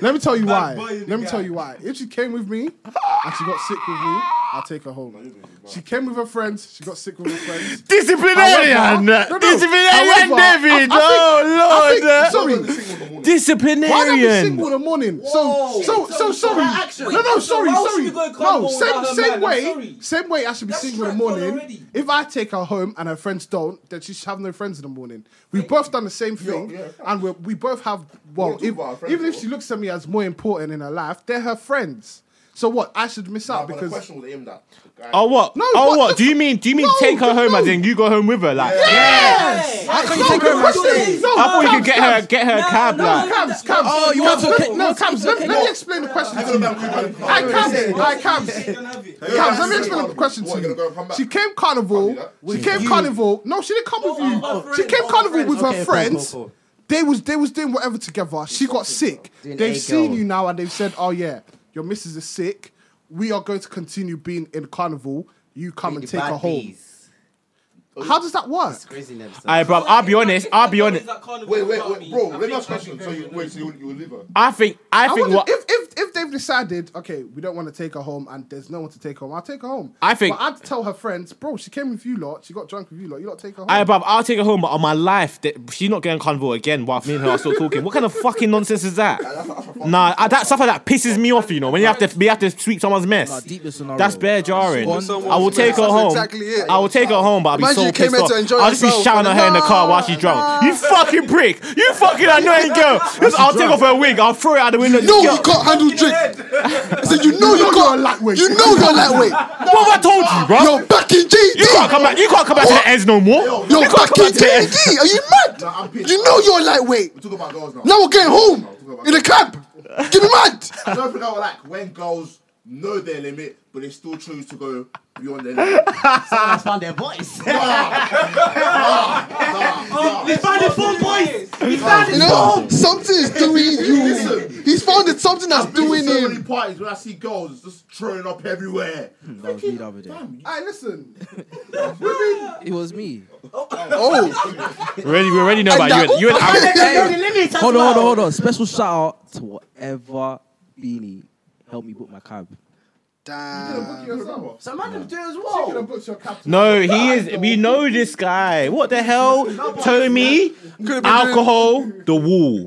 [SPEAKER 3] Let me tell you why.
[SPEAKER 10] boy in the
[SPEAKER 3] Let me
[SPEAKER 10] guy.
[SPEAKER 3] tell you why. If she came with me and she got sick with me, I'll take her home. She came with her friends. She got sick with her friends.
[SPEAKER 6] Disciplinarian!
[SPEAKER 3] However- No, no.
[SPEAKER 6] Disciplinarian,
[SPEAKER 3] However,
[SPEAKER 6] David!
[SPEAKER 3] I- I think- I
[SPEAKER 6] oh, Lord!
[SPEAKER 3] think- sorry. Why don't you
[SPEAKER 6] Disciplinarian!
[SPEAKER 3] single in the morning? So, so, so, sorry. No, no,
[SPEAKER 10] So
[SPEAKER 3] sorry,
[SPEAKER 10] why would
[SPEAKER 3] sorry.
[SPEAKER 10] she go and
[SPEAKER 3] No,
[SPEAKER 10] cuddle
[SPEAKER 3] same,
[SPEAKER 10] with her
[SPEAKER 3] same
[SPEAKER 10] man? I'm
[SPEAKER 3] way,
[SPEAKER 10] sorry.
[SPEAKER 3] same way. I should be
[SPEAKER 10] That's
[SPEAKER 3] single in the
[SPEAKER 10] stressful
[SPEAKER 3] morning.
[SPEAKER 10] already.
[SPEAKER 3] If I take her home and her friends don't, then she should have no friends in the morning. We've both done the same thing,
[SPEAKER 5] yeah.
[SPEAKER 3] and we we both have. Well,
[SPEAKER 5] talk
[SPEAKER 3] if,
[SPEAKER 5] about our friends,
[SPEAKER 3] even if
[SPEAKER 5] though.
[SPEAKER 3] she looks at me as more important in her life, they're her friends. So what? I should miss
[SPEAKER 5] Nah,
[SPEAKER 3] out
[SPEAKER 5] but the
[SPEAKER 3] because.
[SPEAKER 5] question was aimed at. the guy.
[SPEAKER 6] Oh what?
[SPEAKER 3] No,
[SPEAKER 6] oh
[SPEAKER 3] what
[SPEAKER 6] what?
[SPEAKER 3] the
[SPEAKER 6] Do you mean? Do you mean
[SPEAKER 3] No,
[SPEAKER 6] take her home
[SPEAKER 3] no.
[SPEAKER 6] and then you go home with her? Like,
[SPEAKER 3] Yes!
[SPEAKER 4] How can you take her and stay?
[SPEAKER 6] I thought you could get her get her a cab. like,
[SPEAKER 3] Cabs, cabs.
[SPEAKER 4] Oh, you
[SPEAKER 3] Cabs,
[SPEAKER 4] want to
[SPEAKER 3] let-
[SPEAKER 4] take-
[SPEAKER 3] No, cabs. Let let me explain the question to you. I cabs. I cabs.
[SPEAKER 10] She can have it.
[SPEAKER 3] Cabs, let me explain the question
[SPEAKER 5] What,
[SPEAKER 3] to
[SPEAKER 5] you gonna go and come
[SPEAKER 3] you.
[SPEAKER 5] back?
[SPEAKER 3] She came carnival.
[SPEAKER 5] that.
[SPEAKER 3] She came carnival. No, she didn't come with
[SPEAKER 10] oh, oh,
[SPEAKER 3] you. She
[SPEAKER 10] friends,
[SPEAKER 3] came
[SPEAKER 10] oh,
[SPEAKER 3] carnival with
[SPEAKER 8] Okay,
[SPEAKER 3] her
[SPEAKER 8] cool,
[SPEAKER 3] friends.
[SPEAKER 8] cool, cool.
[SPEAKER 3] They was they was doing whatever together. She got sick.
[SPEAKER 2] Doing
[SPEAKER 3] They've
[SPEAKER 2] A
[SPEAKER 3] seen
[SPEAKER 2] girl.
[SPEAKER 3] you now and they've said, "Oh yeah, your missus is sick. We are going to continue being in carnival. You come and take her home." How does that work?
[SPEAKER 2] Disgracing themselves.
[SPEAKER 6] Alright, bro. Um, I'll be honest. I'll be honest.
[SPEAKER 5] Wait, wait, wait, bro. Let me ask a question. So you wait, so you you will leave her?
[SPEAKER 6] I think. I
[SPEAKER 3] I
[SPEAKER 6] think.
[SPEAKER 3] wonder
[SPEAKER 6] what?
[SPEAKER 3] if, if if they've decided, okay, we don't want to take her home, and there's no one to take her home, I'll take her home.
[SPEAKER 6] I think-
[SPEAKER 3] But I'd tell her friends, bro, she came with you lot, she got drunk with you lot, you lot take her home.
[SPEAKER 6] I, bruv, I'll take her home, but on my life, that she's not getting carnival again while me and her are still talking. What kind of fucking nonsense is that? Nah, I, that stuff like that pisses me off, you know, when you have to we have to sweep someone's mess.
[SPEAKER 4] Nah, deep this scenario.
[SPEAKER 6] That's bare jarring.
[SPEAKER 4] Sweep
[SPEAKER 6] I will
[SPEAKER 4] someone's
[SPEAKER 6] take her
[SPEAKER 7] mess. That's
[SPEAKER 6] home.
[SPEAKER 7] exactly it.
[SPEAKER 6] I will take her home, but I'll be
[SPEAKER 7] Imagine
[SPEAKER 6] so
[SPEAKER 7] you came
[SPEAKER 6] pissed
[SPEAKER 7] here
[SPEAKER 6] off.
[SPEAKER 7] to enjoy
[SPEAKER 6] I'll just be
[SPEAKER 7] yourself,
[SPEAKER 6] shouting at her in the car
[SPEAKER 7] nah,
[SPEAKER 6] while she's drunk. You fucking prick! You fucking annoying girl! Just- I'll take off her wig, I'll throw it out the window.
[SPEAKER 7] No,
[SPEAKER 6] Girl,
[SPEAKER 7] you can't handle drink. I said, you know you
[SPEAKER 3] you're a
[SPEAKER 7] can't.
[SPEAKER 3] lightweight.
[SPEAKER 7] You know you're lightweight.
[SPEAKER 6] What have I told you, bro?
[SPEAKER 7] You're back in
[SPEAKER 6] You can't
[SPEAKER 7] GD.
[SPEAKER 6] come back. You can't come back to the ends no more.
[SPEAKER 7] You're
[SPEAKER 6] you can't
[SPEAKER 7] back
[SPEAKER 6] come
[SPEAKER 7] in
[SPEAKER 6] back to the ends.
[SPEAKER 7] GD. Are you
[SPEAKER 5] Nah, I'm
[SPEAKER 7] mad?
[SPEAKER 5] pissed.
[SPEAKER 7] You know you're lightweight.
[SPEAKER 5] We talk about girls now.
[SPEAKER 7] Now we're getting home in a cab. Give me mad.
[SPEAKER 5] I don't think I would like when girls know their limit, but they still choose to go beyond their limit.
[SPEAKER 8] Someone's found their voice.
[SPEAKER 5] Nah, nah, nah.
[SPEAKER 8] He's found his phone boys. He's found
[SPEAKER 7] You
[SPEAKER 8] his
[SPEAKER 7] know,
[SPEAKER 8] phone.
[SPEAKER 7] something is doing you. He's found that something that's
[SPEAKER 5] I've been to
[SPEAKER 7] doing
[SPEAKER 5] so
[SPEAKER 7] him.
[SPEAKER 5] many parties when I see girls it's just throwing up everywhere.
[SPEAKER 4] That was me the other day.
[SPEAKER 3] Hey, listen.
[SPEAKER 4] It was me.
[SPEAKER 7] Oh.
[SPEAKER 6] We already, we already know about you. And, you and Aaron.
[SPEAKER 4] hold on, hold on, hold on. Special shout out to whatever beanie helped me book my cab.
[SPEAKER 3] Damn.
[SPEAKER 8] Some man them do as well.
[SPEAKER 6] Oh. No, he is. We know this guy. What the hell, Tommy?
[SPEAKER 7] been
[SPEAKER 6] Alcohol, the wall,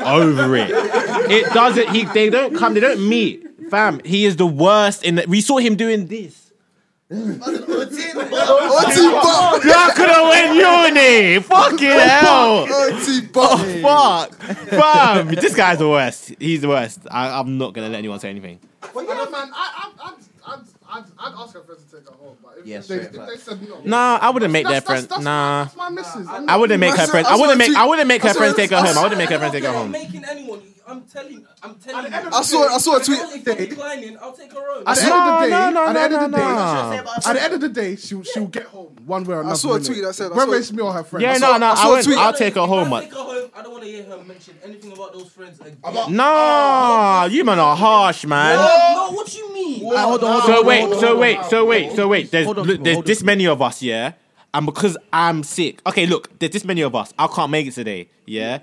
[SPEAKER 6] over it. It doesn't. He. They don't come. They don't meet. Fam, he is the worst. In the, we saw him doing this. Dracula went uni. Fucking hell. Oh, fuck, fam. This guy's the worst. He's the worst. I, I'm not gonna let anyone say anything.
[SPEAKER 3] Well, yeah, man, I, I, I, I'd, I'd, I'd ask her friends to take her home, but if,
[SPEAKER 6] Yeah,
[SPEAKER 3] if, they,
[SPEAKER 6] straight
[SPEAKER 3] if
[SPEAKER 6] back.
[SPEAKER 3] they said no,
[SPEAKER 6] Nah, I wouldn't make
[SPEAKER 3] That's-
[SPEAKER 6] their friends.
[SPEAKER 3] that's- that's
[SPEAKER 6] Nah.
[SPEAKER 3] my missus.
[SPEAKER 6] I wouldn't make her friends. I wouldn't make. I wouldn't make her friends take her home. I wouldn't make her friends take her home.
[SPEAKER 10] Making anyone, I'm telling, I'm telling. you.
[SPEAKER 7] I saw- I saw a tweet.
[SPEAKER 10] If I'm declining, I'll take her own.
[SPEAKER 3] At the end of the day,
[SPEAKER 6] No, no,
[SPEAKER 3] at the end
[SPEAKER 6] no,
[SPEAKER 3] of the day,
[SPEAKER 6] no, no.
[SPEAKER 3] at the end of the day, she'll she'll get home one way or another.
[SPEAKER 7] saw a
[SPEAKER 3] innit?
[SPEAKER 7] tweet that said- I
[SPEAKER 3] whether
[SPEAKER 7] saw-
[SPEAKER 3] it's me or her friend.
[SPEAKER 6] Yeah, no, no. I wouldn't. I'll take her home. man.
[SPEAKER 10] Take her home. I don't want to hear her mention anything about those friends again.
[SPEAKER 6] Nah, you man are harsh, man.
[SPEAKER 10] No, what you mean?
[SPEAKER 4] Ah, hold on, hold on,
[SPEAKER 6] So
[SPEAKER 4] hold
[SPEAKER 6] wait,
[SPEAKER 4] on,
[SPEAKER 6] so
[SPEAKER 4] hold
[SPEAKER 6] wait, so wait, so wait. There's
[SPEAKER 4] Hold on,
[SPEAKER 6] look, there's
[SPEAKER 4] hold
[SPEAKER 6] this many of us, yeah. And because I'm sick, okay. Look, there's this many of us. I can't make it today. Yeah.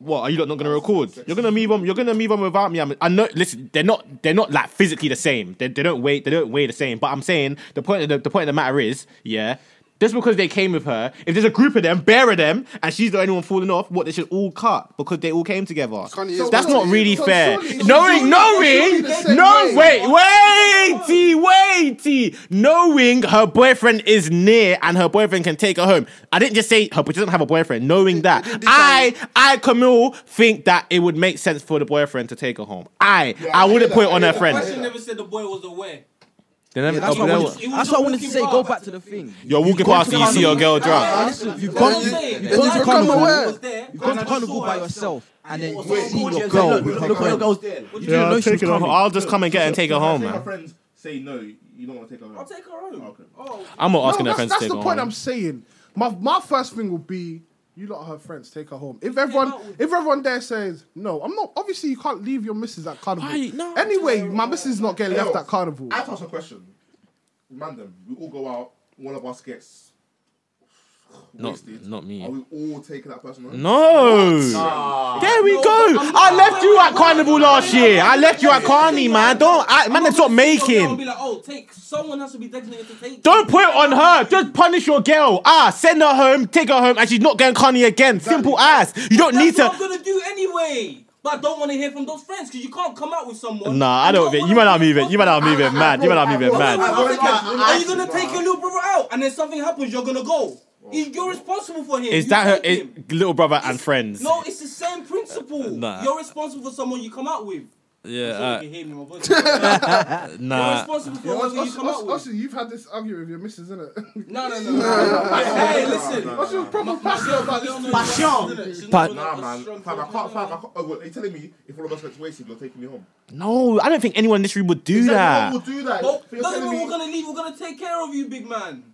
[SPEAKER 6] What are you lot not gonna record? You're gonna move on. You're gonna move on without me. I'm, I know. Listen, they're not. They're not like physically the same. They, they don't weigh. They don't weigh the same. But I'm saying the point. Of the, the point of the matter is, yeah. Just because they came with her, if there's a group of them, bear of them, and she's the only one falling off, what they should all cut because they all came together.
[SPEAKER 7] Kanye is
[SPEAKER 6] That's not
[SPEAKER 7] basically-
[SPEAKER 6] really
[SPEAKER 3] So
[SPEAKER 6] fair.
[SPEAKER 3] surely- so
[SPEAKER 6] Knowing,
[SPEAKER 3] surely-
[SPEAKER 6] knowing,
[SPEAKER 3] so surely the same
[SPEAKER 6] no,
[SPEAKER 3] way.
[SPEAKER 6] wait, waity, waity. Knowing her boyfriend is near and her boyfriend can take her home. I didn't just say her she doesn't have a boyfriend. Knowing that, I, I, Camille, think that it would make sense for the boyfriend to take her home. I, I wouldn't put it on her
[SPEAKER 10] Question
[SPEAKER 6] friend.
[SPEAKER 10] never said the boy was aware.
[SPEAKER 6] Then
[SPEAKER 4] Yeah,
[SPEAKER 6] I'm-
[SPEAKER 4] that's,
[SPEAKER 6] oh,
[SPEAKER 4] what I
[SPEAKER 6] then
[SPEAKER 4] wanted,
[SPEAKER 10] It was
[SPEAKER 4] that's what I
[SPEAKER 10] a
[SPEAKER 4] wanted to say.
[SPEAKER 10] walking
[SPEAKER 4] Go
[SPEAKER 10] past.
[SPEAKER 4] back to the thing.
[SPEAKER 6] You're walking
[SPEAKER 4] gone
[SPEAKER 6] past
[SPEAKER 4] to
[SPEAKER 6] and you see your
[SPEAKER 4] carnival.
[SPEAKER 6] girl drunk.
[SPEAKER 4] Listen, you've
[SPEAKER 10] That's
[SPEAKER 4] gone,
[SPEAKER 10] what I'm
[SPEAKER 4] you've
[SPEAKER 10] saying.
[SPEAKER 7] Then
[SPEAKER 4] gone
[SPEAKER 7] you
[SPEAKER 4] to
[SPEAKER 7] become
[SPEAKER 4] carnival.
[SPEAKER 7] aware.
[SPEAKER 10] Was there,
[SPEAKER 4] You've gone to
[SPEAKER 10] and I
[SPEAKER 4] carnival
[SPEAKER 10] saw
[SPEAKER 4] by
[SPEAKER 10] her
[SPEAKER 4] yourself, and then you
[SPEAKER 10] Wait,
[SPEAKER 4] see
[SPEAKER 10] who
[SPEAKER 4] your
[SPEAKER 10] just
[SPEAKER 4] girl.
[SPEAKER 10] said,
[SPEAKER 4] with
[SPEAKER 10] look,
[SPEAKER 4] her
[SPEAKER 10] look,
[SPEAKER 4] friend.
[SPEAKER 8] girls there.
[SPEAKER 10] What do
[SPEAKER 4] You
[SPEAKER 10] you do?
[SPEAKER 4] didn't know she was coming.
[SPEAKER 6] I'll just come and get her and take her home,
[SPEAKER 5] If Her
[SPEAKER 6] man.
[SPEAKER 5] friends say no. You don't want to take her home.
[SPEAKER 10] I'll take her home.
[SPEAKER 5] Okay.
[SPEAKER 10] Oh,
[SPEAKER 6] I'm not asking
[SPEAKER 3] no, that's,
[SPEAKER 6] her friends to
[SPEAKER 3] that's
[SPEAKER 6] take
[SPEAKER 3] the
[SPEAKER 6] her
[SPEAKER 3] point
[SPEAKER 6] home.
[SPEAKER 3] I'm saying. My my first thing would be you lot are her friends, take her home. If everyone
[SPEAKER 10] that would-
[SPEAKER 3] if everyone there says no, I'm not obviously you can't leave your missus at carnival.
[SPEAKER 6] Why? No.
[SPEAKER 3] anyway, my missus is not getting left
[SPEAKER 5] Yo,
[SPEAKER 3] at carnival.
[SPEAKER 5] I have to ask a question. Man, them, we all go out. One of us gets
[SPEAKER 6] Not-
[SPEAKER 5] wasted.
[SPEAKER 6] not me.
[SPEAKER 5] Are we all taking that person? home?
[SPEAKER 6] No. There we go. I left you at Carnival last year. I left you at Carney, man. Don't, I, man, stop
[SPEAKER 10] I'll be
[SPEAKER 6] making.
[SPEAKER 10] like, oh, take. Someone has to be designated to take.
[SPEAKER 6] Don't put it on her. Just punish your girl. Ah, send her home, take her home, and she's not going Carney again. Simple as. You don't
[SPEAKER 10] That's
[SPEAKER 6] need
[SPEAKER 10] what I'm
[SPEAKER 6] to.
[SPEAKER 10] gonna do anyway. But I don't want to hear from those friends because you can't come out with someone.
[SPEAKER 6] Nah, I don't. think- You might not move it. You might not move it, mad. You might not move it, mad.
[SPEAKER 10] Are
[SPEAKER 5] I-
[SPEAKER 10] you gonna take your little brother out and then something happens? You're gonna go. He's- You're responsible for him.
[SPEAKER 6] Is
[SPEAKER 10] You
[SPEAKER 6] that her
[SPEAKER 10] take
[SPEAKER 6] is,
[SPEAKER 10] him.
[SPEAKER 6] little brother and friends?
[SPEAKER 10] No, it's the same principle.
[SPEAKER 6] nah.
[SPEAKER 10] You're responsible for someone you come out with. Sorry if
[SPEAKER 6] Yeah, uh,
[SPEAKER 10] you hear me, my voice. You're
[SPEAKER 6] nah.
[SPEAKER 10] responsible for
[SPEAKER 3] Yo,
[SPEAKER 10] whoever you
[SPEAKER 3] Us-
[SPEAKER 10] come
[SPEAKER 3] Us-
[SPEAKER 10] out with.
[SPEAKER 3] Usher, you've had this argument with your missus, innit?
[SPEAKER 10] No, no, no. no. Hey, listen.
[SPEAKER 3] What's your proper passion about this?
[SPEAKER 10] Passion.
[SPEAKER 5] Nah, man. Fam, I can't. Fam, I can't. Oh, wait, are you telling me if one of us gets wasted, you're taking me home?
[SPEAKER 6] No, I don't think anyone in this room would do
[SPEAKER 5] Exactly,
[SPEAKER 6] that.
[SPEAKER 5] no one will do that.
[SPEAKER 10] Well,
[SPEAKER 5] You're
[SPEAKER 10] doesn't
[SPEAKER 5] telling
[SPEAKER 10] mean
[SPEAKER 5] me-
[SPEAKER 10] we're gonna leave. We're gonna take care of you, big man.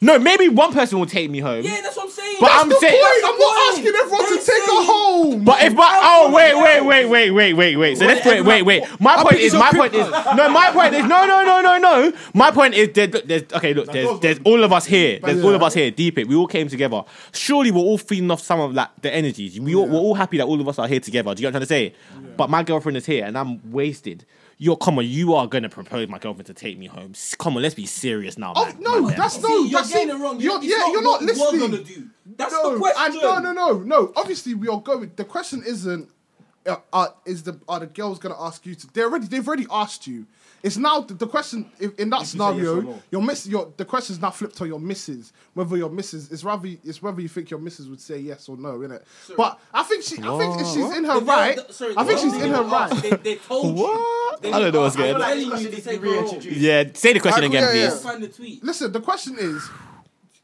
[SPEAKER 6] No, maybe one person will take me home.
[SPEAKER 10] Yeah, that's what I'm saying.
[SPEAKER 6] But I'm saying.
[SPEAKER 3] I'm not asking everyone to
[SPEAKER 10] They
[SPEAKER 3] take her
[SPEAKER 10] say-
[SPEAKER 3] home.
[SPEAKER 6] But if my oh wait wait wait wait wait wait wait so let's wait wait wait my point is my point is no my point is no no no no no my point is there, look, there's okay look there's there's all of us here there's all of us here deep it we all came together surely we're all feeding off some of like the energies we all, we're all happy that all of us are here together do you know what I'm trying to say but my girlfriend is here and I'm wasted you're come on you are gonna propose my girlfriend to take me home S- come on let's be serious now
[SPEAKER 3] Oh,
[SPEAKER 6] man.
[SPEAKER 3] no,
[SPEAKER 6] Man,
[SPEAKER 3] that's
[SPEAKER 10] See,
[SPEAKER 3] no.
[SPEAKER 10] you're
[SPEAKER 3] that's
[SPEAKER 10] getting
[SPEAKER 3] it.
[SPEAKER 10] it wrong.
[SPEAKER 3] You're,
[SPEAKER 10] It's
[SPEAKER 3] yeah, you're not
[SPEAKER 10] what
[SPEAKER 3] listening.
[SPEAKER 10] We're gonna do. That's
[SPEAKER 3] no,
[SPEAKER 10] the question.
[SPEAKER 3] And no, no, no, no. Obviously, we are going. The question isn't. Uh, are, is the are the girls gonna ask you to? They already they've already asked you. It's now the, the question if, in that
[SPEAKER 5] If you say yes
[SPEAKER 3] scenario.
[SPEAKER 5] or no.
[SPEAKER 3] your miss your the question's now flipped on your missus. Whether your missus it's rather it's whether you think your missus would say yes or no, innit? But I think she I think if she's in her
[SPEAKER 10] If
[SPEAKER 3] right.
[SPEAKER 10] they're- sorry,
[SPEAKER 3] I think
[SPEAKER 10] they
[SPEAKER 3] she's in her
[SPEAKER 10] didn't ask.
[SPEAKER 3] right.
[SPEAKER 10] They, they told
[SPEAKER 6] What?
[SPEAKER 10] you. They
[SPEAKER 6] I don't know what's
[SPEAKER 10] didn't
[SPEAKER 6] going
[SPEAKER 10] ask.
[SPEAKER 6] on.
[SPEAKER 10] I'm telling you, they take her home.
[SPEAKER 6] yeah say the question
[SPEAKER 7] I-
[SPEAKER 6] again
[SPEAKER 7] yeah, yeah.
[SPEAKER 6] please
[SPEAKER 10] Find the tweet.
[SPEAKER 3] Listen, the question is,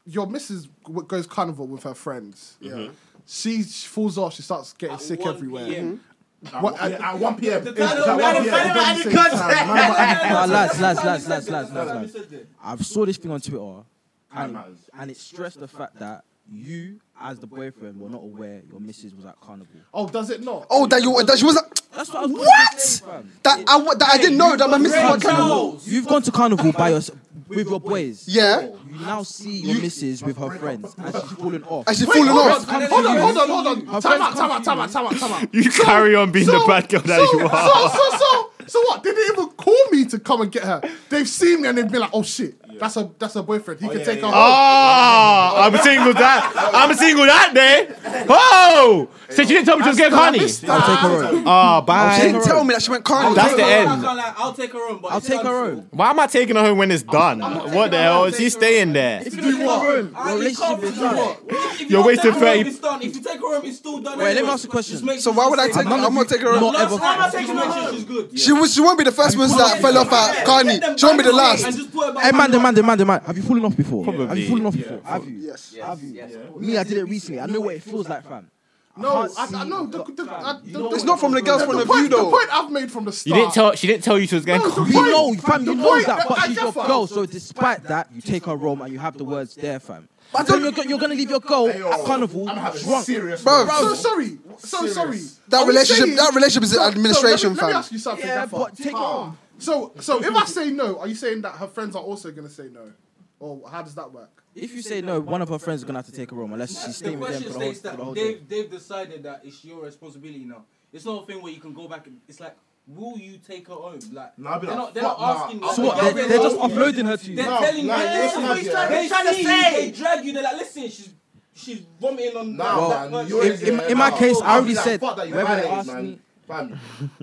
[SPEAKER 3] your missus w- goes carnival with her friends.
[SPEAKER 5] Mm-hmm.
[SPEAKER 3] Yeah. She falls off. She starts getting
[SPEAKER 10] At
[SPEAKER 3] sick
[SPEAKER 10] 1
[SPEAKER 3] everywhere. Hmm? Mm-hmm.
[SPEAKER 10] PM.
[SPEAKER 5] At one- at at 1 p.m.
[SPEAKER 10] The
[SPEAKER 5] It's
[SPEAKER 10] time-
[SPEAKER 5] at 1 p.m.
[SPEAKER 8] I don't
[SPEAKER 3] Same
[SPEAKER 8] have any
[SPEAKER 3] time,
[SPEAKER 8] contact.
[SPEAKER 3] man, but-
[SPEAKER 4] Nah, lads, lads, lads, lads, lads, lads,
[SPEAKER 10] That's what I said there. That's what I
[SPEAKER 4] lads.
[SPEAKER 10] said there.
[SPEAKER 4] I've saw this thing on Twitter,
[SPEAKER 5] Time
[SPEAKER 4] and,
[SPEAKER 5] matters.
[SPEAKER 4] and it stressed the fact that you as the boyfriend were not aware your missus was at carnival.
[SPEAKER 3] Oh, does it not?
[SPEAKER 7] Oh, that you that she was.
[SPEAKER 4] That's
[SPEAKER 7] what. what? That I wa- that I didn't know that my missus was
[SPEAKER 4] Carnival. You've gone to carnival by yourself with your boys.
[SPEAKER 7] Yeah.
[SPEAKER 4] You now see your missus with her friends and she's falling off.
[SPEAKER 7] And she's
[SPEAKER 3] Wait, falling hold off. on, hold on, hold on, hold on. Time
[SPEAKER 4] Her friends
[SPEAKER 3] out, time
[SPEAKER 4] come
[SPEAKER 3] out,
[SPEAKER 4] to
[SPEAKER 3] time out, time out, time out.
[SPEAKER 15] You carry on being the bad girl that you
[SPEAKER 3] So,
[SPEAKER 15] are.
[SPEAKER 3] so, so, so what? They didn't even call me to come and get her. They've seen me and they've been like, oh shit, that's a that's a boyfriend. He can take her home.
[SPEAKER 15] Ah, I'm single that. I'm single that day. Oh, since you didn't tell me to get honey. Ah, bye.
[SPEAKER 7] She didn't tell me that she went carnival.
[SPEAKER 15] That's the
[SPEAKER 10] I can't
[SPEAKER 15] end.
[SPEAKER 10] lie, I'll take her on, but
[SPEAKER 4] I'll take her home.
[SPEAKER 15] Why am I taking her home when it's done? What the hell? Is he staying there?
[SPEAKER 10] Your relationship is done.
[SPEAKER 15] You're wasting 30.
[SPEAKER 10] It's done. If you take her home, it's still done.
[SPEAKER 4] Wait, let me
[SPEAKER 10] anyway.
[SPEAKER 4] ask you a question.
[SPEAKER 10] Just make
[SPEAKER 7] So
[SPEAKER 10] sure
[SPEAKER 7] why
[SPEAKER 10] she's
[SPEAKER 7] would I
[SPEAKER 10] safe.
[SPEAKER 7] take her? I'm not taking her.
[SPEAKER 4] Not ever.
[SPEAKER 10] Last time I take her home, she's good.
[SPEAKER 7] She was. She won't be the first person that fell off at Carney. She won't be the
[SPEAKER 10] And
[SPEAKER 7] last.
[SPEAKER 10] just put her back
[SPEAKER 4] Hey man,
[SPEAKER 10] on the-
[SPEAKER 4] man, man, man, have you fallen off before? Have
[SPEAKER 15] Probably.
[SPEAKER 4] you fallen off before? Have you?
[SPEAKER 7] Yes.
[SPEAKER 4] Have you? Me, I did it recently. I know what it feels like, fam.
[SPEAKER 3] No,
[SPEAKER 4] can't
[SPEAKER 3] I, I
[SPEAKER 4] see
[SPEAKER 3] know. The, the, I, the,
[SPEAKER 7] It's not from the girl's point
[SPEAKER 3] the
[SPEAKER 7] of view
[SPEAKER 3] point, the
[SPEAKER 7] though.
[SPEAKER 3] point I've made from the
[SPEAKER 6] You
[SPEAKER 3] start.
[SPEAKER 6] didn't tell. She didn't tell you she was getting.
[SPEAKER 3] No,
[SPEAKER 6] caught.
[SPEAKER 3] the
[SPEAKER 4] You
[SPEAKER 3] point-
[SPEAKER 4] know, fam, you
[SPEAKER 3] the
[SPEAKER 4] know
[SPEAKER 3] point
[SPEAKER 4] that, but
[SPEAKER 3] I
[SPEAKER 4] she's your
[SPEAKER 3] differ.
[SPEAKER 4] girl, so despite that, you take her home and you have the words there, fam. But
[SPEAKER 7] don't-
[SPEAKER 4] then you're, go- you're gonna leave your girl at carnival
[SPEAKER 5] I'm having
[SPEAKER 4] drunk.
[SPEAKER 5] serious.
[SPEAKER 7] Bro.
[SPEAKER 3] So sorry. So
[SPEAKER 5] Serious.
[SPEAKER 3] sorry.
[SPEAKER 7] That
[SPEAKER 3] Are we
[SPEAKER 7] relationship-
[SPEAKER 3] saying-
[SPEAKER 7] that relationship is
[SPEAKER 3] so- so let me-
[SPEAKER 7] administration,
[SPEAKER 3] Let me
[SPEAKER 7] fam.
[SPEAKER 3] ask you something.
[SPEAKER 4] Yeah,
[SPEAKER 3] Gaffer.
[SPEAKER 4] but take it
[SPEAKER 3] Ah.
[SPEAKER 4] on.
[SPEAKER 3] So, so if I say no, are you saying that her friends are also gonna say no, or how does that work?
[SPEAKER 4] If you say no, one of her friends is gonna have to take her home unless she's
[SPEAKER 10] The
[SPEAKER 4] staying with them
[SPEAKER 10] question
[SPEAKER 4] for the whole,
[SPEAKER 10] states
[SPEAKER 4] for the whole
[SPEAKER 10] that
[SPEAKER 4] day.
[SPEAKER 10] they've, they've decided that it's your responsibility now. It's not a thing where you can go back and it's like, will you take her home? Like,
[SPEAKER 5] Nah, I'd be
[SPEAKER 10] they're
[SPEAKER 5] like,
[SPEAKER 10] not, they're
[SPEAKER 5] fuck,
[SPEAKER 10] not
[SPEAKER 5] nah.
[SPEAKER 10] asking. you.
[SPEAKER 5] I'll
[SPEAKER 4] So what?
[SPEAKER 5] I'll
[SPEAKER 10] Like,
[SPEAKER 4] They're, they're just
[SPEAKER 10] telling you.
[SPEAKER 4] uploading her to
[SPEAKER 10] They're
[SPEAKER 4] you.
[SPEAKER 10] telling
[SPEAKER 5] nah,
[SPEAKER 10] you.
[SPEAKER 5] yes, nah,
[SPEAKER 10] they
[SPEAKER 5] yeah.
[SPEAKER 10] they
[SPEAKER 8] Trying to
[SPEAKER 10] see you,
[SPEAKER 8] say.
[SPEAKER 10] They drag you. They're like, listen, she's she's vomiting on
[SPEAKER 5] Nah,
[SPEAKER 10] that-
[SPEAKER 5] man,
[SPEAKER 10] that person.
[SPEAKER 5] you're
[SPEAKER 4] in- in- in my
[SPEAKER 5] nah.
[SPEAKER 4] case, I
[SPEAKER 5] I'll
[SPEAKER 4] already
[SPEAKER 5] be like,
[SPEAKER 4] said,
[SPEAKER 5] fuck that, you're
[SPEAKER 4] when
[SPEAKER 5] mad
[SPEAKER 4] they
[SPEAKER 5] at it,
[SPEAKER 4] asked
[SPEAKER 5] man.
[SPEAKER 4] me-
[SPEAKER 5] Fam,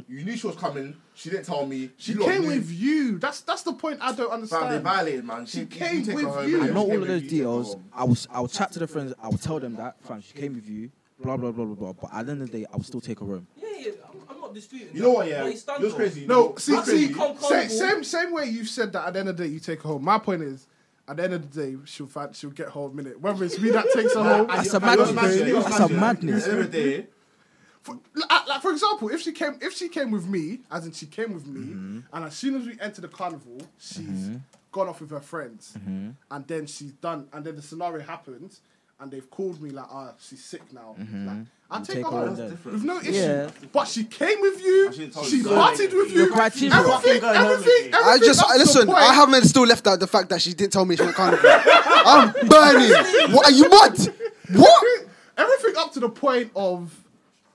[SPEAKER 5] you knew she was coming. She didn't tell me.
[SPEAKER 3] She
[SPEAKER 5] lot
[SPEAKER 3] came
[SPEAKER 5] knew.
[SPEAKER 3] with you. That's that's the point I don't
[SPEAKER 5] Fam, they
[SPEAKER 3] understand.
[SPEAKER 5] violated, man.
[SPEAKER 3] She
[SPEAKER 5] You-
[SPEAKER 3] came
[SPEAKER 5] take
[SPEAKER 3] with
[SPEAKER 5] her home,
[SPEAKER 3] you.
[SPEAKER 5] man.
[SPEAKER 4] I know
[SPEAKER 5] She
[SPEAKER 4] all
[SPEAKER 5] came
[SPEAKER 4] of
[SPEAKER 5] with
[SPEAKER 4] those
[SPEAKER 5] you, take her
[SPEAKER 4] deals.
[SPEAKER 5] home.
[SPEAKER 4] I was I'll chat to the friends. I will tell them that, fam, she came with you. Blah blah blah blah blah. But at the end of the day, I will still take her home.
[SPEAKER 10] Yeah, yeah. I'm, I'm not disputing.
[SPEAKER 5] You know
[SPEAKER 10] that,
[SPEAKER 5] what? Yeah,
[SPEAKER 10] but it's done
[SPEAKER 5] it was
[SPEAKER 10] though.
[SPEAKER 5] crazy.
[SPEAKER 3] No,
[SPEAKER 5] It
[SPEAKER 3] see,
[SPEAKER 5] was
[SPEAKER 3] see,
[SPEAKER 5] crazy.
[SPEAKER 10] Come, come,
[SPEAKER 3] sa-
[SPEAKER 10] come.
[SPEAKER 3] same same way you said that. At the end of the day, you take her home. My point is, at the end of the day, she'll find she'll get home. Minute, whether it's me that takes her home.
[SPEAKER 4] That's
[SPEAKER 5] You
[SPEAKER 4] a
[SPEAKER 5] know, you
[SPEAKER 4] madness.
[SPEAKER 5] imagine- you
[SPEAKER 4] That's a
[SPEAKER 5] imagine,
[SPEAKER 4] madness.
[SPEAKER 5] At the end of the day,
[SPEAKER 3] For, like, like, for example, if she came, if she came with me, as in she came with me,
[SPEAKER 4] Mm-hmm.
[SPEAKER 3] and as soon as we enter the carnival, she's gone off with her friends,
[SPEAKER 4] Mm-hmm.
[SPEAKER 3] and then she's done, and then the scenario happens, and they've called me like, ah, she's sick now. Like, I take,
[SPEAKER 4] Mm-hmm. take
[SPEAKER 3] her
[SPEAKER 4] her
[SPEAKER 3] home
[SPEAKER 4] then.
[SPEAKER 3] with no issue,
[SPEAKER 4] Yeah.
[SPEAKER 3] but she came with you,
[SPEAKER 5] shouldn't tell
[SPEAKER 3] she
[SPEAKER 5] you.
[SPEAKER 3] partied with you, everything,
[SPEAKER 4] criteria-
[SPEAKER 8] Fucking
[SPEAKER 3] everything,
[SPEAKER 8] going home with
[SPEAKER 3] everything.
[SPEAKER 8] you.
[SPEAKER 7] I just
[SPEAKER 3] up
[SPEAKER 7] I,
[SPEAKER 3] to the
[SPEAKER 7] listen.
[SPEAKER 3] point-
[SPEAKER 7] I haven't still left out the fact that she didn't tell me she went carnival. I'm burning. What are you? What? What?
[SPEAKER 3] Everything up to the point of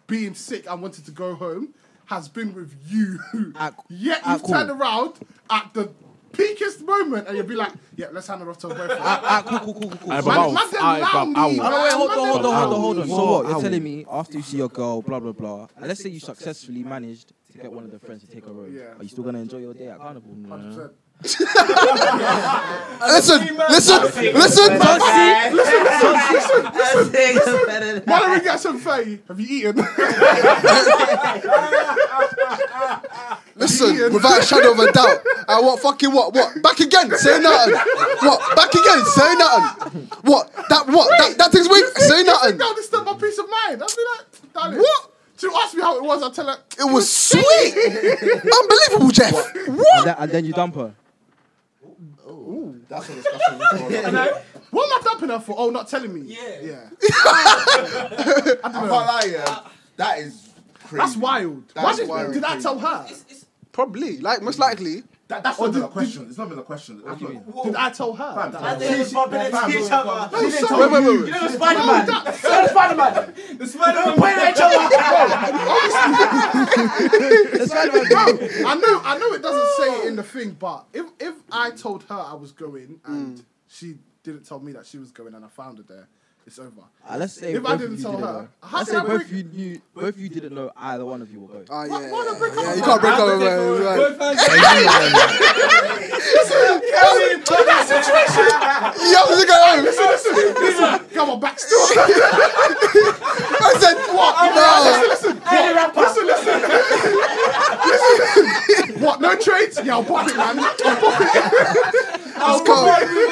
[SPEAKER 3] being sick and wanting to go home has been with you.
[SPEAKER 4] At-
[SPEAKER 3] Yet you
[SPEAKER 4] at cool.
[SPEAKER 3] turn around at the peakest moment and you'll be like, yeah, let's hand it off to a boyfriend.
[SPEAKER 4] Ah, cool, cool, cool, cool, cool.
[SPEAKER 15] Aye,
[SPEAKER 4] So-
[SPEAKER 15] but I'll-
[SPEAKER 3] man, them
[SPEAKER 15] aye, but
[SPEAKER 3] lounge.
[SPEAKER 15] I'll-
[SPEAKER 4] Oh, no, wait, hold on, hold on, hold on, hold on. So what? You're
[SPEAKER 15] Ow.
[SPEAKER 4] telling me after you see your girl, blah blah blah, and let's say you successfully managed to get one of the friends to take her home.
[SPEAKER 3] Yeah.
[SPEAKER 4] Are you still gonna enjoy your day at carnival?
[SPEAKER 7] Listen. Listen. Listen.
[SPEAKER 3] Why don't we get some fatty? Have you eaten?
[SPEAKER 7] Listen. Without a shadow of a doubt, I want fucking what? What? Back again? Say nothing. What? Back again? Say nothing. What? That what? that that thing's weak. Say
[SPEAKER 3] You think
[SPEAKER 7] nothing.
[SPEAKER 3] That'll disturb my peace of mind. I'll be like, darling.
[SPEAKER 7] What?
[SPEAKER 3] She asked me how it was. I tell her,
[SPEAKER 7] It was sweet. Unbelievable, Jeff.
[SPEAKER 4] And, then, and then you dump her.
[SPEAKER 5] that's a discussion. we've got.
[SPEAKER 3] what am I dumping her for? Oh, not telling me.
[SPEAKER 10] Yeah.
[SPEAKER 3] Yeah.
[SPEAKER 5] I can't lie, yeah. That is crazy.
[SPEAKER 3] That's wild.
[SPEAKER 5] That
[SPEAKER 3] Why
[SPEAKER 5] is
[SPEAKER 3] did,
[SPEAKER 5] very
[SPEAKER 3] did I
[SPEAKER 5] crazy.
[SPEAKER 3] tell her?
[SPEAKER 10] It's, it's,
[SPEAKER 7] Probably. Like most likely.
[SPEAKER 5] That, that's
[SPEAKER 3] Or
[SPEAKER 5] not been
[SPEAKER 3] Oh, did-
[SPEAKER 5] a question. It's not been a question. It's not-
[SPEAKER 3] Did I tell her?
[SPEAKER 5] Fam,
[SPEAKER 3] that
[SPEAKER 5] fam,
[SPEAKER 8] They was bumping into each other.
[SPEAKER 5] she didn't tell
[SPEAKER 7] Wait, wait,
[SPEAKER 5] you.
[SPEAKER 7] wait, wait.
[SPEAKER 8] You know the Spider-Man? You know the Spider-Man?
[SPEAKER 10] the spider
[SPEAKER 8] Point at each other.
[SPEAKER 3] Bro, I know, I know it doesn't say it in the thing, but if if I told her I was going and she didn't tell me that she was going and I found her there, it's over.
[SPEAKER 4] Uh, let's say
[SPEAKER 3] If I
[SPEAKER 4] both
[SPEAKER 3] didn't
[SPEAKER 4] of you
[SPEAKER 3] tell
[SPEAKER 4] didn't
[SPEAKER 3] her,
[SPEAKER 4] know.
[SPEAKER 3] how
[SPEAKER 4] let's
[SPEAKER 3] did
[SPEAKER 4] say
[SPEAKER 3] I
[SPEAKER 4] both
[SPEAKER 3] bring-
[SPEAKER 4] you knew, both you didn't know either one of you will go.
[SPEAKER 7] Oh yeah.
[SPEAKER 3] Why- why not break up?
[SPEAKER 7] Yeah, you can't break up with her. right.
[SPEAKER 10] both hands.
[SPEAKER 7] You have to go home.
[SPEAKER 3] Come on, back still.
[SPEAKER 7] I said, what? No.
[SPEAKER 8] Hey, rapper.
[SPEAKER 3] what? No trades? Yeah, I'll pop it, man.
[SPEAKER 7] Let's go.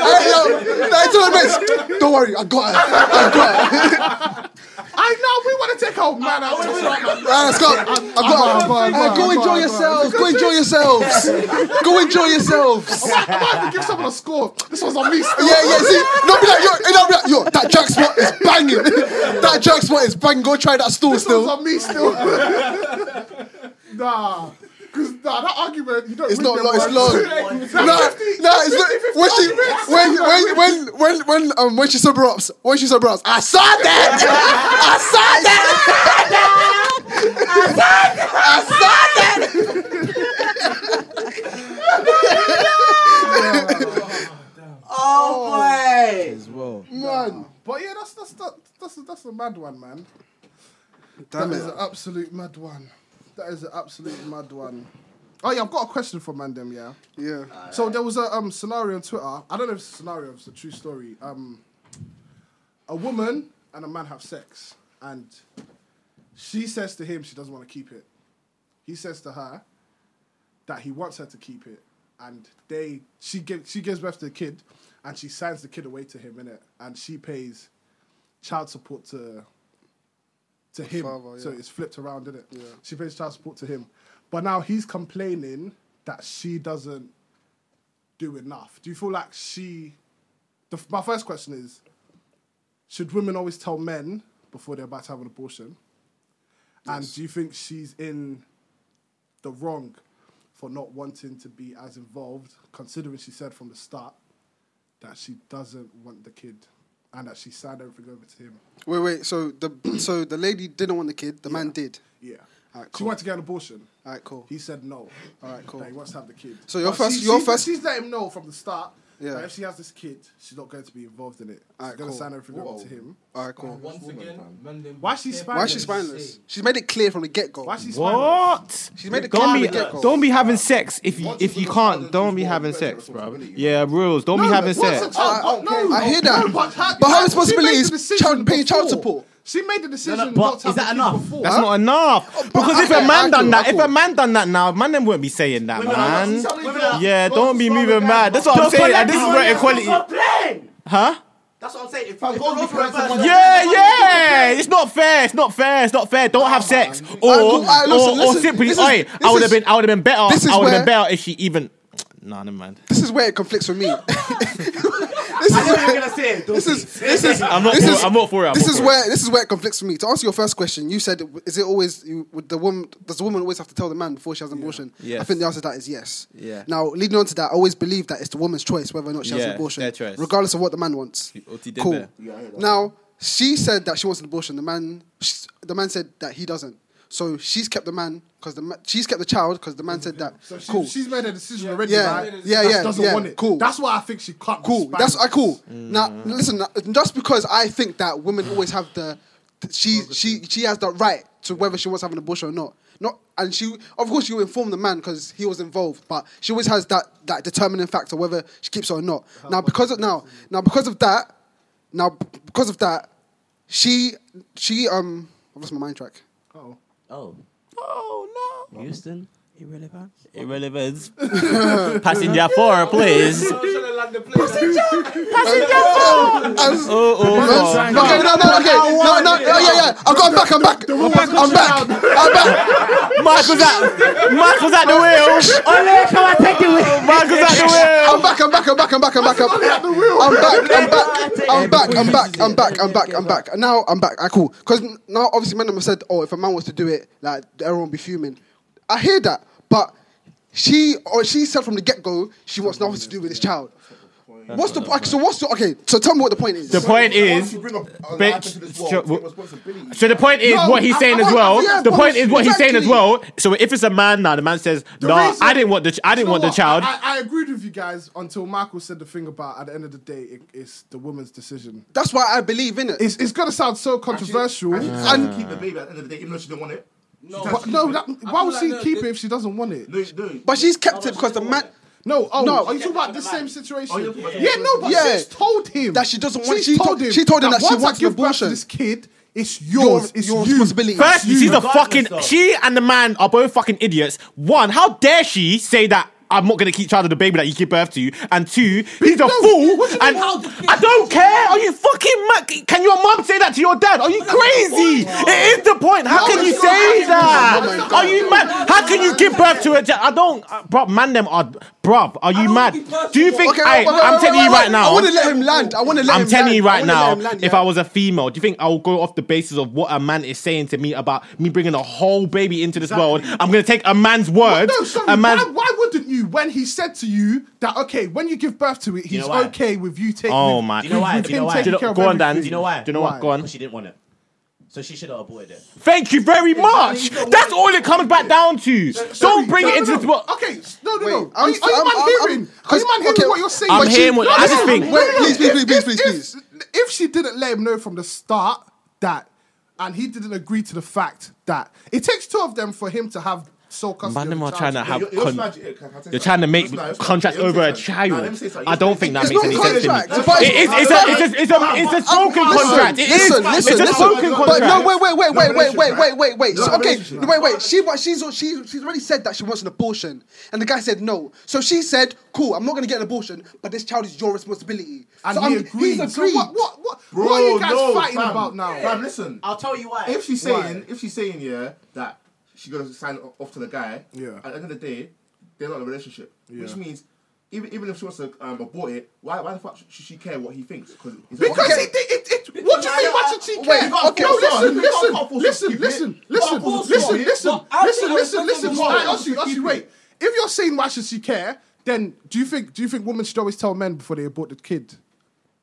[SPEAKER 7] Hey, yo. No, it's all right, mates. Don't worry. I got it. I got it.
[SPEAKER 3] I know we want to Check out man. out.
[SPEAKER 7] Right, let's go. I've got. Hey, go enjoy yourselves. Go enjoy yourselves. Go enjoy yourselves.
[SPEAKER 3] I might even give someone a score. This one's on me. Still.
[SPEAKER 7] Yeah, yeah. See, don't be like yo. eh, Don't be like yo. That jack spot is banging. That jack spot is banging. Go try that stool
[SPEAKER 3] This one's
[SPEAKER 7] still.
[SPEAKER 3] on me still. nah. Cause nah, that argument you don't.
[SPEAKER 7] It's
[SPEAKER 3] win
[SPEAKER 7] not
[SPEAKER 3] them
[SPEAKER 7] long. It's
[SPEAKER 3] ones.
[SPEAKER 7] long.
[SPEAKER 3] Yeah.
[SPEAKER 7] No, no, it's not. When she, when, when, when, when, when, um, when she sober up, when she sober up, I saw that. I saw that. I saw that. I saw
[SPEAKER 16] Oh boy.
[SPEAKER 17] As well.
[SPEAKER 3] Man, but yeah, that's that's that, that's a, that's a mad one, man.
[SPEAKER 7] Damn
[SPEAKER 3] that
[SPEAKER 7] it.
[SPEAKER 3] is an absolute mad one. That is an absolute mad one. Oh yeah, I've got a question for Mandem. Yeah.
[SPEAKER 7] Yeah.
[SPEAKER 3] So there was a um, scenario on Twitter. I don't know if it's a scenario, if it's a true story. Um, a woman and a man have sex, and she says to him she doesn't want to keep it. He says to her that he wants her to keep it, and they she gives she gives birth to a kid, and she signs the kid away to him in it, and she pays child support to to him.
[SPEAKER 7] father,
[SPEAKER 3] So
[SPEAKER 7] yeah.
[SPEAKER 3] it's flipped around, isn't it?
[SPEAKER 7] Yeah.
[SPEAKER 3] She pays child support to him, but now he's complaining that she doesn't do enough. Do you feel like she? The, f- my first question is: Should women always tell men before they're about to have an abortion? And do you think she's in the wrong for not wanting to be as involved, considering she said from the start that she doesn't want the kid and that she signed everything over to him?
[SPEAKER 7] Wait, wait. So the so the lady didn't want the kid. The man did.
[SPEAKER 3] Yeah.
[SPEAKER 7] Alright,
[SPEAKER 3] She
[SPEAKER 7] cool.
[SPEAKER 3] wanted to get an abortion.
[SPEAKER 7] All right, cool.
[SPEAKER 3] He said no. All right,
[SPEAKER 7] cool.
[SPEAKER 3] That he wants to have the kid.
[SPEAKER 7] So your
[SPEAKER 3] But
[SPEAKER 7] first-
[SPEAKER 3] she-
[SPEAKER 7] your
[SPEAKER 3] she's-
[SPEAKER 7] first-
[SPEAKER 3] She's let him know from the start
[SPEAKER 7] Yeah.
[SPEAKER 3] that if she has this kid, she's not going to be involved in it. She's
[SPEAKER 7] Alright,
[SPEAKER 3] going to
[SPEAKER 7] cool.
[SPEAKER 3] sign everything
[SPEAKER 7] Whoa.
[SPEAKER 3] over to him.
[SPEAKER 7] Alright, cool.
[SPEAKER 18] Once again, man, them
[SPEAKER 3] Why is she
[SPEAKER 18] step
[SPEAKER 3] spineless?
[SPEAKER 7] Why is she spineless? She's made it clear from the get go. Why
[SPEAKER 3] is she
[SPEAKER 6] What?
[SPEAKER 7] She's made it clear
[SPEAKER 6] Don't
[SPEAKER 7] from the
[SPEAKER 6] be
[SPEAKER 7] get go.
[SPEAKER 6] don't be having sex if you if you can't. Don't be having sex, bro. Yeah, rules. Don't be having sex.
[SPEAKER 3] no,
[SPEAKER 7] I hear that.
[SPEAKER 3] no, but her-
[SPEAKER 7] but her
[SPEAKER 3] she
[SPEAKER 7] responsibility
[SPEAKER 3] made the
[SPEAKER 7] is child, paying child support.
[SPEAKER 3] She made the decision not
[SPEAKER 6] But
[SPEAKER 3] to
[SPEAKER 6] is
[SPEAKER 3] have
[SPEAKER 6] that
[SPEAKER 3] the kid
[SPEAKER 6] enough?
[SPEAKER 3] before.
[SPEAKER 6] That's
[SPEAKER 3] Huh?
[SPEAKER 6] not enough. Because if
[SPEAKER 3] okay,
[SPEAKER 6] a man
[SPEAKER 3] I
[SPEAKER 6] done
[SPEAKER 3] cool,
[SPEAKER 6] that,
[SPEAKER 3] I
[SPEAKER 6] if a man done that now, man then wouldn't be saying that, man. Yeah, don't be moving mad. That's what I'm saying. and This is where equality, huh?
[SPEAKER 10] That's what I'm saying. If it goes for a person,
[SPEAKER 6] Yeah, yeah. It's not fair. It's not fair. It's not fair. Don't have sex. Or,
[SPEAKER 7] Uncle, aye, listen,
[SPEAKER 6] or, or
[SPEAKER 7] listen.
[SPEAKER 6] simply,
[SPEAKER 7] This is-
[SPEAKER 6] oi,
[SPEAKER 7] this
[SPEAKER 6] I would
[SPEAKER 7] is-
[SPEAKER 6] have been, I would have been better.
[SPEAKER 7] this is
[SPEAKER 6] I would have
[SPEAKER 7] where-
[SPEAKER 6] been better if she even. Nah, never mind.
[SPEAKER 7] This is where it conflicts with me. this
[SPEAKER 10] I know what
[SPEAKER 7] is
[SPEAKER 10] you're gonna say. Don't
[SPEAKER 7] this
[SPEAKER 10] be.
[SPEAKER 7] is this is
[SPEAKER 6] I'm not
[SPEAKER 7] this
[SPEAKER 6] for-
[SPEAKER 7] is,
[SPEAKER 6] I'm not for it, I'm
[SPEAKER 7] this
[SPEAKER 6] not
[SPEAKER 7] is
[SPEAKER 6] for it.
[SPEAKER 7] where this is where it conflicts with me. To answer your first question, you said is it always you, would the woman does the woman always have to tell the man before she has an abortion?
[SPEAKER 6] Yes.
[SPEAKER 7] I think the answer to that is yes.
[SPEAKER 6] Yeah.
[SPEAKER 7] Now leading on to that, I always believe that it's the woman's choice whether or not she has
[SPEAKER 6] Yeah,
[SPEAKER 7] an abortion,
[SPEAKER 6] their choice.
[SPEAKER 7] regardless of what the man wants. Cool. Now she said that she wants an abortion. The man, sh the man said that he doesn't. So she's kept the man because the ma- she's kept the child because the man said that.
[SPEAKER 3] So she,
[SPEAKER 7] cool.
[SPEAKER 3] she's made a decision already.
[SPEAKER 7] Yeah,
[SPEAKER 3] man.
[SPEAKER 7] yeah,
[SPEAKER 3] That
[SPEAKER 7] yeah,
[SPEAKER 3] Doesn't
[SPEAKER 7] yeah,
[SPEAKER 3] want it.
[SPEAKER 7] cool.
[SPEAKER 3] That's why I think she can't.
[SPEAKER 7] cool.
[SPEAKER 3] respond.
[SPEAKER 7] That's I cool. Now listen, now, just because I think that women always have the th- she she she has the right to whether she wants to have an abortion or not. Not and she of course you inform the man because he was involved, but she always has that that determining factor whether she keeps it or not. Now because of now now because of that now b- because of that she she um I lost my mind track.
[SPEAKER 3] Oh.
[SPEAKER 10] Oh,
[SPEAKER 6] Oh no.
[SPEAKER 10] Houston, irrelevant.
[SPEAKER 6] Irrelevant. Passenger four, please. Oh,
[SPEAKER 7] As-
[SPEAKER 6] Oh, oh,
[SPEAKER 7] Okay, no, no, okay, no, no, no, yeah, yeah. I'm, I'm back, I'm back, I'm back, I'm back, I'm back.
[SPEAKER 6] oh. Michael's at, Michael's at the wheel.
[SPEAKER 16] Ole, come and take the wheel.
[SPEAKER 6] Michael's at the wheel.
[SPEAKER 7] I'm back, I'm back, I'm back, I'm back, I'm back, I'm back. I'm back, I'm back, I'm back, I'm back, I'm back, I'm back, I'm back. Now I'm back. I cool. Because now obviously men have said, oh, if a man was to do it, like everyone will be fuming. I hear that, but she or she said from the get go she wants nothing to do with this child. What's the point? So what's the okay? So tell me what the point is.
[SPEAKER 6] The point is, bitch. So the point is
[SPEAKER 7] No,
[SPEAKER 6] what he's
[SPEAKER 7] I-
[SPEAKER 6] saying
[SPEAKER 7] I
[SPEAKER 6] as
[SPEAKER 7] want-
[SPEAKER 6] well.
[SPEAKER 7] yeah,
[SPEAKER 6] the point
[SPEAKER 7] but-
[SPEAKER 6] is what he's saying as
[SPEAKER 7] exactly.
[SPEAKER 6] well. So if it's a man now, the man says, "No,
[SPEAKER 3] reason-
[SPEAKER 6] I didn't want the, ch- I
[SPEAKER 3] Do you
[SPEAKER 6] didn't
[SPEAKER 3] know
[SPEAKER 6] want the
[SPEAKER 3] what?
[SPEAKER 6] child."
[SPEAKER 3] I, I, I agreed with you guys until Michael said the thing about at the end of the day, it, it's the woman's decision.
[SPEAKER 7] That's why I believe in it.
[SPEAKER 3] It's, it's going to sound so controversial.
[SPEAKER 5] And keep the baby at the end of the day, even though she didn't want it.
[SPEAKER 18] No,
[SPEAKER 3] but no, that, why
[SPEAKER 18] feel
[SPEAKER 3] would
[SPEAKER 18] like
[SPEAKER 3] she
[SPEAKER 18] no,
[SPEAKER 3] keep
[SPEAKER 18] the-
[SPEAKER 3] it if she doesn't want it?
[SPEAKER 5] No, no.
[SPEAKER 7] But she's kept it because the man
[SPEAKER 3] No, oh,
[SPEAKER 7] No.
[SPEAKER 3] are you talking about the same situation?
[SPEAKER 5] Oh, you're talking about the
[SPEAKER 3] yeah,
[SPEAKER 5] same
[SPEAKER 3] no, but
[SPEAKER 7] situation.
[SPEAKER 3] she's told him
[SPEAKER 7] That she doesn't want-
[SPEAKER 3] She's
[SPEAKER 7] she told- she told him that she
[SPEAKER 3] once I
[SPEAKER 7] wants an
[SPEAKER 3] give birth to
[SPEAKER 7] abortion.
[SPEAKER 3] This kid, it's yours. it's
[SPEAKER 7] your
[SPEAKER 3] you.
[SPEAKER 7] responsibility.
[SPEAKER 6] First, she's a
[SPEAKER 10] Regardless
[SPEAKER 6] fucking.
[SPEAKER 10] though.
[SPEAKER 6] She and the man are both fucking idiots. One, how dare she say that I'm not gonna keep child of the baby that you give birth to. And two, he's a fool. And I don't care. Are you fucking mad? Can your mum say that to your dad? Are you crazy? It is the point.
[SPEAKER 19] No,
[SPEAKER 6] How can you
[SPEAKER 19] it's not
[SPEAKER 6] say
[SPEAKER 19] happening. Oh my
[SPEAKER 6] that?
[SPEAKER 19] God.
[SPEAKER 6] Are you mad? How can you give birth to a dad? I don't, uh, bruv. Man, them are, bruv. Are you mad? Do you think?
[SPEAKER 7] Okay,
[SPEAKER 6] I,
[SPEAKER 7] wait, wait,
[SPEAKER 6] I'm
[SPEAKER 7] wait,
[SPEAKER 6] telling
[SPEAKER 7] wait,
[SPEAKER 6] you
[SPEAKER 7] wait.
[SPEAKER 6] right now.
[SPEAKER 7] I want to let him land. I want to let
[SPEAKER 6] I'm
[SPEAKER 7] him
[SPEAKER 6] telling
[SPEAKER 7] land.
[SPEAKER 6] you
[SPEAKER 7] I
[SPEAKER 6] right
[SPEAKER 7] wanna let
[SPEAKER 6] now,
[SPEAKER 7] him land,
[SPEAKER 6] if
[SPEAKER 7] yeah.
[SPEAKER 6] I was a female, do you think I will go off the basis of what a man is saying to me about me bringing a whole baby into this world? I'm going to take a man's word.
[SPEAKER 3] No, sorry.
[SPEAKER 6] a man's.
[SPEAKER 3] why, why wouldn't you? When he said to you that okay, when you give birth to it, he's
[SPEAKER 6] know why?
[SPEAKER 3] okay with you taking.
[SPEAKER 6] Oh
[SPEAKER 3] with-
[SPEAKER 6] my!
[SPEAKER 3] with him taking care of
[SPEAKER 6] Go on, Dan.
[SPEAKER 3] everything.
[SPEAKER 6] Do you know why? Do you know what? Go on.
[SPEAKER 20] Because she didn't want it. So she should have aborted it.
[SPEAKER 6] Thank you very much. That's all it comes back down to. Don't bring it into this world.
[SPEAKER 3] Okay, no, no, no.
[SPEAKER 7] I'm-
[SPEAKER 3] Are you, are you
[SPEAKER 7] I'm-
[SPEAKER 3] man
[SPEAKER 7] I'm-
[SPEAKER 3] hearing?
[SPEAKER 7] I'm-
[SPEAKER 3] are you man hearing
[SPEAKER 7] okay.
[SPEAKER 3] what you're saying?
[SPEAKER 6] I'm
[SPEAKER 3] But she-
[SPEAKER 6] hearing what-
[SPEAKER 3] no,
[SPEAKER 6] I
[SPEAKER 3] no, no,
[SPEAKER 6] just think-
[SPEAKER 3] no,
[SPEAKER 6] Wait,
[SPEAKER 3] no, no.
[SPEAKER 7] please, please,
[SPEAKER 3] If-
[SPEAKER 7] please,
[SPEAKER 3] if-
[SPEAKER 7] please,
[SPEAKER 3] if-
[SPEAKER 7] please.
[SPEAKER 3] If she didn't let him know from the start that, and he didn't agree to the fact that it takes two of them for him to have sole custody.
[SPEAKER 6] Man,
[SPEAKER 3] of
[SPEAKER 6] them
[SPEAKER 3] the
[SPEAKER 6] are
[SPEAKER 3] child.
[SPEAKER 6] trying to have.
[SPEAKER 5] you're
[SPEAKER 6] con-
[SPEAKER 5] smart, yeah, can I say
[SPEAKER 6] You're trying to make
[SPEAKER 5] You're smart, you're
[SPEAKER 6] contracts
[SPEAKER 5] smart.
[SPEAKER 6] over a
[SPEAKER 5] Nah, let me
[SPEAKER 6] child.
[SPEAKER 5] say something.
[SPEAKER 6] I don't think that
[SPEAKER 5] It's
[SPEAKER 6] makes
[SPEAKER 5] not
[SPEAKER 6] any sense to me.
[SPEAKER 5] contract. It's not
[SPEAKER 6] It is. It's a.
[SPEAKER 5] contract.
[SPEAKER 6] It's a. It's a. It's a spoken
[SPEAKER 7] Listen,
[SPEAKER 6] contract. It is.
[SPEAKER 7] Listen, listen,
[SPEAKER 6] It's a
[SPEAKER 7] listen.
[SPEAKER 6] spoken
[SPEAKER 7] But no,
[SPEAKER 6] contract.
[SPEAKER 7] wait, wait, wait,
[SPEAKER 5] No
[SPEAKER 7] wait, wait, wait,
[SPEAKER 5] relationship,
[SPEAKER 7] wait, wait, wait.
[SPEAKER 5] No
[SPEAKER 7] So, okay,
[SPEAKER 5] relationship.
[SPEAKER 7] wait, wait. She, what she's, she's, she's already said that she wants an abortion, and the guy said no. So she said, "Cool, I'm not going to get an abortion, but this child is your responsibility."
[SPEAKER 3] And
[SPEAKER 7] so
[SPEAKER 3] he
[SPEAKER 7] I'm-
[SPEAKER 3] agreed.
[SPEAKER 7] He's
[SPEAKER 3] So
[SPEAKER 7] agreed.
[SPEAKER 3] what? What? What,
[SPEAKER 5] Bro,
[SPEAKER 3] what are you guys
[SPEAKER 5] no,
[SPEAKER 3] fighting
[SPEAKER 5] fam.
[SPEAKER 3] about now?
[SPEAKER 5] Fam, listen.
[SPEAKER 20] I'll tell you why.
[SPEAKER 5] If she's
[SPEAKER 3] Why?
[SPEAKER 5] saying, if she's saying, yeah, that she goes to sign o- off to the guy.
[SPEAKER 3] Yeah.
[SPEAKER 5] At the end of the day, they're not in a relationship, which
[SPEAKER 3] Yeah.
[SPEAKER 5] means. Even, even if she wants to um, abort it, why why the fuck should she care what he thinks? Because
[SPEAKER 3] Because he did it, it. What do you mean? Why should she
[SPEAKER 5] Wait,
[SPEAKER 3] care?
[SPEAKER 5] you can't
[SPEAKER 3] Okay,
[SPEAKER 5] force her.
[SPEAKER 3] no, listen,
[SPEAKER 5] You can't
[SPEAKER 3] listen,
[SPEAKER 5] force her.
[SPEAKER 3] listen,
[SPEAKER 5] You
[SPEAKER 3] listen,
[SPEAKER 5] can't
[SPEAKER 3] listen,
[SPEAKER 5] force her.
[SPEAKER 3] listen, listen,
[SPEAKER 5] But I
[SPEAKER 3] listen,
[SPEAKER 5] think I
[SPEAKER 3] listen,
[SPEAKER 5] respect
[SPEAKER 3] listen.
[SPEAKER 5] the
[SPEAKER 3] I
[SPEAKER 5] law.
[SPEAKER 3] ask you, ask you, wait. If you're saying why should she care, then do you think do you think women should always tell men before they abort the kid?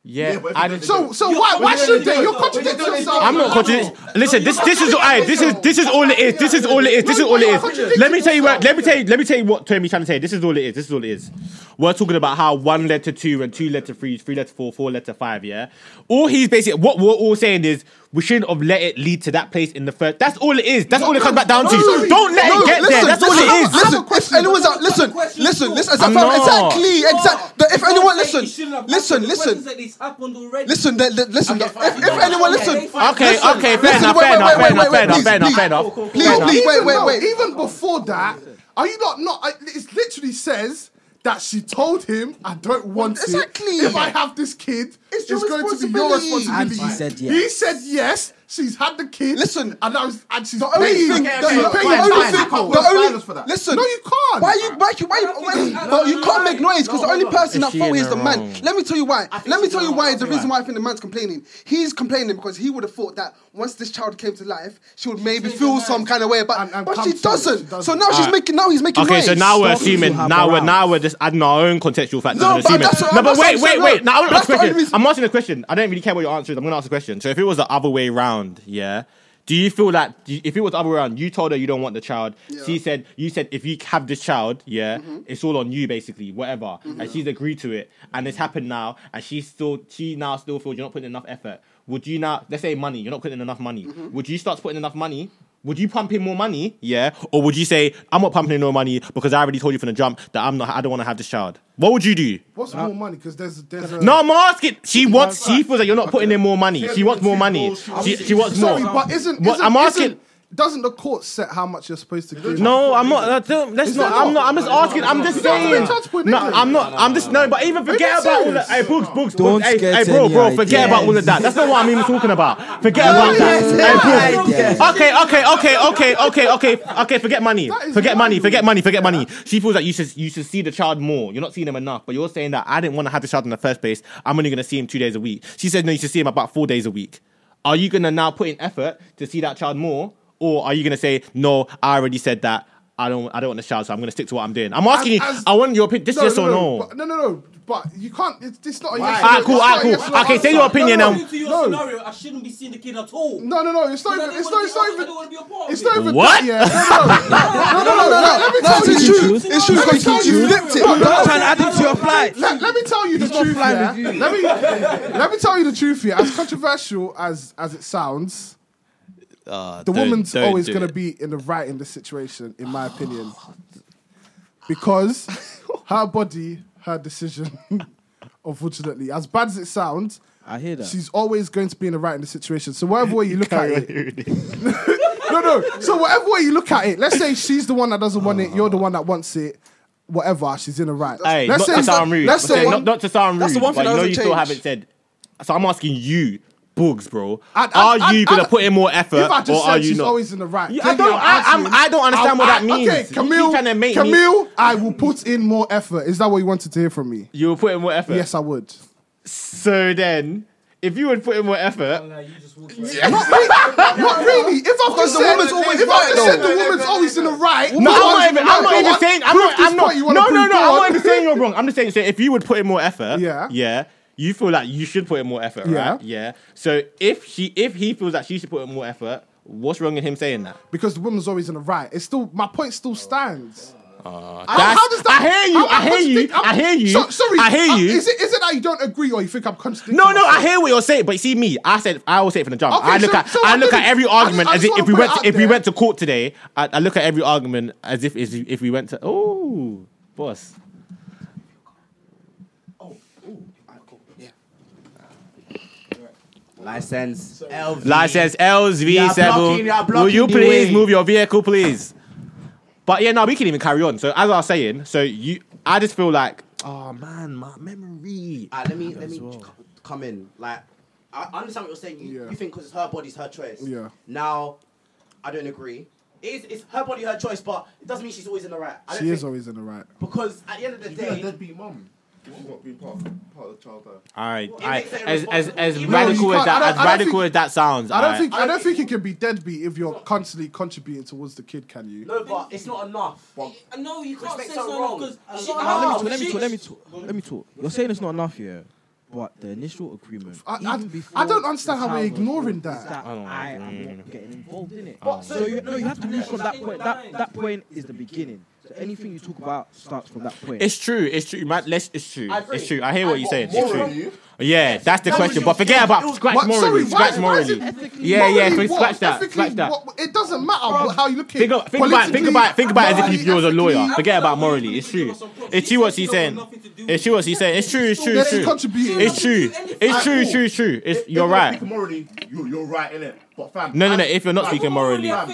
[SPEAKER 6] Yeah,
[SPEAKER 5] but if
[SPEAKER 6] I
[SPEAKER 5] they
[SPEAKER 6] didn't.
[SPEAKER 3] So so
[SPEAKER 5] You're-
[SPEAKER 3] why why
[SPEAKER 5] but
[SPEAKER 3] should
[SPEAKER 5] they're
[SPEAKER 3] they? You're
[SPEAKER 5] doing it,
[SPEAKER 3] contradicting
[SPEAKER 5] though. But they're doing it.
[SPEAKER 3] yourself.
[SPEAKER 6] I'm not contradicting. Listen, this this is I this is this is all it is. This is all it is. This is all it is. Let me tell you what. Let me tell you. Let me tell you what Tommy's trying to say. This is all it is. This is all it is. We're talking about how one led to two and two led to three, three led to four, four led to five. Yeah. All he's basically what we're all saying is we shouldn't have let it lead to that place in the first. That's all it is. That's all it comes back down to. Don't let
[SPEAKER 7] No,
[SPEAKER 6] it get there.
[SPEAKER 7] listen,
[SPEAKER 6] That's all
[SPEAKER 7] listen,
[SPEAKER 6] it is.
[SPEAKER 7] Listen, if anyone's out, listen, listen, listen.
[SPEAKER 6] I'm
[SPEAKER 7] Exactly,
[SPEAKER 6] not.
[SPEAKER 7] exactly. exact- the- If
[SPEAKER 10] Don't
[SPEAKER 7] anyone,
[SPEAKER 10] say it
[SPEAKER 7] listen,
[SPEAKER 10] shouldn't have
[SPEAKER 7] listen,
[SPEAKER 10] happened. The
[SPEAKER 7] listen.
[SPEAKER 10] questions like this happened already.
[SPEAKER 7] Listen, the, the, listen. the- if, if anyone listen,
[SPEAKER 6] Okay,
[SPEAKER 7] listen,
[SPEAKER 6] okay, fair
[SPEAKER 7] listen,
[SPEAKER 6] enough, fair
[SPEAKER 7] wait, wait,
[SPEAKER 6] enough,
[SPEAKER 7] wait,
[SPEAKER 6] fair
[SPEAKER 7] wait,
[SPEAKER 6] enough,
[SPEAKER 7] wait,
[SPEAKER 6] fair enough,
[SPEAKER 7] please,
[SPEAKER 6] fair enough,
[SPEAKER 7] please.
[SPEAKER 6] fair enough.
[SPEAKER 7] Please, please, wait,
[SPEAKER 3] Even
[SPEAKER 7] wait,
[SPEAKER 3] though-
[SPEAKER 7] wait.
[SPEAKER 3] Even before that, are you not not? I- It literally says that she told him, "I don't want it.
[SPEAKER 7] exactly.
[SPEAKER 3] If I have this kid, it's,
[SPEAKER 7] It's your
[SPEAKER 3] going to be your
[SPEAKER 7] responsibility."
[SPEAKER 3] responsibility."
[SPEAKER 4] And she said yes.
[SPEAKER 3] He said yes. She's had the kid.
[SPEAKER 7] Listen.
[SPEAKER 3] and I was, and she's
[SPEAKER 7] The only
[SPEAKER 3] paying.
[SPEAKER 7] thing,
[SPEAKER 3] she's
[SPEAKER 7] the, the,
[SPEAKER 3] paying
[SPEAKER 7] the only
[SPEAKER 3] fines.
[SPEAKER 7] thing,
[SPEAKER 5] can't
[SPEAKER 7] the
[SPEAKER 5] work
[SPEAKER 7] only,
[SPEAKER 5] silence for that.
[SPEAKER 7] listen.
[SPEAKER 3] No, you can't.
[SPEAKER 7] Why you, why you, why you, why, but you can't make noise because the only person that
[SPEAKER 6] she
[SPEAKER 7] fault
[SPEAKER 6] in
[SPEAKER 7] is
[SPEAKER 6] the
[SPEAKER 7] the man.
[SPEAKER 6] wrong?
[SPEAKER 7] Let me tell you why. Let me
[SPEAKER 20] she's
[SPEAKER 7] tell you
[SPEAKER 20] wrong.
[SPEAKER 7] why.
[SPEAKER 20] I'll
[SPEAKER 7] The
[SPEAKER 20] tell you
[SPEAKER 7] reason
[SPEAKER 20] why.
[SPEAKER 7] why I think the man's complaining. He's complaining because he would have thought that once this child came to life, she would maybe
[SPEAKER 10] Change
[SPEAKER 7] feel
[SPEAKER 10] her
[SPEAKER 7] some kind of way,
[SPEAKER 3] And-
[SPEAKER 7] but
[SPEAKER 3] and
[SPEAKER 7] but
[SPEAKER 3] come
[SPEAKER 7] she
[SPEAKER 3] to it, she
[SPEAKER 7] doesn't.
[SPEAKER 3] doesn't.
[SPEAKER 7] So now she's
[SPEAKER 6] Alright.
[SPEAKER 7] making, now he's making
[SPEAKER 6] Okay,
[SPEAKER 7] noise.
[SPEAKER 6] so now we're
[SPEAKER 4] Stop you
[SPEAKER 6] assuming.
[SPEAKER 4] to have
[SPEAKER 6] Now we're
[SPEAKER 4] aroused.
[SPEAKER 6] now we're just adding our own contextual factors.
[SPEAKER 7] No,
[SPEAKER 6] and
[SPEAKER 7] but
[SPEAKER 6] assuming.
[SPEAKER 7] that's what-
[SPEAKER 6] no, but
[SPEAKER 7] that's what
[SPEAKER 6] wait,
[SPEAKER 7] I'm
[SPEAKER 6] wait,
[SPEAKER 7] saying,
[SPEAKER 6] wait.
[SPEAKER 7] right?
[SPEAKER 6] Now I'm asking
[SPEAKER 7] That's the
[SPEAKER 6] a
[SPEAKER 7] only
[SPEAKER 6] question.
[SPEAKER 7] reason-
[SPEAKER 6] I'm asking a question. I don't really care what your answer is. I'm going to ask a question. So if it was the other way round, yeah. Do you feel that do you- if it was the other way around, you told her you don't want the child. She said you said if you have this child, yeah, it's all on you basically, whatever. And she's agreed to it, and it's happened now, and she's still she now still feels you're not putting enough effort. Would you now let's say money, you're not putting enough money. Would you start putting enough money would you pump in more money, yeah, or would you say I'm not pumping in no money because I already told you from the jump that I'm not, I don't want to have this child? What would you do?
[SPEAKER 3] What's more money? Because there's there's a
[SPEAKER 6] No, I'm asking. She wants. She feels that you're not putting in more money. She wants more money. She, she wants more.
[SPEAKER 3] Sorry, but isn't,
[SPEAKER 6] What-
[SPEAKER 3] isn't
[SPEAKER 6] I'm asking-
[SPEAKER 3] isn't- doesn't the court set how much you're supposed to give?
[SPEAKER 6] No, I'm not. I don't- let's
[SPEAKER 3] Is
[SPEAKER 6] not.
[SPEAKER 3] there
[SPEAKER 6] I'm not. I'm just asking. I'm just
[SPEAKER 3] There's no
[SPEAKER 6] saying.
[SPEAKER 3] touch point,
[SPEAKER 6] No,
[SPEAKER 3] is there?
[SPEAKER 6] I'm not. I'm just no. But even forget about all that. Hey, books, books,
[SPEAKER 4] Don't
[SPEAKER 6] books. Hey,
[SPEAKER 4] get
[SPEAKER 6] hey, bro,
[SPEAKER 4] any
[SPEAKER 6] bro. Forget
[SPEAKER 4] ideas.
[SPEAKER 6] about all of that. That's not what I'm even talking about. Forget about that. Hey, bro. Okay, okay, okay, okay, okay, okay, okay. Forget money.
[SPEAKER 3] is
[SPEAKER 6] Forget money.
[SPEAKER 3] wild.
[SPEAKER 6] Forget money. Forget money. She feels that you should you should see the child more. You're not seeing him enough, but you're saying that I didn't want to have the child in the first place. I'm only going to see him two days a week. She said no, you should see him about four days a week. Are you going to now put in effort to see that child more, or are you going to say no? I already said that. I don't. I don't want the child, so I'm going to stick to what I'm doing. I'm asking
[SPEAKER 3] As-
[SPEAKER 6] you.
[SPEAKER 3] as-
[SPEAKER 6] I want your opinion. This yes or no?
[SPEAKER 3] But, no, no, no. But you can't. It's, it's not a yes.
[SPEAKER 6] Ah, cool,
[SPEAKER 3] it's
[SPEAKER 6] ah,
[SPEAKER 3] not a
[SPEAKER 6] cool.
[SPEAKER 3] yes or no
[SPEAKER 6] Okay, say
[SPEAKER 3] answer.
[SPEAKER 6] your opinion
[SPEAKER 3] No,
[SPEAKER 6] now.
[SPEAKER 3] no,
[SPEAKER 10] According to your
[SPEAKER 3] No.
[SPEAKER 10] scenario, I shouldn't be seeing the kid at all.
[SPEAKER 3] No, no, no. It's not
[SPEAKER 10] Because I
[SPEAKER 3] even. It's
[SPEAKER 10] don't
[SPEAKER 3] not.
[SPEAKER 10] wanna
[SPEAKER 3] It's not
[SPEAKER 10] be- I
[SPEAKER 3] even.
[SPEAKER 10] don't wanna be a part of
[SPEAKER 3] It's
[SPEAKER 10] it.
[SPEAKER 3] not even.
[SPEAKER 6] What?
[SPEAKER 3] Yeah. No, no, no, no, no, no. Let me
[SPEAKER 7] No,
[SPEAKER 3] tell
[SPEAKER 7] it's
[SPEAKER 3] you.
[SPEAKER 7] true. It's true
[SPEAKER 3] Let me tell
[SPEAKER 7] because you flipped it.
[SPEAKER 3] No, no,
[SPEAKER 20] trying to add it to your flight.
[SPEAKER 3] let, let me tell you the
[SPEAKER 20] not
[SPEAKER 3] truth.
[SPEAKER 20] flying
[SPEAKER 3] Yeah?
[SPEAKER 20] with you.
[SPEAKER 3] Let me let me tell you the truth here. As controversial as as it sounds, the woman's always going to be in the right in this situation, in my opinion, because her body, her decision. Unfortunately, as bad as it sounds,
[SPEAKER 4] I hear that.
[SPEAKER 3] she's always going to be in the right in this situation. So whatever way you look at it, no, no. So whatever way you look at it, let's say she's the one that doesn't want it, you're the one that wants it. whatever, she's in the right.
[SPEAKER 6] Hey, not to sound rude.
[SPEAKER 3] Let's say
[SPEAKER 6] Okay, not, not to sound rude.
[SPEAKER 3] that's the one thing
[SPEAKER 6] but
[SPEAKER 3] that
[SPEAKER 6] you know you
[SPEAKER 3] hasn't changed.
[SPEAKER 6] still haven't said. So I'm asking you, Boogs, bro.
[SPEAKER 3] I-
[SPEAKER 6] are
[SPEAKER 3] I-
[SPEAKER 6] you
[SPEAKER 3] I-
[SPEAKER 6] gonna put in more effort,
[SPEAKER 3] If I just
[SPEAKER 6] or
[SPEAKER 3] said
[SPEAKER 6] are you
[SPEAKER 3] she's
[SPEAKER 6] not?
[SPEAKER 3] always in the right.
[SPEAKER 6] Yeah, I
[SPEAKER 3] clearly
[SPEAKER 6] don't- I- I'm-
[SPEAKER 3] answering-
[SPEAKER 6] I don't understand what that means. You
[SPEAKER 3] Okay,
[SPEAKER 6] keep
[SPEAKER 3] Camille,
[SPEAKER 6] trying to make me-
[SPEAKER 3] Camille, I will put in more effort. Is that what you wanted to hear from me?
[SPEAKER 6] You will put in more effort.
[SPEAKER 3] Yes, I would.
[SPEAKER 6] So then, if you would put in more effort,
[SPEAKER 3] Yeah. not, really, not really. If I've just
[SPEAKER 6] Because the
[SPEAKER 3] said,
[SPEAKER 6] woman's always
[SPEAKER 3] if I've
[SPEAKER 6] right,
[SPEAKER 3] just said
[SPEAKER 6] though.
[SPEAKER 3] the woman's always in the right,
[SPEAKER 6] No, I'm not even. I'm not
[SPEAKER 3] Go
[SPEAKER 6] even
[SPEAKER 3] on.
[SPEAKER 6] saying. I'm
[SPEAKER 3] Prove
[SPEAKER 6] not.
[SPEAKER 3] this
[SPEAKER 6] I'm
[SPEAKER 3] point
[SPEAKER 6] not.
[SPEAKER 3] you
[SPEAKER 6] No,
[SPEAKER 3] wanna
[SPEAKER 6] no, no.
[SPEAKER 3] prove. Go
[SPEAKER 6] I'm
[SPEAKER 3] on.
[SPEAKER 6] not even saying you're wrong. I'm just saying. So if you would put in more effort,
[SPEAKER 3] Yeah.
[SPEAKER 6] yeah, you feel like you should put in more effort, right? Yeah. So if she, if he feels that she should put in more effort, what's wrong in him saying that?
[SPEAKER 3] Because the woman's always in the right. It's still my point still stands.
[SPEAKER 6] Uh,
[SPEAKER 3] I- how does that?
[SPEAKER 6] I hear
[SPEAKER 3] how-
[SPEAKER 6] you. I
[SPEAKER 3] I'm
[SPEAKER 6] hear you.
[SPEAKER 3] contradic- I'm-
[SPEAKER 6] I hear you.
[SPEAKER 3] So- sorry,
[SPEAKER 6] I hear
[SPEAKER 3] uh,
[SPEAKER 6] you.
[SPEAKER 3] Is it is it that you don't agree or you think I'm contradicting?
[SPEAKER 6] No, no, I
[SPEAKER 3] myself?
[SPEAKER 6] hear what you're saying, but you see me, I said I always say it from the jump.
[SPEAKER 3] Okay,
[SPEAKER 6] I look
[SPEAKER 3] so-
[SPEAKER 6] at
[SPEAKER 3] so I
[SPEAKER 6] I look at
[SPEAKER 3] didn't-
[SPEAKER 6] every
[SPEAKER 3] I just-
[SPEAKER 6] argument
[SPEAKER 3] I
[SPEAKER 6] as
[SPEAKER 3] just
[SPEAKER 6] if, if
[SPEAKER 3] wanna
[SPEAKER 6] we
[SPEAKER 3] put
[SPEAKER 6] went
[SPEAKER 3] it
[SPEAKER 6] to,
[SPEAKER 3] out
[SPEAKER 6] if we
[SPEAKER 3] there.
[SPEAKER 6] went to court today, I, I look at every argument as if is if we went to oh boss.
[SPEAKER 10] License.
[SPEAKER 6] License
[SPEAKER 10] LV. You are blocking- you are
[SPEAKER 6] LSV7. Will
[SPEAKER 10] blocking
[SPEAKER 6] you
[SPEAKER 10] the
[SPEAKER 6] please
[SPEAKER 10] way.
[SPEAKER 6] move your vehicle, please? But yeah, no, we can even carry on. So as I was saying, so you, I just feel like oh man, my memory.
[SPEAKER 10] Ah, let me let me co- come in. Like, I I understand what you're saying. You, you think because it's her body's her choice.
[SPEAKER 3] Yeah.
[SPEAKER 10] Now, I don't agree. It's, it's her body, her choice, but it doesn't mean she's always in the right. I don't
[SPEAKER 3] She is
[SPEAKER 10] think-
[SPEAKER 3] always in the right.
[SPEAKER 10] because at the end of the
[SPEAKER 5] She's been a
[SPEAKER 10] day,
[SPEAKER 5] deadbeat mum. She's not been part of, part of the child there.
[SPEAKER 6] Alright,
[SPEAKER 5] Well, it
[SPEAKER 6] alright.
[SPEAKER 5] makes it
[SPEAKER 6] As as as
[SPEAKER 5] irresponsible.
[SPEAKER 6] radical
[SPEAKER 3] No,
[SPEAKER 6] as
[SPEAKER 3] you can't. I
[SPEAKER 6] that as
[SPEAKER 3] don't- I don't
[SPEAKER 6] radical
[SPEAKER 3] think-
[SPEAKER 6] as that sounds.
[SPEAKER 3] I
[SPEAKER 6] alright.
[SPEAKER 3] don't think I don't think it can be deadbeat if you're constantly contributing towards the kid, can you?
[SPEAKER 10] no, but it's not enough.
[SPEAKER 2] No, you can't
[SPEAKER 10] Respect's
[SPEAKER 2] say
[SPEAKER 10] not
[SPEAKER 2] so
[SPEAKER 10] wrong.
[SPEAKER 2] because
[SPEAKER 10] Uh,
[SPEAKER 2] she.
[SPEAKER 10] no,
[SPEAKER 2] how
[SPEAKER 4] Let me
[SPEAKER 2] much
[SPEAKER 4] talk. Let me
[SPEAKER 3] Oh,
[SPEAKER 2] she-
[SPEAKER 4] talk. Let me talk. Let me talk. You're saying it's not enough, yeah. But the initial agreement,
[SPEAKER 3] I, I,
[SPEAKER 4] even before
[SPEAKER 3] I don't understand how
[SPEAKER 4] the
[SPEAKER 3] we're
[SPEAKER 4] child was
[SPEAKER 3] ignoring
[SPEAKER 4] born, is
[SPEAKER 3] that.
[SPEAKER 4] I,
[SPEAKER 6] Mm.
[SPEAKER 4] am not getting involved in it.
[SPEAKER 3] But-
[SPEAKER 4] so you, no, you have to move from that point. That that point is the beginning. So anything you talk about starts from that point.
[SPEAKER 6] It's true. It's true. Man, let's, it's true.
[SPEAKER 4] I agree.
[SPEAKER 6] It's true. I hear what
[SPEAKER 4] I
[SPEAKER 6] you're
[SPEAKER 4] got
[SPEAKER 6] saying.
[SPEAKER 4] more
[SPEAKER 6] It's true.
[SPEAKER 4] on you.
[SPEAKER 6] Yeah, that's
[SPEAKER 3] That
[SPEAKER 6] the
[SPEAKER 3] was
[SPEAKER 6] question.
[SPEAKER 3] your
[SPEAKER 6] But forget
[SPEAKER 3] job.
[SPEAKER 6] about scratch
[SPEAKER 3] What?
[SPEAKER 6] morally.
[SPEAKER 3] Sorry, why-
[SPEAKER 6] Scratch
[SPEAKER 3] why is
[SPEAKER 6] morally.
[SPEAKER 3] it ethically-
[SPEAKER 6] Yeah, yeah.
[SPEAKER 3] morally what?
[SPEAKER 6] Scratch that.
[SPEAKER 3] Ethically
[SPEAKER 6] Scratch that.
[SPEAKER 3] what? It doesn't matter what- how you look at
[SPEAKER 6] Think,
[SPEAKER 3] it.
[SPEAKER 6] of, think about it. Think
[SPEAKER 3] Politically,
[SPEAKER 6] about it. Think about it as if
[SPEAKER 3] morally,
[SPEAKER 6] you was a lawyer.
[SPEAKER 3] ethically,
[SPEAKER 6] Forget about morally. It's true. It's true what she's saying. It's true what she's saying. It's true. It's true. It's
[SPEAKER 3] She
[SPEAKER 6] true.
[SPEAKER 3] contributed.
[SPEAKER 6] It's true. It's true. It's true. It's true. It's you're right.
[SPEAKER 5] morally, you're, you're right in it. But fam,
[SPEAKER 6] No, no, no.
[SPEAKER 5] as-
[SPEAKER 6] If you're not
[SPEAKER 5] fam,
[SPEAKER 6] speaking morally.
[SPEAKER 5] fam,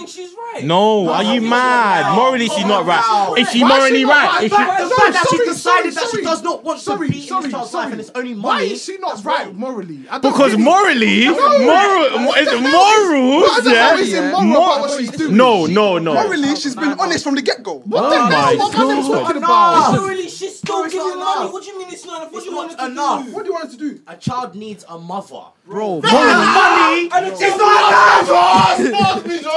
[SPEAKER 6] No,
[SPEAKER 5] No,
[SPEAKER 6] are
[SPEAKER 5] I
[SPEAKER 6] you
[SPEAKER 5] think
[SPEAKER 6] mad? Morally, she's not right. Is she morally right? Is
[SPEAKER 10] The fact
[SPEAKER 6] she-
[SPEAKER 10] that she's decided that she does not want to be in this child's life and it's only
[SPEAKER 3] Why
[SPEAKER 10] money.
[SPEAKER 3] is she not right morally? I don't
[SPEAKER 6] Because
[SPEAKER 3] get it.
[SPEAKER 6] morally,
[SPEAKER 3] No.
[SPEAKER 6] moral, mo- it's
[SPEAKER 3] No, it's-
[SPEAKER 6] morals,
[SPEAKER 3] no, it's-
[SPEAKER 6] yeah.
[SPEAKER 3] no, it's immoral
[SPEAKER 6] Mor-
[SPEAKER 3] about what she's doing.
[SPEAKER 6] No, no, no.
[SPEAKER 1] Morally, she's been honest from the get go.
[SPEAKER 6] What the Oh hell? my What am I God. talking
[SPEAKER 10] about?
[SPEAKER 2] Morally, she's still
[SPEAKER 10] It's
[SPEAKER 2] giving
[SPEAKER 10] not
[SPEAKER 2] money.
[SPEAKER 10] enough.
[SPEAKER 2] What do you mean it's not enough? What
[SPEAKER 10] It's
[SPEAKER 2] do you want her
[SPEAKER 10] not
[SPEAKER 2] to
[SPEAKER 10] enough.
[SPEAKER 2] do?
[SPEAKER 10] What
[SPEAKER 1] do you want to do?
[SPEAKER 10] A child needs a mother.
[SPEAKER 4] Bro,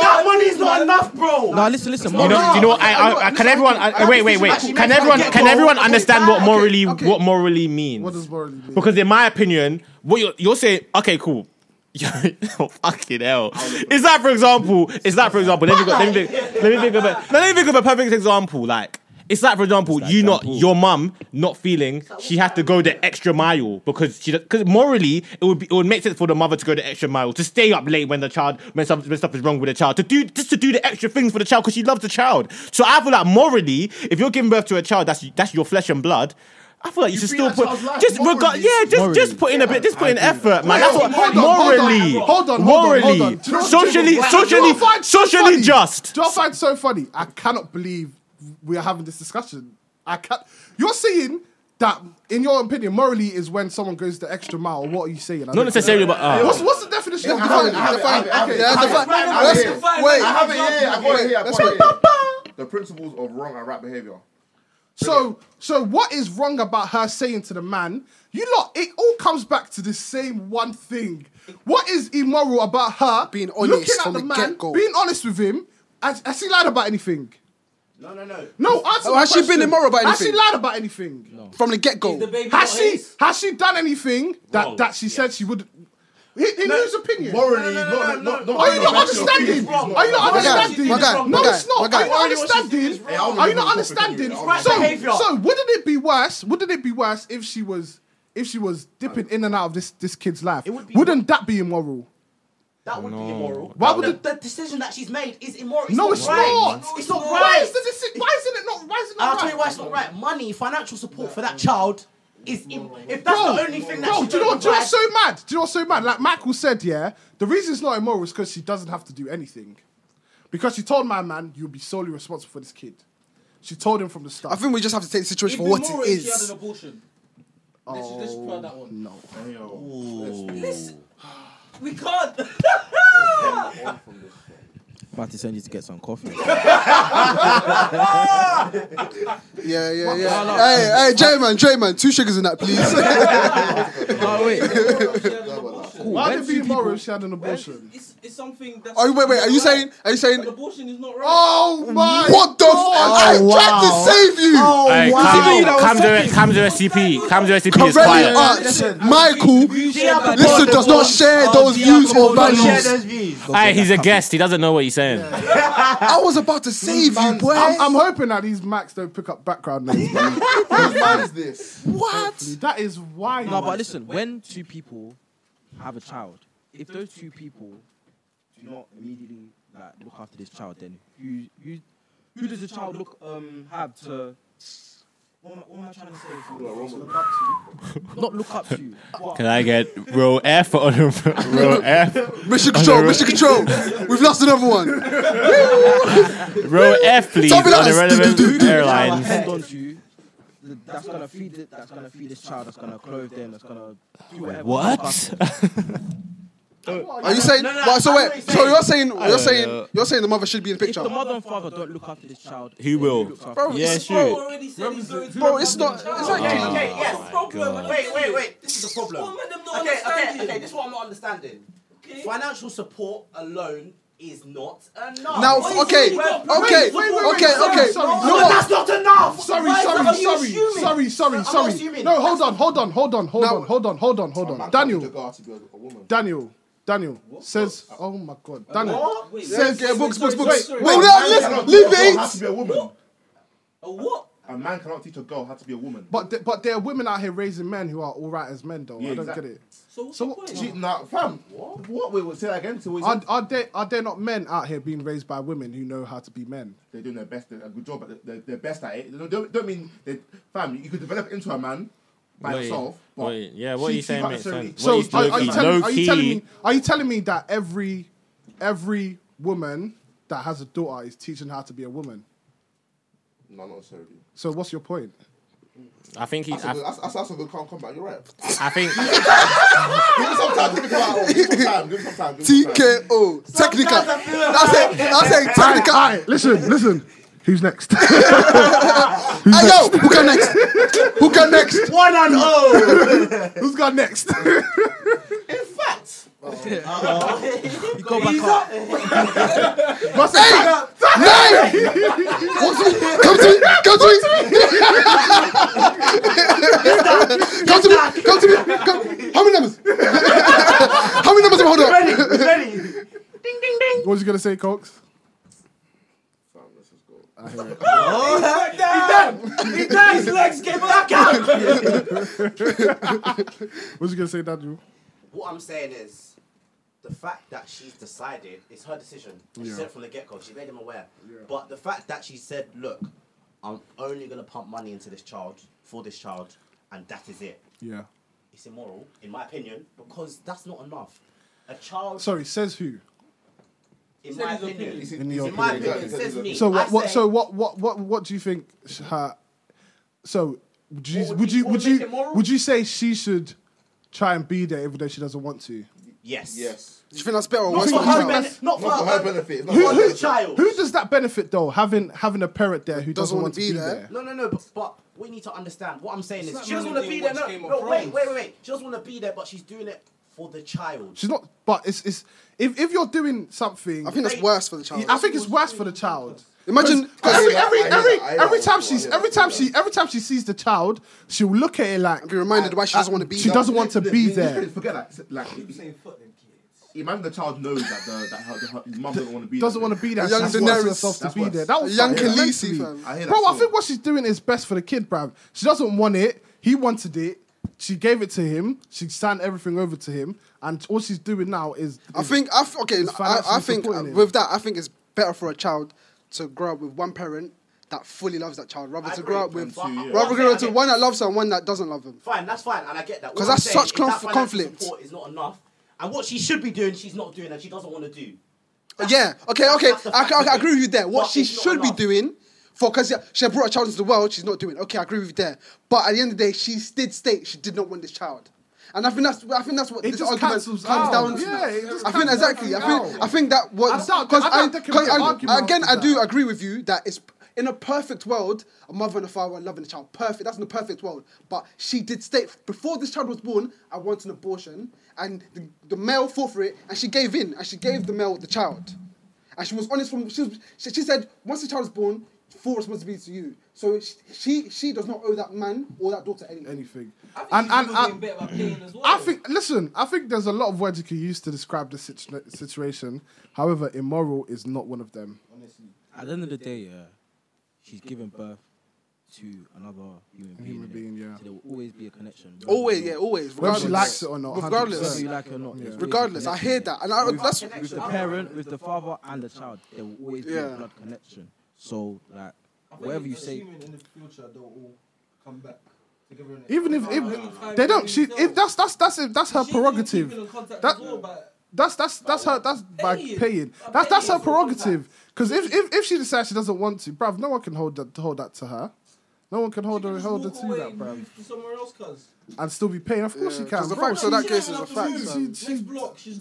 [SPEAKER 10] That money
[SPEAKER 2] it's not enough.
[SPEAKER 10] is not enough. that money is not enough, bro.
[SPEAKER 4] No, listen, listen.
[SPEAKER 6] You know, you know. I, I, I, can everyone? I, wait, wait, wait. Can everyone? Can everyone understand what morally? What morally means? What does
[SPEAKER 3] morally mean?
[SPEAKER 6] Because in my opinion, what you're, you're saying? Okay, cool. fucking hell. Is that for example? Is that for example? Let me go, let me think, let me think of a no, let me think of a perfect example. Like it's like for example, you not your mum not feeling she has to go the extra mile because she because morally it would be it would make sense for the mother to go the extra mile to stay up late when the child when something when stuff is wrong with the child to do just to do the extra things for the child because she loves the child. So I feel like morally, if you're giving birth to a child that's that's your flesh and blood. I feel like you, should still put just regard, yeah, just just put in a bit, just put in effort, man. That's what
[SPEAKER 3] Hold on, hold on,
[SPEAKER 6] morally,
[SPEAKER 3] Hold on, hold on, hold
[SPEAKER 6] morally,
[SPEAKER 3] on. Do you know- do
[SPEAKER 6] socially,
[SPEAKER 3] you know-
[SPEAKER 6] socially,
[SPEAKER 3] do you find so
[SPEAKER 6] socially
[SPEAKER 3] funny?
[SPEAKER 6] just.
[SPEAKER 3] Do you find so funny? I cannot believe we are having this discussion. I can't. You're saying that, in your opinion, morally is when someone goes the extra mile. What are you saying? I
[SPEAKER 6] Not
[SPEAKER 3] don't-
[SPEAKER 6] necessarily, but uh,
[SPEAKER 3] what's, what's the definition of
[SPEAKER 5] I have it, I have it,
[SPEAKER 3] define?
[SPEAKER 5] I have it, I
[SPEAKER 3] Okay,
[SPEAKER 5] have it, I have it, I have
[SPEAKER 3] let's-
[SPEAKER 5] it here.
[SPEAKER 3] wait.
[SPEAKER 5] I have it here. I've got it here. I've
[SPEAKER 3] Let's
[SPEAKER 5] got
[SPEAKER 3] wait.
[SPEAKER 5] it here. The principles of wrong and right behavior.
[SPEAKER 3] So, so what is wrong about her saying to the man, you lot, it all comes back to the same one thing. What is immoral about her being
[SPEAKER 1] honest from the get-go.
[SPEAKER 3] being honest with him? Has, has she lied about anything?
[SPEAKER 10] No, no, no.
[SPEAKER 3] No, answer
[SPEAKER 1] Oh,
[SPEAKER 3] the
[SPEAKER 1] has she been
[SPEAKER 3] question.
[SPEAKER 1] immoral about
[SPEAKER 3] Has
[SPEAKER 1] anything?
[SPEAKER 3] she lied about anything? No.
[SPEAKER 1] From the get go.
[SPEAKER 3] Has she has she done anything that, that she said she would? In, in whose opinion?
[SPEAKER 5] Morally, no, no, no, no, no,
[SPEAKER 3] Are you not
[SPEAKER 5] no, no, no,
[SPEAKER 3] understanding?
[SPEAKER 5] no, no, no,
[SPEAKER 3] Are you not
[SPEAKER 5] no, no, no,
[SPEAKER 3] understanding?
[SPEAKER 5] no, no,
[SPEAKER 3] No,
[SPEAKER 5] no,
[SPEAKER 3] it's not.
[SPEAKER 5] no,
[SPEAKER 3] Are you not
[SPEAKER 5] no,
[SPEAKER 3] understanding?
[SPEAKER 5] no, no, no,
[SPEAKER 3] Are you not
[SPEAKER 5] no, no, no,
[SPEAKER 3] understanding?
[SPEAKER 10] oh
[SPEAKER 5] no, no, no, no,
[SPEAKER 3] So,
[SPEAKER 5] no, no,
[SPEAKER 3] so wouldn't it be worse? Wouldn't it be worse if she was if she was dipping in and out of this this kid's life? Wouldn't that be immoral?
[SPEAKER 10] That would be immoral.
[SPEAKER 3] Why
[SPEAKER 10] That-
[SPEAKER 3] would it-
[SPEAKER 10] the, the decision that she's made is immoral?
[SPEAKER 3] No, it's
[SPEAKER 10] right.
[SPEAKER 3] not.
[SPEAKER 10] It's not right.
[SPEAKER 3] Why is the deci- Why isn't it not? Why is it
[SPEAKER 10] I'll
[SPEAKER 3] not
[SPEAKER 10] tell you
[SPEAKER 3] right?
[SPEAKER 10] why it's not right. Money, financial support for that child is im- if that's
[SPEAKER 3] Bro,
[SPEAKER 10] the only thing that
[SPEAKER 3] bro,
[SPEAKER 10] she
[SPEAKER 3] do you know what?
[SPEAKER 10] don't
[SPEAKER 3] Do you know what's
[SPEAKER 10] provide-
[SPEAKER 3] so mad? Do you know what's so mad? Like Michael said, yeah, the reason it's not immoral is because she doesn't have to do anything, because she told my man, "You'll be solely responsible for this kid." She told him from the start.
[SPEAKER 7] I think we just have to take the situation
[SPEAKER 10] It'd
[SPEAKER 7] for
[SPEAKER 10] be
[SPEAKER 7] what
[SPEAKER 10] more
[SPEAKER 7] it
[SPEAKER 10] if She had
[SPEAKER 7] is.
[SPEAKER 10] an abortion. Let's, let's just try that one.
[SPEAKER 3] No.
[SPEAKER 10] Listen, we can't.
[SPEAKER 4] About to send you to get some coffee.
[SPEAKER 7] Yeah, yeah,
[SPEAKER 4] What the
[SPEAKER 7] yeah.
[SPEAKER 4] hell?
[SPEAKER 7] Hey, hey, J man, J man, two sugars in that, please.
[SPEAKER 4] oh wait.
[SPEAKER 3] Why did it be immoral if she had an abortion?
[SPEAKER 10] It's, it's something that's.
[SPEAKER 7] Oh wait, wait. Are you saying? Are you saying?
[SPEAKER 10] Abortion is not right.
[SPEAKER 3] Oh my!
[SPEAKER 7] What the? f- I
[SPEAKER 6] wow.
[SPEAKER 7] tried to save you. Oh
[SPEAKER 6] Hey, Cam, Cam, Direct- Cam Direct CP, Cam Direct CP is quiet.
[SPEAKER 7] Uh, Michael, listen, does not share those views or values.
[SPEAKER 6] Hey, he's a guest. He doesn't know what he's saying.
[SPEAKER 7] I was about to save you, boy.
[SPEAKER 3] I'm, I'm hoping that these Macs don't pick up background names. Whose man is this?
[SPEAKER 7] What?
[SPEAKER 3] That is why.
[SPEAKER 4] No, but listen, when two people have a child, if those two people do not immediately like look after this child, then who who who does the child look um have to? What am I, what am I trying to say? Not look up to. What?
[SPEAKER 6] Can I get row F on row F?
[SPEAKER 7] Mission control, mission control. We've lost another one.
[SPEAKER 6] Row F, please, on
[SPEAKER 7] Something like
[SPEAKER 6] the
[SPEAKER 7] this.
[SPEAKER 6] relevant airlines.
[SPEAKER 4] Depend on you. That's gonna feed it. That's gonna feed this child. That's gonna clothe them. That's gonna do whatever.
[SPEAKER 6] What?
[SPEAKER 7] Are you saying? but- so wait. So you're saying? You're saying? You're saying the mother should be in the
[SPEAKER 4] If
[SPEAKER 7] picture?
[SPEAKER 4] the mother and father don't look after this child,
[SPEAKER 6] Who will?
[SPEAKER 7] Bro,
[SPEAKER 6] Yeah,
[SPEAKER 7] it's-
[SPEAKER 6] sure.
[SPEAKER 7] Bro, it's not. Exactly.
[SPEAKER 8] Okay, yes.
[SPEAKER 10] Oh
[SPEAKER 6] God.
[SPEAKER 8] Wait, wait, wait. This is the problem. Okay, okay, okay. This is what I'm not understanding. Financial support alone is not enough.
[SPEAKER 7] Now, okay, okay, okay, okay, okay.
[SPEAKER 8] No, that's not enough.
[SPEAKER 3] Sorry,
[SPEAKER 8] Why
[SPEAKER 3] sorry,
[SPEAKER 8] are you
[SPEAKER 3] sorry,
[SPEAKER 8] assuming?
[SPEAKER 3] sorry, sorry,
[SPEAKER 8] I'm not
[SPEAKER 3] sorry.
[SPEAKER 8] assuming.
[SPEAKER 3] No, hold on, hold on, hold on, hold on, hold on, hold on, hold on. Daniel,
[SPEAKER 5] to be a, a woman.
[SPEAKER 3] Daniel, Daniel says, oh my god, Daniel
[SPEAKER 8] What? Wait,
[SPEAKER 3] says,
[SPEAKER 7] wait, books, books, books.
[SPEAKER 3] Wait,
[SPEAKER 7] Wait,
[SPEAKER 3] wait,
[SPEAKER 7] no,
[SPEAKER 5] man
[SPEAKER 7] listen,
[SPEAKER 5] cannot
[SPEAKER 7] leave
[SPEAKER 5] teach a girl
[SPEAKER 7] it.
[SPEAKER 5] How to be a woman.
[SPEAKER 8] A what?
[SPEAKER 5] A man cannot teach a girl how to be a woman.
[SPEAKER 3] But th- but there are women out here raising men who are all right as men though.
[SPEAKER 5] Yeah,
[SPEAKER 3] I don't
[SPEAKER 5] exactly.
[SPEAKER 3] get it.
[SPEAKER 10] So what's
[SPEAKER 3] So
[SPEAKER 10] the
[SPEAKER 3] what-
[SPEAKER 10] point?
[SPEAKER 5] She, nah, fam. What? What? Wait, wait, say that again. So what you
[SPEAKER 3] Are
[SPEAKER 5] said?
[SPEAKER 3] are there are there not men out here being raised by women who know how to be men?
[SPEAKER 5] they're doing their best. They're a good job. But they're, they're best at it. They don't, don't, don't mean they, fam. You could develop into a man by
[SPEAKER 6] Wait,
[SPEAKER 5] yourself. But
[SPEAKER 6] wait, yeah, what
[SPEAKER 5] she-
[SPEAKER 6] you
[SPEAKER 5] she
[SPEAKER 6] saying
[SPEAKER 5] can't
[SPEAKER 6] makes
[SPEAKER 5] necessarily-
[SPEAKER 6] sense.
[SPEAKER 3] So
[SPEAKER 6] What
[SPEAKER 3] are,
[SPEAKER 6] you
[SPEAKER 3] are you
[SPEAKER 6] low-key-
[SPEAKER 3] telling, are you telling
[SPEAKER 6] low-key-
[SPEAKER 3] me are you telling me that every every woman that has a daughter is teaching how to be a woman?
[SPEAKER 5] No, not necessarily.
[SPEAKER 3] So what's your point?
[SPEAKER 6] I think he.
[SPEAKER 5] That's a
[SPEAKER 6] I,
[SPEAKER 5] good, that's, that's, that's a good com- combat. You're right.
[SPEAKER 6] I think.
[SPEAKER 5] Give it some time. Give it some time. Give it some time. Give it some time. Give it some time.
[SPEAKER 7] TKO. Oh, Technical. That's it. That's it. Technical.
[SPEAKER 3] Hey, listen, listen. Who's next?
[SPEAKER 7] Hey yo, who got next? Who got next?
[SPEAKER 8] One and oh.
[SPEAKER 3] Who's got next?
[SPEAKER 8] In fact.
[SPEAKER 4] You go back up.
[SPEAKER 7] Hey, nine. Come to me. Come to me. Come to me. Come to me. Come. How many numbers? How many numbers am I holding up?
[SPEAKER 8] Ready, ready. Ding, ding, ding.
[SPEAKER 3] what was you gonna say, Cox?
[SPEAKER 5] Fam, let's just go.
[SPEAKER 8] He down. His legs get back out.
[SPEAKER 3] What was you gonna say, Daniel?
[SPEAKER 8] What I'm saying is, the fact that she's decided, it's her decision. She said from the get go, she made him aware. But the fact that she said, look, I'm only going to pump money into this child, for this child, and that is it.
[SPEAKER 3] Yeah.
[SPEAKER 8] It's immoral, in my opinion, because that's not enough. A child,
[SPEAKER 3] Sorry, says who?
[SPEAKER 8] in
[SPEAKER 10] Said
[SPEAKER 8] my
[SPEAKER 10] his opinion.
[SPEAKER 8] opinion,
[SPEAKER 3] In your
[SPEAKER 8] in my
[SPEAKER 3] opinion.
[SPEAKER 8] opinion, says me.
[SPEAKER 3] So
[SPEAKER 8] I
[SPEAKER 3] what, what?
[SPEAKER 8] say,
[SPEAKER 3] So what? What? What? What do you think? sh- Her, so would you?
[SPEAKER 8] What would
[SPEAKER 3] Would
[SPEAKER 8] be-
[SPEAKER 3] you?
[SPEAKER 8] what
[SPEAKER 3] Would
[SPEAKER 8] would make
[SPEAKER 3] you?
[SPEAKER 8] it moral?
[SPEAKER 3] Would you say she should try and be there even though she doesn't want to?
[SPEAKER 8] Yes.
[SPEAKER 5] Yes.
[SPEAKER 7] Do you think that's better or
[SPEAKER 8] Not
[SPEAKER 7] worse
[SPEAKER 8] for
[SPEAKER 7] for the
[SPEAKER 8] her,
[SPEAKER 7] child?
[SPEAKER 8] ben- not for
[SPEAKER 5] Not for her
[SPEAKER 8] her.
[SPEAKER 5] benefit. Not
[SPEAKER 8] Who-
[SPEAKER 5] for her
[SPEAKER 8] who-
[SPEAKER 5] benefit.
[SPEAKER 8] child.
[SPEAKER 3] Who does that benefit though? Having having a parent there who doesn't, want to be, there.
[SPEAKER 8] No, no, no, but, but we need to understand. What I'm saying
[SPEAKER 10] It's
[SPEAKER 8] is,
[SPEAKER 10] like
[SPEAKER 8] she doesn't
[SPEAKER 10] when
[SPEAKER 8] want to
[SPEAKER 10] they
[SPEAKER 8] be there.
[SPEAKER 10] watch
[SPEAKER 8] No,
[SPEAKER 10] Game of
[SPEAKER 8] no wait,
[SPEAKER 10] Thrones.
[SPEAKER 8] wait, wait, wait. She doesn't want to be there, but she's doing it for the child.
[SPEAKER 3] She's not. But it's it's if if you're doing something,
[SPEAKER 7] I think that's worse for the child.
[SPEAKER 3] I think it's worse for the child.
[SPEAKER 7] Imagine.
[SPEAKER 3] Every
[SPEAKER 5] that,
[SPEAKER 3] every
[SPEAKER 5] I hear that,
[SPEAKER 3] every,
[SPEAKER 5] I hear
[SPEAKER 3] every
[SPEAKER 5] that
[SPEAKER 3] time
[SPEAKER 5] also, I
[SPEAKER 3] she's
[SPEAKER 5] hear that,
[SPEAKER 3] every
[SPEAKER 5] I
[SPEAKER 3] time
[SPEAKER 5] hear
[SPEAKER 3] she every time she sees the child, she'll look at it like
[SPEAKER 7] Be reminded why she doesn't want to be
[SPEAKER 3] she
[SPEAKER 7] there.
[SPEAKER 3] doesn't want to be
[SPEAKER 5] Let's- let's
[SPEAKER 3] there.
[SPEAKER 5] Forget that. Like, like,
[SPEAKER 10] Saying fuck them kids.
[SPEAKER 5] imagine the child knows that the that her, the, her his mum doesn't want to be
[SPEAKER 3] doesn't
[SPEAKER 5] there.
[SPEAKER 3] want to be there.
[SPEAKER 7] A young
[SPEAKER 3] She just wants
[SPEAKER 7] Daenerys.
[SPEAKER 3] herself to
[SPEAKER 5] That's
[SPEAKER 3] be
[SPEAKER 5] worse.
[SPEAKER 3] there. That was
[SPEAKER 7] A young
[SPEAKER 3] fuck her
[SPEAKER 7] Khaleesi,
[SPEAKER 3] mentally.
[SPEAKER 7] fam.
[SPEAKER 5] I hear that
[SPEAKER 3] Bro, I
[SPEAKER 5] still.
[SPEAKER 3] think what she's doing is best for the kid, bruv. She doesn't want it. He wanted it. She gave it to him. She signed everything over to him, and all she's doing now is.
[SPEAKER 7] I
[SPEAKER 3] is-
[SPEAKER 7] think I f- okay.
[SPEAKER 3] It's
[SPEAKER 7] I, I
[SPEAKER 3] financially
[SPEAKER 7] think
[SPEAKER 3] supporting
[SPEAKER 7] uh,
[SPEAKER 3] it.
[SPEAKER 7] with that, I think it's better for a child to grow up with one parent that fully loves that child, rather
[SPEAKER 8] I
[SPEAKER 7] to grow up
[SPEAKER 8] agree.
[SPEAKER 7] with
[SPEAKER 8] But- but
[SPEAKER 7] rather
[SPEAKER 8] I'm
[SPEAKER 7] grow
[SPEAKER 8] saying-
[SPEAKER 7] up to
[SPEAKER 8] okay,
[SPEAKER 7] one that loves her and one that doesn't love him.
[SPEAKER 8] Fine, that's fine, and I get that.
[SPEAKER 7] 'Cause
[SPEAKER 8] All I'm
[SPEAKER 7] that's
[SPEAKER 8] saying
[SPEAKER 7] such
[SPEAKER 8] is that
[SPEAKER 7] conf-
[SPEAKER 8] financial
[SPEAKER 7] conflict.
[SPEAKER 8] Support is not enough, and what she should be doing, she's not doing, and she doesn't want to do.
[SPEAKER 7] yeah. Okay.
[SPEAKER 8] that's-
[SPEAKER 7] Okay.
[SPEAKER 8] that's the
[SPEAKER 7] I,
[SPEAKER 8] fact
[SPEAKER 7] I,
[SPEAKER 8] of
[SPEAKER 7] I
[SPEAKER 8] it.
[SPEAKER 7] agree with you there. What
[SPEAKER 8] But
[SPEAKER 7] she
[SPEAKER 8] it's not
[SPEAKER 7] should be
[SPEAKER 8] enough.
[SPEAKER 7] doing For because she brought a child into the world, she's not doing. Okay, I agree with you there. But at the end of the day, she did state she did not want this child. And I think that's I think that's what
[SPEAKER 3] It
[SPEAKER 7] this
[SPEAKER 3] just
[SPEAKER 7] argument
[SPEAKER 3] cancels
[SPEAKER 7] comes
[SPEAKER 3] out.
[SPEAKER 7] down to.
[SPEAKER 3] Yeah, it just
[SPEAKER 7] I think
[SPEAKER 3] cancels
[SPEAKER 7] exactly. I
[SPEAKER 3] out.
[SPEAKER 7] think I think that what
[SPEAKER 3] I doubt-
[SPEAKER 7] because
[SPEAKER 3] I doubt there can be an argument
[SPEAKER 7] again
[SPEAKER 3] after
[SPEAKER 7] I do agree with you that it's in a perfect world a mother and a father are loving a child. Perfect. That's in a perfect world. But she did state before this child was born, I want an abortion, and the, the male fought for it, and she gave in, and she gave the male the child, and she was honest from she was, she, she said once the child is born. Full responsibility to you. So she, she she does not owe that man or that daughter anything.
[SPEAKER 3] Anything.
[SPEAKER 7] And
[SPEAKER 3] and and I think listen, I think there's a lot of words you can use to describe the situ- situation. However, immoral is not one of them.
[SPEAKER 4] At the end of the day, yeah, she's giving birth to another human being.
[SPEAKER 3] human
[SPEAKER 4] innit?
[SPEAKER 3] being, yeah.
[SPEAKER 4] So there will always be a connection. whether
[SPEAKER 7] Always,
[SPEAKER 4] you-
[SPEAKER 7] yeah, always.
[SPEAKER 4] whether
[SPEAKER 7] Regardless.
[SPEAKER 4] you
[SPEAKER 3] likes it or not,
[SPEAKER 7] Regardless.
[SPEAKER 3] 100%.
[SPEAKER 4] Whether you like it or not. there's always a
[SPEAKER 7] Regardless, I
[SPEAKER 4] connection,
[SPEAKER 7] hear
[SPEAKER 4] innit?
[SPEAKER 7] that. And I,
[SPEAKER 4] with,
[SPEAKER 7] that's.
[SPEAKER 4] with the parent, with the father and the child, there will always be
[SPEAKER 7] Yeah.
[SPEAKER 4] a blood connection. So like,
[SPEAKER 10] I think
[SPEAKER 4] whatever you
[SPEAKER 10] it's
[SPEAKER 4] say,
[SPEAKER 10] assuming in the future they'll all come back together. innit?
[SPEAKER 3] Even if,
[SPEAKER 10] Because I
[SPEAKER 3] if
[SPEAKER 10] think
[SPEAKER 3] they don't,
[SPEAKER 10] themselves-
[SPEAKER 3] she if that's that's that's that's her
[SPEAKER 10] She didn't
[SPEAKER 3] prerogative.
[SPEAKER 10] keep in contact
[SPEAKER 3] That-
[SPEAKER 10] at all, but
[SPEAKER 3] That's that's that's her that's by
[SPEAKER 10] Paying.
[SPEAKER 3] paying.
[SPEAKER 10] I'm
[SPEAKER 3] That's that's her
[SPEAKER 10] paying for all
[SPEAKER 3] prerogative. Because if, if if she decides she doesn't want to, bruv, no one can hold that hold that to her. No one can hold her
[SPEAKER 10] just
[SPEAKER 3] hold her
[SPEAKER 10] walk
[SPEAKER 3] to
[SPEAKER 10] away
[SPEAKER 3] that,
[SPEAKER 10] and
[SPEAKER 3] bruv.
[SPEAKER 10] move to somewhere else, cause
[SPEAKER 3] And still be paying. Of course
[SPEAKER 7] Yeah,
[SPEAKER 3] she can.
[SPEAKER 7] 'cause the
[SPEAKER 3] bro.
[SPEAKER 7] facts are So that
[SPEAKER 10] She
[SPEAKER 7] case
[SPEAKER 10] don't
[SPEAKER 7] is a
[SPEAKER 10] have to
[SPEAKER 7] fact,
[SPEAKER 10] move.
[SPEAKER 7] fam.
[SPEAKER 10] Next block, she's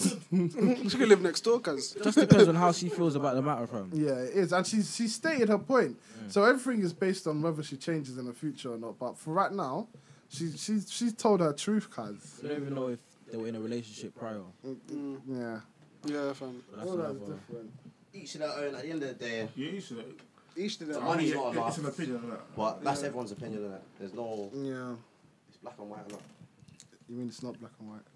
[SPEAKER 10] good.
[SPEAKER 7] she could live next door, cuz.
[SPEAKER 4] just depends on how she feels about the matter, fam.
[SPEAKER 3] Yeah, it is, and she she stated her point. So everything is based on whether she changes in the future or not. But for right now, she she's she's told her truth, cuz.
[SPEAKER 4] I don't even know if they were in a relationship prior.
[SPEAKER 3] Yeah.
[SPEAKER 7] Yeah, fam.
[SPEAKER 4] That's
[SPEAKER 3] All that's
[SPEAKER 4] another-
[SPEAKER 3] different.
[SPEAKER 8] Each to their own. At the end of the day,
[SPEAKER 5] Yeah, each to their own.
[SPEAKER 7] Each to their
[SPEAKER 8] The
[SPEAKER 7] own.
[SPEAKER 8] money's
[SPEAKER 5] Yeah,
[SPEAKER 8] not
[SPEAKER 5] it's
[SPEAKER 8] enough.
[SPEAKER 5] an opinion, innit?
[SPEAKER 8] But that's everyone's opinion, innit? There's no.
[SPEAKER 3] Yeah.
[SPEAKER 8] It's black and white, innit?
[SPEAKER 3] You mean it's not black and white?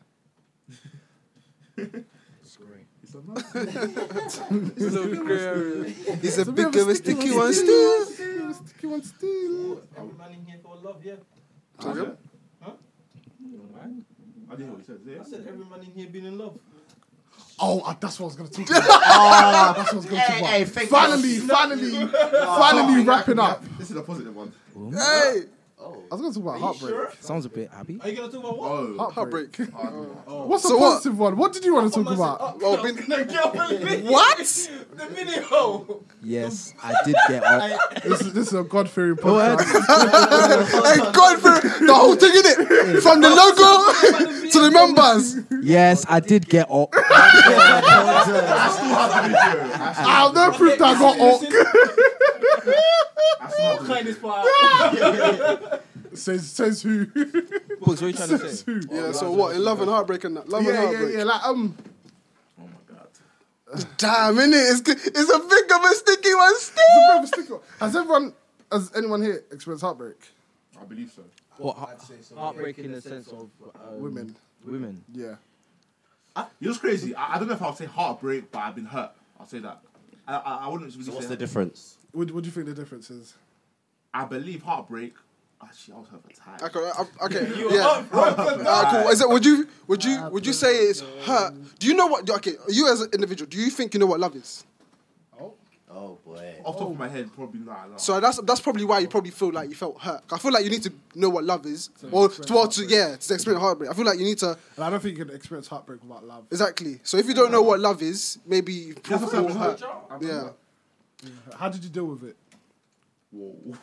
[SPEAKER 3] it's grey.
[SPEAKER 7] It's a big grey area. It's a
[SPEAKER 3] It's a bit
[SPEAKER 7] big
[SPEAKER 3] of
[SPEAKER 7] of a sticky one still.
[SPEAKER 3] Sticky one still.
[SPEAKER 10] Every man in here for love, yeah.
[SPEAKER 7] Sorry?
[SPEAKER 5] I didn't know what he said.
[SPEAKER 10] I
[SPEAKER 5] Yeah.
[SPEAKER 10] said every man in here been in love.
[SPEAKER 3] Oh, uh, that's what I was gonna talk about. Ah, that's what I was gonna talk about.
[SPEAKER 8] Hey, hey, think
[SPEAKER 3] finally, finally, finally wrapping up.
[SPEAKER 5] This is a positive one.
[SPEAKER 7] Hey!
[SPEAKER 3] I was gonna talk about heartbreak.
[SPEAKER 4] Sounds a bit happy.
[SPEAKER 10] Are you gonna talk about what?
[SPEAKER 5] Oh,
[SPEAKER 3] Heartbreak.
[SPEAKER 10] Oh.
[SPEAKER 3] What's
[SPEAKER 7] So
[SPEAKER 3] a
[SPEAKER 7] what?
[SPEAKER 3] positive one? What did you want to talk about?
[SPEAKER 7] Oh, been-
[SPEAKER 10] No, get off the video.
[SPEAKER 7] What?
[SPEAKER 10] The video.
[SPEAKER 4] Yes, I did get up.
[SPEAKER 3] this, is, this is a God fearing podcast.
[SPEAKER 7] hey, God for the whole thing in it. From the logo to the members.
[SPEAKER 4] Yes, I did get up.
[SPEAKER 3] I'll never prove Ah, that I got all.
[SPEAKER 10] What kind is fire?
[SPEAKER 3] Says, says who?
[SPEAKER 4] Books, what are you trying to
[SPEAKER 3] says
[SPEAKER 4] say?
[SPEAKER 3] who?
[SPEAKER 7] Yeah, so what? In love and heartbreak and that. Love and
[SPEAKER 3] Yeah, yeah,
[SPEAKER 7] heartbreak.
[SPEAKER 3] yeah. Like, um,
[SPEAKER 7] Damn, innit? It's, g- it's a big of a sticky one
[SPEAKER 3] it's a
[SPEAKER 7] still.
[SPEAKER 3] bit of a sticker. Has everyone, has anyone here experienced heartbreak?
[SPEAKER 5] I believe so.
[SPEAKER 4] What, heartbreak in the sense of um,
[SPEAKER 3] Women.
[SPEAKER 4] Women.
[SPEAKER 3] Yeah.
[SPEAKER 5] You know what's crazy? I, I don't know if I'll say heartbreak, but I've been hurt. I'll say that. I, I, I wouldn't really
[SPEAKER 8] So
[SPEAKER 5] say
[SPEAKER 8] what's the
[SPEAKER 5] that.
[SPEAKER 8] difference?
[SPEAKER 3] What, what do you think the difference is?
[SPEAKER 5] I believe heartbreak. Actually, I was hurt for time.
[SPEAKER 7] Okay, I- I- okay, yeah. Alright, cool. Uh, Is it, would you would you would you say it's hurt? Do you know what? Okay, you as an individual, do you think you know what love is?
[SPEAKER 8] Oh boy.
[SPEAKER 5] Off the top of my head, probably not. not.
[SPEAKER 7] So that's that's probably why you probably feel like you felt hurt. I feel like you need to know what love is, or to, or to yeah, to experience heartbreak. I feel like you need to
[SPEAKER 3] And I don't think you can experience heartbreak without love.
[SPEAKER 7] exactly. So if you don't know what love is, maybe you
[SPEAKER 5] That's
[SPEAKER 7] probably
[SPEAKER 5] what I'm
[SPEAKER 7] feel
[SPEAKER 5] saying,
[SPEAKER 7] hurt.
[SPEAKER 5] I'm hurt.
[SPEAKER 7] Yeah,
[SPEAKER 3] How did you deal with it?
[SPEAKER 5] Whoa.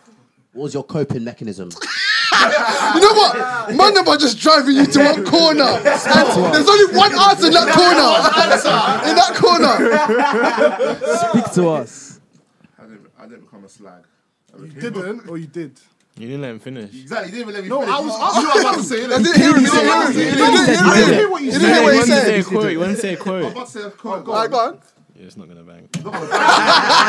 [SPEAKER 8] What was your coping mechanism?
[SPEAKER 7] you know what? Man, them are just driving you to one corner. And there's only one answer in that corner. In that corner,
[SPEAKER 4] Speak to us.
[SPEAKER 5] I didn't, I didn't become a slag. I
[SPEAKER 3] You
[SPEAKER 5] became-
[SPEAKER 3] didn't, or you did?
[SPEAKER 11] You didn't let him finish.
[SPEAKER 5] Exactly, you didn't even let me
[SPEAKER 3] No,
[SPEAKER 5] finish.
[SPEAKER 3] I was
[SPEAKER 5] You know what I'm about to say,
[SPEAKER 7] I
[SPEAKER 5] innit?
[SPEAKER 7] didn't hear him. You didn't hear him. You didn't hear him.
[SPEAKER 3] I didn't hear what you
[SPEAKER 7] You didn't hear
[SPEAKER 3] said.
[SPEAKER 7] what he
[SPEAKER 11] to say
[SPEAKER 7] said.
[SPEAKER 11] a quote. You want to say a
[SPEAKER 5] I was
[SPEAKER 11] quote.
[SPEAKER 5] about to say, come on, go
[SPEAKER 7] Alright,
[SPEAKER 5] on.
[SPEAKER 7] go on.
[SPEAKER 11] Yeah, it's not gonna bang.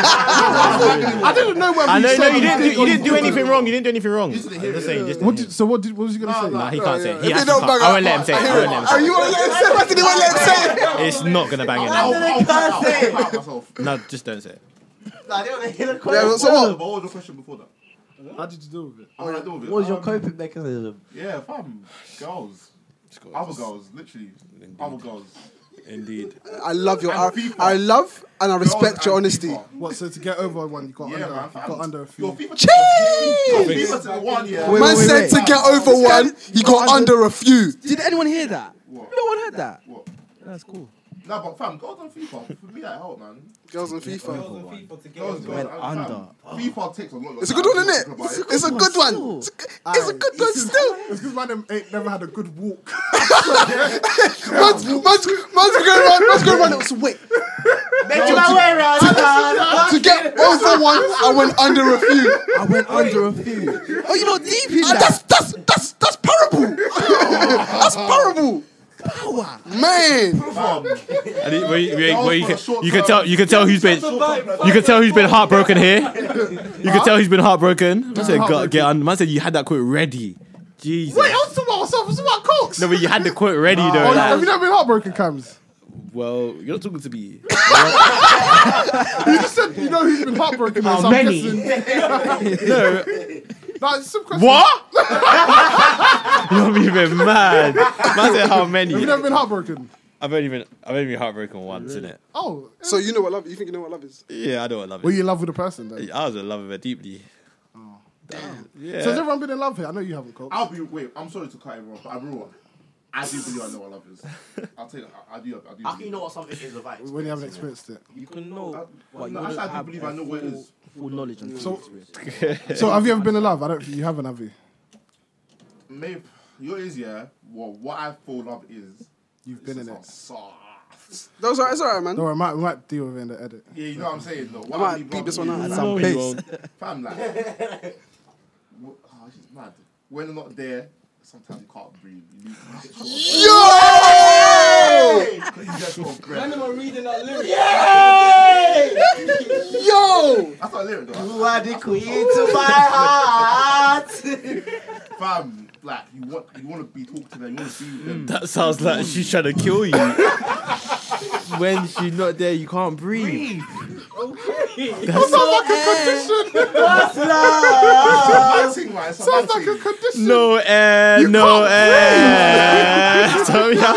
[SPEAKER 3] I didn't know whether
[SPEAKER 11] I know,
[SPEAKER 3] you
[SPEAKER 11] no,
[SPEAKER 3] said
[SPEAKER 11] you didn't.
[SPEAKER 3] did
[SPEAKER 11] Do,
[SPEAKER 3] or
[SPEAKER 11] you didn't do
[SPEAKER 3] didn't.
[SPEAKER 11] anything wrong. You didn't do anything wrong. I'm
[SPEAKER 5] Just to hear
[SPEAKER 11] just
[SPEAKER 5] it.
[SPEAKER 11] saying. Just.
[SPEAKER 3] What did, so what did, what was you gonna say?
[SPEAKER 11] Nah, he can't say. it. He
[SPEAKER 7] If
[SPEAKER 11] has
[SPEAKER 7] they
[SPEAKER 11] to
[SPEAKER 7] don't
[SPEAKER 11] cut.
[SPEAKER 7] bang
[SPEAKER 11] I
[SPEAKER 7] out,
[SPEAKER 11] won't let him say. it. I won't let him
[SPEAKER 7] Are
[SPEAKER 11] say.
[SPEAKER 7] you want to let him say? it? Why did you want to let him say? it?
[SPEAKER 11] it. It's not gonna bang it
[SPEAKER 5] I'll,
[SPEAKER 11] now.
[SPEAKER 5] I'll, I'll, I'll, I'll, myself.
[SPEAKER 11] No, just don't say it.
[SPEAKER 8] nah, they don't hear the
[SPEAKER 7] Yeah,
[SPEAKER 8] question.
[SPEAKER 7] well, so
[SPEAKER 5] But
[SPEAKER 7] what?
[SPEAKER 5] what was your question before that?
[SPEAKER 3] How did you deal with it?
[SPEAKER 5] How did I deal with it?
[SPEAKER 8] What was your
[SPEAKER 5] Um,
[SPEAKER 8] coping mechanism?
[SPEAKER 5] Yeah, fam. Girls. Other girls, literally. Other girls.
[SPEAKER 11] Indeed.
[SPEAKER 7] I love your. I,
[SPEAKER 5] And FIFA.
[SPEAKER 7] I love and I respect
[SPEAKER 5] Girls
[SPEAKER 7] your
[SPEAKER 5] and
[SPEAKER 7] honesty.
[SPEAKER 5] FIFA.
[SPEAKER 3] What? So to get over one, you got
[SPEAKER 5] Yeah,
[SPEAKER 3] under,
[SPEAKER 5] man.
[SPEAKER 3] you got under a
[SPEAKER 5] Your
[SPEAKER 3] few.
[SPEAKER 5] FIFA
[SPEAKER 7] Jeez!
[SPEAKER 5] Your FIFA to one, yeah.
[SPEAKER 7] Man said to get over one, you got under a few.
[SPEAKER 4] Did anyone hear that? No one heard that.
[SPEAKER 5] What?
[SPEAKER 4] That's cool.
[SPEAKER 5] No, but fam, girls on FIFA. For me, that helped, man.
[SPEAKER 7] Girls on
[SPEAKER 5] Girls
[SPEAKER 7] FIFA.
[SPEAKER 5] on FIFA to get
[SPEAKER 7] Girls
[SPEAKER 5] girls,
[SPEAKER 7] went
[SPEAKER 5] and
[SPEAKER 7] under.
[SPEAKER 5] fam, FIFA takes a lot of
[SPEAKER 7] It's a good one, isn't it?
[SPEAKER 5] But
[SPEAKER 7] It's a, it's a good one. It's a, g- it's a good one still.
[SPEAKER 3] It's because man them ain't never had a good walk.
[SPEAKER 7] Man's, man's, man's going around. Man's going around. It was wait.
[SPEAKER 21] Make my way around the
[SPEAKER 7] To, to get over one, I went under a few. I went under a few. Oh, you know deep in that. That's that's that's that's parable. that's parable. Power, man.
[SPEAKER 6] And it- where you- where you- where you can- you can tell you can tell who's been you can tell who's been heartbroken here. You can tell who's been heartbroken. Man said, "Go- get on. Man said you had that quote ready. Jesus.
[SPEAKER 3] Wait, I'm someone, I'm someone, someone cooks.
[SPEAKER 6] No, but you had the quote ready
[SPEAKER 3] Oh,
[SPEAKER 6] though.
[SPEAKER 3] have you
[SPEAKER 6] like,
[SPEAKER 3] never been heartbroken, Cams?
[SPEAKER 6] well, you're not talking to me.
[SPEAKER 3] You just said you know he's been heartbroken.
[SPEAKER 7] Oh,
[SPEAKER 6] How
[SPEAKER 3] so I'm
[SPEAKER 6] many?
[SPEAKER 3] guessing-
[SPEAKER 6] No.
[SPEAKER 3] Nah, it's some question.
[SPEAKER 6] What? You're even mad. Man said how
[SPEAKER 3] Have you
[SPEAKER 6] many?
[SPEAKER 3] never been heartbroken?
[SPEAKER 6] I've only been I've only been heartbroken once, innit?
[SPEAKER 3] Oh,
[SPEAKER 7] So you know what love? You think you know what love is?
[SPEAKER 6] Yeah, I don't love
[SPEAKER 3] were you
[SPEAKER 6] it.
[SPEAKER 3] in love with a person then?
[SPEAKER 6] I was in love with her deeply. Yeah.
[SPEAKER 3] So has everyone been in love here? I know you haven't, Cox.
[SPEAKER 5] I'll be wait. I'm sorry to cut everyone, but I'm real. I do believe I know what love is. I'll tell you, I, I do. I do.
[SPEAKER 10] How can you know what something is without
[SPEAKER 3] When you haven't experienced it.
[SPEAKER 10] You can know.
[SPEAKER 5] Well, no, actually, I do believe I know what it is.
[SPEAKER 4] Full knowledge and
[SPEAKER 3] So-
[SPEAKER 4] full experience.
[SPEAKER 3] So have you ever been in love? I don't think you haven't, have you?
[SPEAKER 5] Maybe your is yeah. Well, what I feel love is.
[SPEAKER 3] You've been in it.
[SPEAKER 5] Soft.
[SPEAKER 7] That was alright, that's alright, man.
[SPEAKER 3] No, I might, we might deal with it in the edit.
[SPEAKER 5] Yeah, you know what I'm saying. Though.
[SPEAKER 7] I might beat this one out.
[SPEAKER 3] Some
[SPEAKER 5] Some
[SPEAKER 3] bass.
[SPEAKER 5] Fam, like, wh- oh, she's mad. When they're not there, sometimes you can't breathe. You need-
[SPEAKER 7] Yo!
[SPEAKER 5] You just got breath.
[SPEAKER 22] Random are reading that lyric.
[SPEAKER 7] Yo!
[SPEAKER 5] That's not a lyric, though.
[SPEAKER 21] You are the queen to my heart.
[SPEAKER 5] Fam, like, you want, you want to be talking to them, you want to be with them.
[SPEAKER 6] That sounds like she's trying to kill you. when she's not there, you can't breathe.
[SPEAKER 3] Sounds like a condition.
[SPEAKER 5] It's a bad thing, right? It's a bad
[SPEAKER 3] Sounds like
[SPEAKER 5] thing.
[SPEAKER 3] a condition.
[SPEAKER 6] No air, no air. Tell me how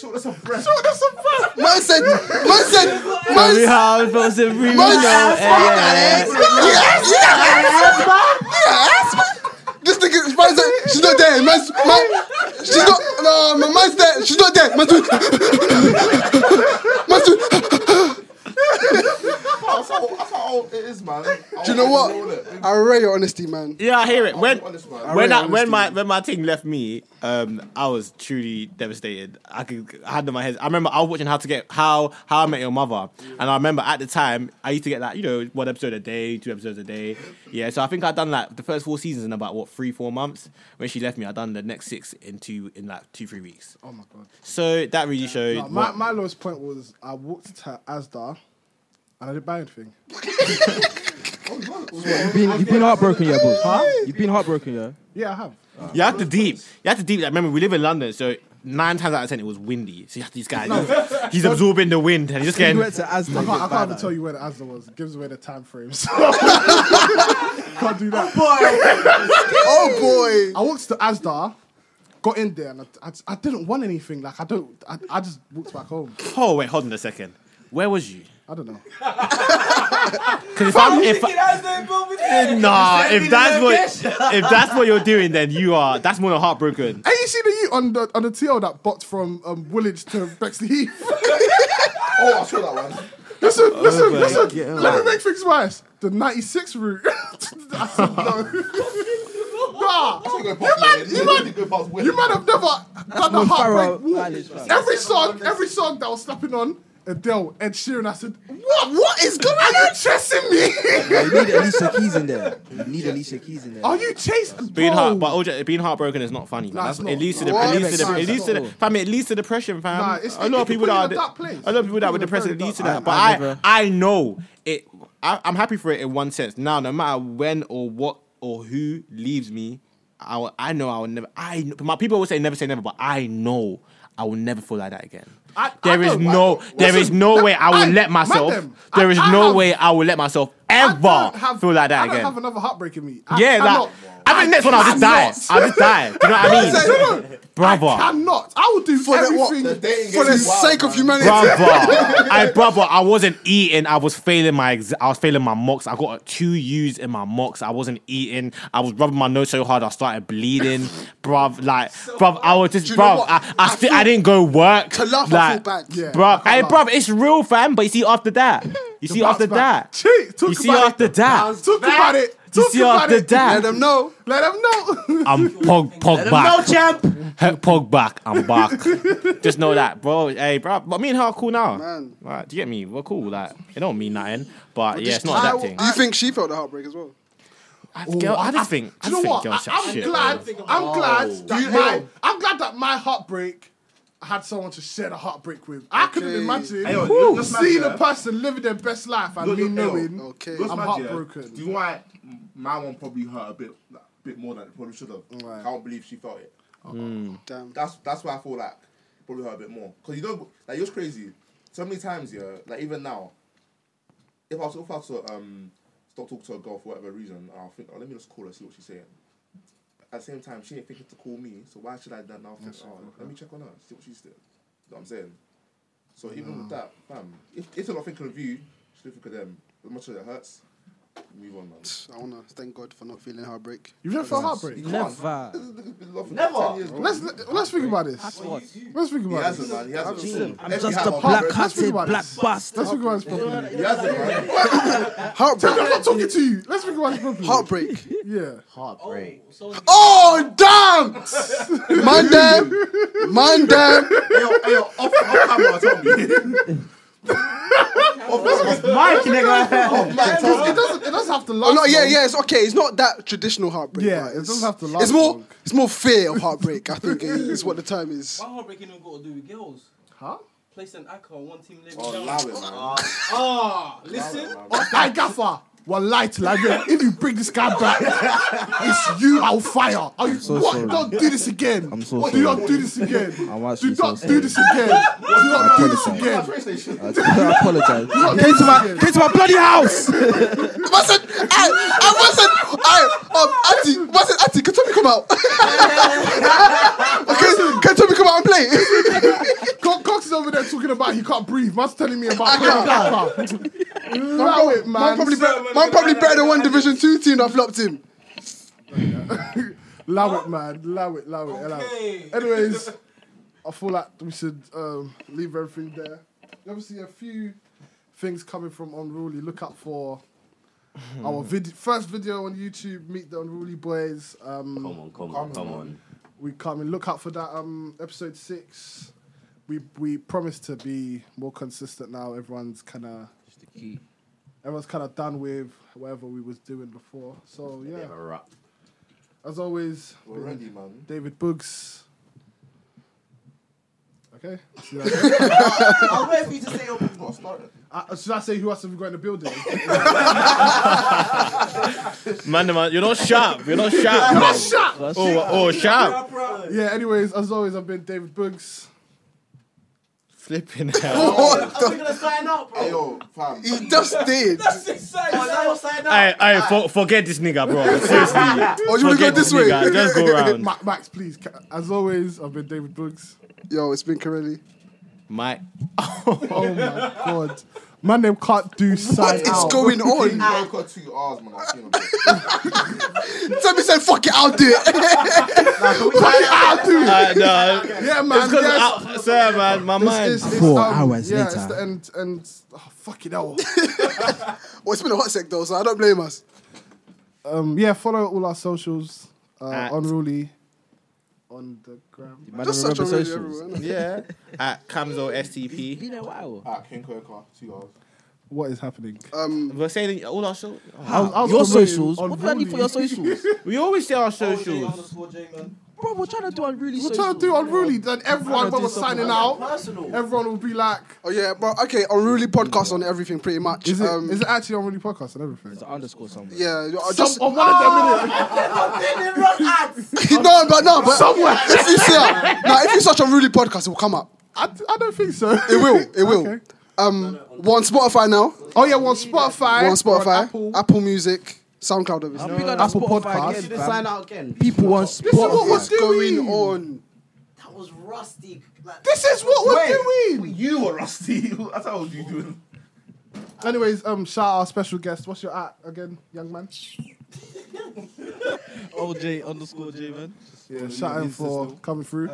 [SPEAKER 5] Shortness of breath.
[SPEAKER 7] Man said, man said, man said,
[SPEAKER 6] I'm supposed to breathe. No
[SPEAKER 7] man said,
[SPEAKER 6] air.
[SPEAKER 7] you got asthma? You got asthma? This nigga, man said, she's not dead. Man's, man, she's not, no, my man's dead. She's not dead. Man's doing, man's doing,
[SPEAKER 5] That's how, that's how old it is, man.
[SPEAKER 7] do you know what? I rate your honesty, man.
[SPEAKER 6] Yeah, I hear it. When
[SPEAKER 5] Honest, man.
[SPEAKER 6] when
[SPEAKER 7] really
[SPEAKER 6] I, when my
[SPEAKER 7] understand.
[SPEAKER 6] when my thing left me, um, I was truly devastated. I could I had in my head. I remember I was watching How to Get How How I Met Your Mother, and I remember at the time I used to get like you know one episode a day, two episodes a day. Yeah, so I think I'd done like the first four seasons in about what three four months. When she left me, I done the next six in two in like two three weeks.
[SPEAKER 3] Oh my god.
[SPEAKER 6] So that really showed.
[SPEAKER 3] No, my,
[SPEAKER 6] what-
[SPEAKER 3] my lowest point was I walked to Asda and I didn't buy anything.
[SPEAKER 4] You've been, you've been heartbroken, yeah, bro. Huh? You've been heartbroken, yeah.
[SPEAKER 3] Yeah, I have.
[SPEAKER 6] you have to deep. You have to deep. Like, remember, we live in London, so. Nine times out of ten, it was windy. So you have these guys. He's absorbing the wind, and he's just
[SPEAKER 4] You
[SPEAKER 6] getting
[SPEAKER 4] went to Asda.
[SPEAKER 3] I
[SPEAKER 4] you
[SPEAKER 3] can't, I
[SPEAKER 4] didn't buy
[SPEAKER 3] can't even
[SPEAKER 4] that.
[SPEAKER 3] tell you where the Asda was. It gives away the time frame. So can't do that.
[SPEAKER 7] Oh boy.
[SPEAKER 3] I walked to Asda, got in there, and I, I, I didn't want anything. Like I don't, I, I just walked back home.
[SPEAKER 6] Oh wait, hold on a second. Where was you?
[SPEAKER 3] I don't know.
[SPEAKER 6] Because if I'm if I- nah, if that's what if that's what you're doing, then you are that's more than heartbroken.
[SPEAKER 3] Hey, you see the you on the on the TL that bots from um, Woolwich to Bexley Heath?
[SPEAKER 5] Oh, I saw that one.
[SPEAKER 3] listen, listen,
[SPEAKER 4] my
[SPEAKER 3] listen.
[SPEAKER 4] God.
[SPEAKER 3] Let me make things worse. The 96 route. I said no. nah,
[SPEAKER 5] You might, you might, you might,
[SPEAKER 3] you might have never done a heartbreak walk.
[SPEAKER 4] Farrell.
[SPEAKER 3] Every song, every song that I was slapping on, Adele, Ed Sheeran, I said,
[SPEAKER 7] What? What is going
[SPEAKER 3] Are you chasing me?
[SPEAKER 4] Yeah, you need Alicia Keys in there. You need Alicia Keys in there.
[SPEAKER 3] Are you chasing
[SPEAKER 6] Being
[SPEAKER 3] Bro.
[SPEAKER 6] heart, but OJ, being heartbroken is not funny. Man.
[SPEAKER 3] Nah, it's
[SPEAKER 6] That's, it
[SPEAKER 3] not.
[SPEAKER 6] leads to the,
[SPEAKER 7] What?
[SPEAKER 6] it leads to the,
[SPEAKER 3] Nah,
[SPEAKER 6] it leads to the,
[SPEAKER 4] it's
[SPEAKER 6] fam, it leads to depression, fam.
[SPEAKER 3] Nah, it's-
[SPEAKER 6] a lot
[SPEAKER 3] it-
[SPEAKER 6] of people
[SPEAKER 3] it put you in a
[SPEAKER 6] that
[SPEAKER 3] dark
[SPEAKER 6] are,
[SPEAKER 3] place.
[SPEAKER 6] a lot of
[SPEAKER 3] It
[SPEAKER 6] people
[SPEAKER 3] put you
[SPEAKER 6] that were
[SPEAKER 3] in a
[SPEAKER 6] depressed.
[SPEAKER 3] very
[SPEAKER 6] It leads to
[SPEAKER 3] dark
[SPEAKER 6] that,
[SPEAKER 3] place.
[SPEAKER 6] but
[SPEAKER 4] I
[SPEAKER 6] I,
[SPEAKER 4] never-
[SPEAKER 6] I know it. I, I'm happy for it in one sense. Now, no matter when or what or who leaves me, I, will- I know I will never. I kn- my people always say never say never, but I know I will never feel like that again.
[SPEAKER 3] I-
[SPEAKER 6] There
[SPEAKER 3] I
[SPEAKER 6] is
[SPEAKER 3] know.
[SPEAKER 6] no,
[SPEAKER 3] I-
[SPEAKER 6] there is
[SPEAKER 3] listen,
[SPEAKER 6] no
[SPEAKER 3] that-
[SPEAKER 6] way I will
[SPEAKER 3] I-
[SPEAKER 6] let myself.
[SPEAKER 3] madam, I-
[SPEAKER 6] There is
[SPEAKER 3] I
[SPEAKER 6] no
[SPEAKER 3] have-
[SPEAKER 6] way I will let myself
[SPEAKER 3] I
[SPEAKER 6] ever
[SPEAKER 3] don't have-
[SPEAKER 6] feel like that
[SPEAKER 3] I don't
[SPEAKER 6] again.
[SPEAKER 3] have another heartbreak in me. I
[SPEAKER 6] yeah,
[SPEAKER 3] cannot-
[SPEAKER 6] like I remember the next one, I'll just die.
[SPEAKER 3] cannot.
[SPEAKER 6] I'll just die. Do you know what I mean?
[SPEAKER 3] Say, no, no.
[SPEAKER 6] Brother.
[SPEAKER 3] cannot. I will do
[SPEAKER 7] For the what?
[SPEAKER 3] everything
[SPEAKER 7] For the sake of humanity.
[SPEAKER 6] Brother, I brother, I wasn't eating. I was failing my. Ex- I was failing my mocks. I got two U's in my mocks. I wasn't eating. I was rubbing my nose so hard I started bleeding, bruv. Like, bruv, I was
[SPEAKER 7] Do
[SPEAKER 6] just,
[SPEAKER 7] you know
[SPEAKER 6] bruv.
[SPEAKER 7] what?
[SPEAKER 6] I, I, sti- I didn't go work.
[SPEAKER 7] To laugh, I feel
[SPEAKER 6] like,
[SPEAKER 7] bad. Yeah.
[SPEAKER 6] bruv. Hey, bruv, it's real, fam. But you see, after that, you see, after that, you see, after that,
[SPEAKER 3] Talk about it.
[SPEAKER 6] You
[SPEAKER 3] Talk
[SPEAKER 6] see
[SPEAKER 3] about
[SPEAKER 6] after
[SPEAKER 3] it.
[SPEAKER 6] that. Let
[SPEAKER 3] them know. Let them know.
[SPEAKER 6] I'm pog pog
[SPEAKER 3] him
[SPEAKER 6] back.
[SPEAKER 3] know, champ.
[SPEAKER 6] Pog back. I'm back. Just know that, bro. Hey, bro. But me and her are cool now.
[SPEAKER 7] Man.
[SPEAKER 6] Like, do you get me? We're cool. Like, it don't mean nothing. But yeah,
[SPEAKER 7] just-
[SPEAKER 6] it's not that
[SPEAKER 7] I-
[SPEAKER 6] thing.
[SPEAKER 7] You think she felt the heartbreak as well?
[SPEAKER 6] Ooh, girl- I just think- I
[SPEAKER 3] Do you know
[SPEAKER 6] just think
[SPEAKER 3] what?
[SPEAKER 6] girls
[SPEAKER 3] I,
[SPEAKER 6] are
[SPEAKER 3] am
[SPEAKER 6] shit,
[SPEAKER 3] glad.
[SPEAKER 6] bro.
[SPEAKER 3] I'm glad
[SPEAKER 6] Oh.
[SPEAKER 3] that
[SPEAKER 6] You
[SPEAKER 3] my,
[SPEAKER 6] know.
[SPEAKER 3] I'm glad that my heartbreak I had someone to share the heartbreak with. I could have
[SPEAKER 5] Okay.
[SPEAKER 3] imagined
[SPEAKER 5] Hey, yo, you're
[SPEAKER 3] Woo.
[SPEAKER 5] just mad,
[SPEAKER 3] seeing
[SPEAKER 5] yeah.
[SPEAKER 3] a person living their best life and me knowing I'm heartbroken.
[SPEAKER 5] Do you know why my one probably hurt a bit, like, bit more than it probably should have? I can't believe she felt it.
[SPEAKER 3] Hmm.
[SPEAKER 7] Damn.
[SPEAKER 5] That's that's why I feel like probably hurt a bit more. Cause you know, like you're crazy. So many times, yeah. Like even now, if I was if I was to um stop talking to a girl for whatever reason, I'll think, oh, let me just call her see what she's saying. At the same time, she ain't thinking to call me, so why should I then now think, oh, let me check on her, see what she's doing. You know what I'm saying? So even with that, fam, if, if they're not thinking of you, just think of them. As much as it hurts, move on, man.
[SPEAKER 7] I wanna thank God for not feeling heartbreak.
[SPEAKER 3] You've never felt heartbreak?
[SPEAKER 5] You can't.
[SPEAKER 7] Never.
[SPEAKER 3] Let's let's think about this. Let's think about
[SPEAKER 5] He
[SPEAKER 3] this.
[SPEAKER 5] hasn't, man. He hasn't. Listen,
[SPEAKER 3] I'm
[SPEAKER 5] let's
[SPEAKER 3] just
[SPEAKER 5] be
[SPEAKER 3] a
[SPEAKER 5] humble,
[SPEAKER 3] black
[SPEAKER 5] bro.
[SPEAKER 3] Let's think about
[SPEAKER 5] black
[SPEAKER 3] this.
[SPEAKER 5] bastard.
[SPEAKER 3] Let's think about this properly.
[SPEAKER 5] He hasn't, man.
[SPEAKER 3] Heartbreak. I'm not talking to you. Let's think about this properly.
[SPEAKER 7] Heartbreak.
[SPEAKER 3] Yeah.
[SPEAKER 23] Heartbreak.
[SPEAKER 7] Oh damn! Man damn! Man damn!
[SPEAKER 24] Mike,
[SPEAKER 4] Oh,
[SPEAKER 24] nigga.
[SPEAKER 3] It doesn't, it doesn't. It doesn't have to
[SPEAKER 7] Oh,
[SPEAKER 3] last.
[SPEAKER 7] no, yeah,
[SPEAKER 3] long.
[SPEAKER 7] yeah, it's okay. It's not that traditional heartbreak.
[SPEAKER 3] Yeah,
[SPEAKER 7] but
[SPEAKER 3] it doesn't have to last
[SPEAKER 7] It's more,
[SPEAKER 3] long.
[SPEAKER 7] it's more fear of heartbreak. I think is what the term is.
[SPEAKER 10] Why heartbreak ain't even got to do with girls?
[SPEAKER 3] Huh?
[SPEAKER 10] Place an icon, one team label.
[SPEAKER 5] Oh,
[SPEAKER 10] down.
[SPEAKER 5] allow it, man.
[SPEAKER 10] Ah, listen.
[SPEAKER 3] Oh, that gaffer. Well, light like yeah, if you bring this guy back, it's you. I'll fire. Are you,
[SPEAKER 4] so
[SPEAKER 3] what?
[SPEAKER 4] sorry.
[SPEAKER 3] Don't do this again.
[SPEAKER 4] I'm so
[SPEAKER 3] What?
[SPEAKER 4] sorry.
[SPEAKER 3] Do not do this again.
[SPEAKER 4] I'm actually
[SPEAKER 3] Do not
[SPEAKER 4] so
[SPEAKER 3] do this again. Do not do this
[SPEAKER 4] apologize.
[SPEAKER 3] again.
[SPEAKER 4] I apologize.
[SPEAKER 3] not
[SPEAKER 4] Came to my came to my bloody house.
[SPEAKER 7] I wasn't. I, I wasn't. I um, Auntie, wasn't Auntie? Can Tommy come out? okay, can Tommy come out and play?
[SPEAKER 3] Co- Cox is over there talking about he can't breathe. Man's telling me about gaffer. Allow it, man.
[SPEAKER 7] Man, probably, better, man probably better than one Division Two team that flopped him.
[SPEAKER 3] Allow it, man. Allow it, allow it, allow
[SPEAKER 10] Okay.
[SPEAKER 3] it. Anyways, I feel like we should um, leave everything there. Obviously, a few things coming from Unruly. Look out for our vid- first video on YouTube, Meet the Unruly Boys. Um,
[SPEAKER 23] Come on, come on, come on.
[SPEAKER 3] we come and look out for that um episode six. We we promise to be more consistent now. Everyone's kind of everyone's kind of done with whatever we was doing before. So yeah,
[SPEAKER 23] Have a wrap.
[SPEAKER 3] as always,
[SPEAKER 5] We're ready, man.
[SPEAKER 3] David Boogs. Okay.
[SPEAKER 1] I'll wait for you to say your
[SPEAKER 5] Not started.
[SPEAKER 3] Uh, should I say who else have we got in the building?
[SPEAKER 6] Man, man, you're not sharp. You're not sharp.
[SPEAKER 3] Not
[SPEAKER 6] man.
[SPEAKER 3] shot.
[SPEAKER 6] Oh, oh, sharp.
[SPEAKER 3] Yeah. Anyways, as always, I've been David Boogs.
[SPEAKER 6] Flipping hell.
[SPEAKER 1] Are we gonna sign up, bro?
[SPEAKER 5] Hey, yo, fam.
[SPEAKER 7] He just did.
[SPEAKER 10] That's exciting.
[SPEAKER 1] Oh, is that your sign up?
[SPEAKER 6] Hey, hey, for, forget this nigga, bro. Seriously.
[SPEAKER 7] Oh, you wanna go
[SPEAKER 6] Forget
[SPEAKER 7] this way?
[SPEAKER 6] nigga. Just go around.
[SPEAKER 3] Ma- Max, please. ca- As always, I've been David Boogs.
[SPEAKER 7] Yo, it's been Corelli.
[SPEAKER 6] Mike.
[SPEAKER 3] Oh my god. My name can't do sign
[SPEAKER 7] What is
[SPEAKER 3] out.
[SPEAKER 7] going on?
[SPEAKER 3] Ah.
[SPEAKER 5] I've got two R's, man. I've seen them.
[SPEAKER 7] Tommy said, "Fuck it, I'll do it."
[SPEAKER 3] I'll do it.
[SPEAKER 6] Uh, no.
[SPEAKER 3] Yeah, man.
[SPEAKER 6] It's 'cause
[SPEAKER 3] yes.
[SPEAKER 6] I- sir, man, my mind.
[SPEAKER 3] It's- it's- it's,
[SPEAKER 4] Four
[SPEAKER 3] um,
[SPEAKER 4] hours
[SPEAKER 3] yeah,
[SPEAKER 4] later.
[SPEAKER 3] It's the end, and oh, fuck it all.
[SPEAKER 7] well, it's been a hot sec though, so I don't blame us.
[SPEAKER 3] um, yeah, follow all our socials. Uh,
[SPEAKER 6] At-
[SPEAKER 3] unruly on the gram.
[SPEAKER 4] Man,
[SPEAKER 7] Just
[SPEAKER 4] remember
[SPEAKER 7] such a really
[SPEAKER 4] socials.
[SPEAKER 7] everywhere. innit?
[SPEAKER 6] Yeah. At Camzo STP.
[SPEAKER 4] Been a while.
[SPEAKER 5] At King Koka, two R's.
[SPEAKER 3] What is happening?
[SPEAKER 7] Um,
[SPEAKER 6] We're saying all our show.
[SPEAKER 3] I was- I was
[SPEAKER 4] your
[SPEAKER 3] promoting
[SPEAKER 4] socials? What do I need for your
[SPEAKER 3] Unruly.
[SPEAKER 4] socials?
[SPEAKER 6] We always say our
[SPEAKER 10] OJ
[SPEAKER 6] socials.
[SPEAKER 10] underscore J, man.
[SPEAKER 4] Bro, we're trying to do unruly
[SPEAKER 3] We're
[SPEAKER 4] socials.
[SPEAKER 3] trying to do unruly. Then everyone,
[SPEAKER 4] do
[SPEAKER 3] when we're
[SPEAKER 4] something
[SPEAKER 3] signing
[SPEAKER 1] That's
[SPEAKER 3] out,
[SPEAKER 1] Personal.
[SPEAKER 3] everyone will be like,
[SPEAKER 7] oh yeah, bro. Okay, unruly podcast on everything, pretty much.
[SPEAKER 3] "Is it? Is
[SPEAKER 7] um,
[SPEAKER 3] it actually unruly podcast and everything?" ah,
[SPEAKER 4] It's an underscore somewhere.
[SPEAKER 7] yeah, you- I just
[SPEAKER 3] on one of them, innit?
[SPEAKER 7] no, but no, but somewhere. If you see her, now if you search unruly podcast, it will come up.
[SPEAKER 3] I, I don't think so.
[SPEAKER 7] It will. It will.
[SPEAKER 3] Okay.
[SPEAKER 7] Um, we're on Spotify now.
[SPEAKER 3] Oh yeah, we're on Spotify.
[SPEAKER 7] We're on Spotify,
[SPEAKER 3] Apple.
[SPEAKER 7] Apple Music, SoundCloud, obviously.
[SPEAKER 2] I'll be like that
[SPEAKER 7] Apple
[SPEAKER 2] Spotify
[SPEAKER 7] Podcast,
[SPEAKER 2] kid, they
[SPEAKER 7] fam.
[SPEAKER 2] sign out again.
[SPEAKER 7] People on
[SPEAKER 2] This is what
[SPEAKER 7] Spotify.
[SPEAKER 2] we're
[SPEAKER 7] What's
[SPEAKER 2] doing.
[SPEAKER 7] going on?
[SPEAKER 2] That was rusty.
[SPEAKER 3] This is what we're doing.
[SPEAKER 5] You were rusty. That's how you doing.
[SPEAKER 3] Anyways, um, shout out our special guest. What's your at again, young man?
[SPEAKER 25] OJ underscore J man.
[SPEAKER 3] Yeah, shout out for coming through.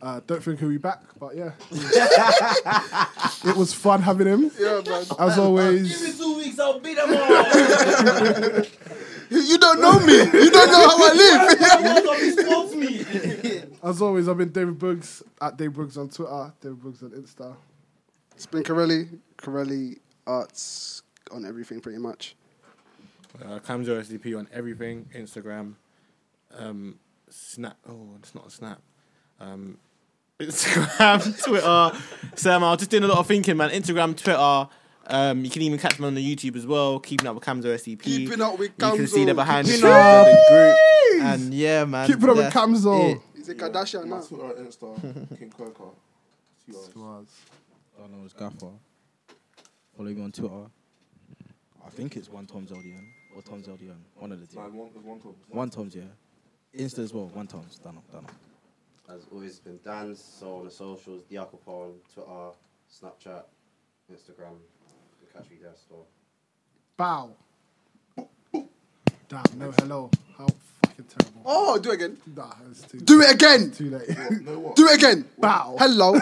[SPEAKER 3] Uh, don't think he'll be back, but yeah. it was fun having him.
[SPEAKER 7] Yeah, man.
[SPEAKER 3] As
[SPEAKER 10] Give me
[SPEAKER 3] always.
[SPEAKER 10] two weeks, I'll beat them all.
[SPEAKER 7] You don't know me. You don't know how I
[SPEAKER 10] live. He smokes me.
[SPEAKER 3] As always, I've been David Brooks at David Brooks on Twitter, David Brooks on Insta.
[SPEAKER 7] It's been Corelli, Corelli uh, Arts on everything pretty much.
[SPEAKER 6] Uh, Camzo SDP on everything Instagram, um, Snap. Oh, it's not a Snap. Um, Instagram, Twitter. So um, I was just doing a lot of thinking, man. Instagram, Twitter. Um, you can even catch me on the YouTube as well. Keeping up with Camzo SDP.
[SPEAKER 7] Keeping up with
[SPEAKER 6] You can
[SPEAKER 7] Camzo.
[SPEAKER 6] see the behind the scenes
[SPEAKER 7] Keeping
[SPEAKER 6] of
[SPEAKER 7] up.
[SPEAKER 6] the group. And yeah, man.
[SPEAKER 3] Keeping up with
[SPEAKER 6] that's
[SPEAKER 3] Camzo.
[SPEAKER 6] it.
[SPEAKER 7] He's a Kardashian
[SPEAKER 5] My
[SPEAKER 7] now.
[SPEAKER 5] Twitter and Insta, King Coco.
[SPEAKER 4] Donald's Oh, gaffer. Follow me on Twitter. I think it's one Tom Zeldian or Tom Zeldian. One of the two.
[SPEAKER 5] Nah, one- there's one Tom.
[SPEAKER 4] One Tom's, yeah. Insta as well. One Tom's. Donald. Donald.
[SPEAKER 2] As always, been Dan. So on the socials, Diacopo on Twitter, Snapchat, Instagram. You can catch me there still.
[SPEAKER 3] Bow. Damn, no hello. How fucking terrible.
[SPEAKER 7] Oh, do it again.
[SPEAKER 3] Nah, it's too
[SPEAKER 7] Do it again.
[SPEAKER 3] Too late.
[SPEAKER 7] Do it again.
[SPEAKER 3] Bow.
[SPEAKER 7] Hello.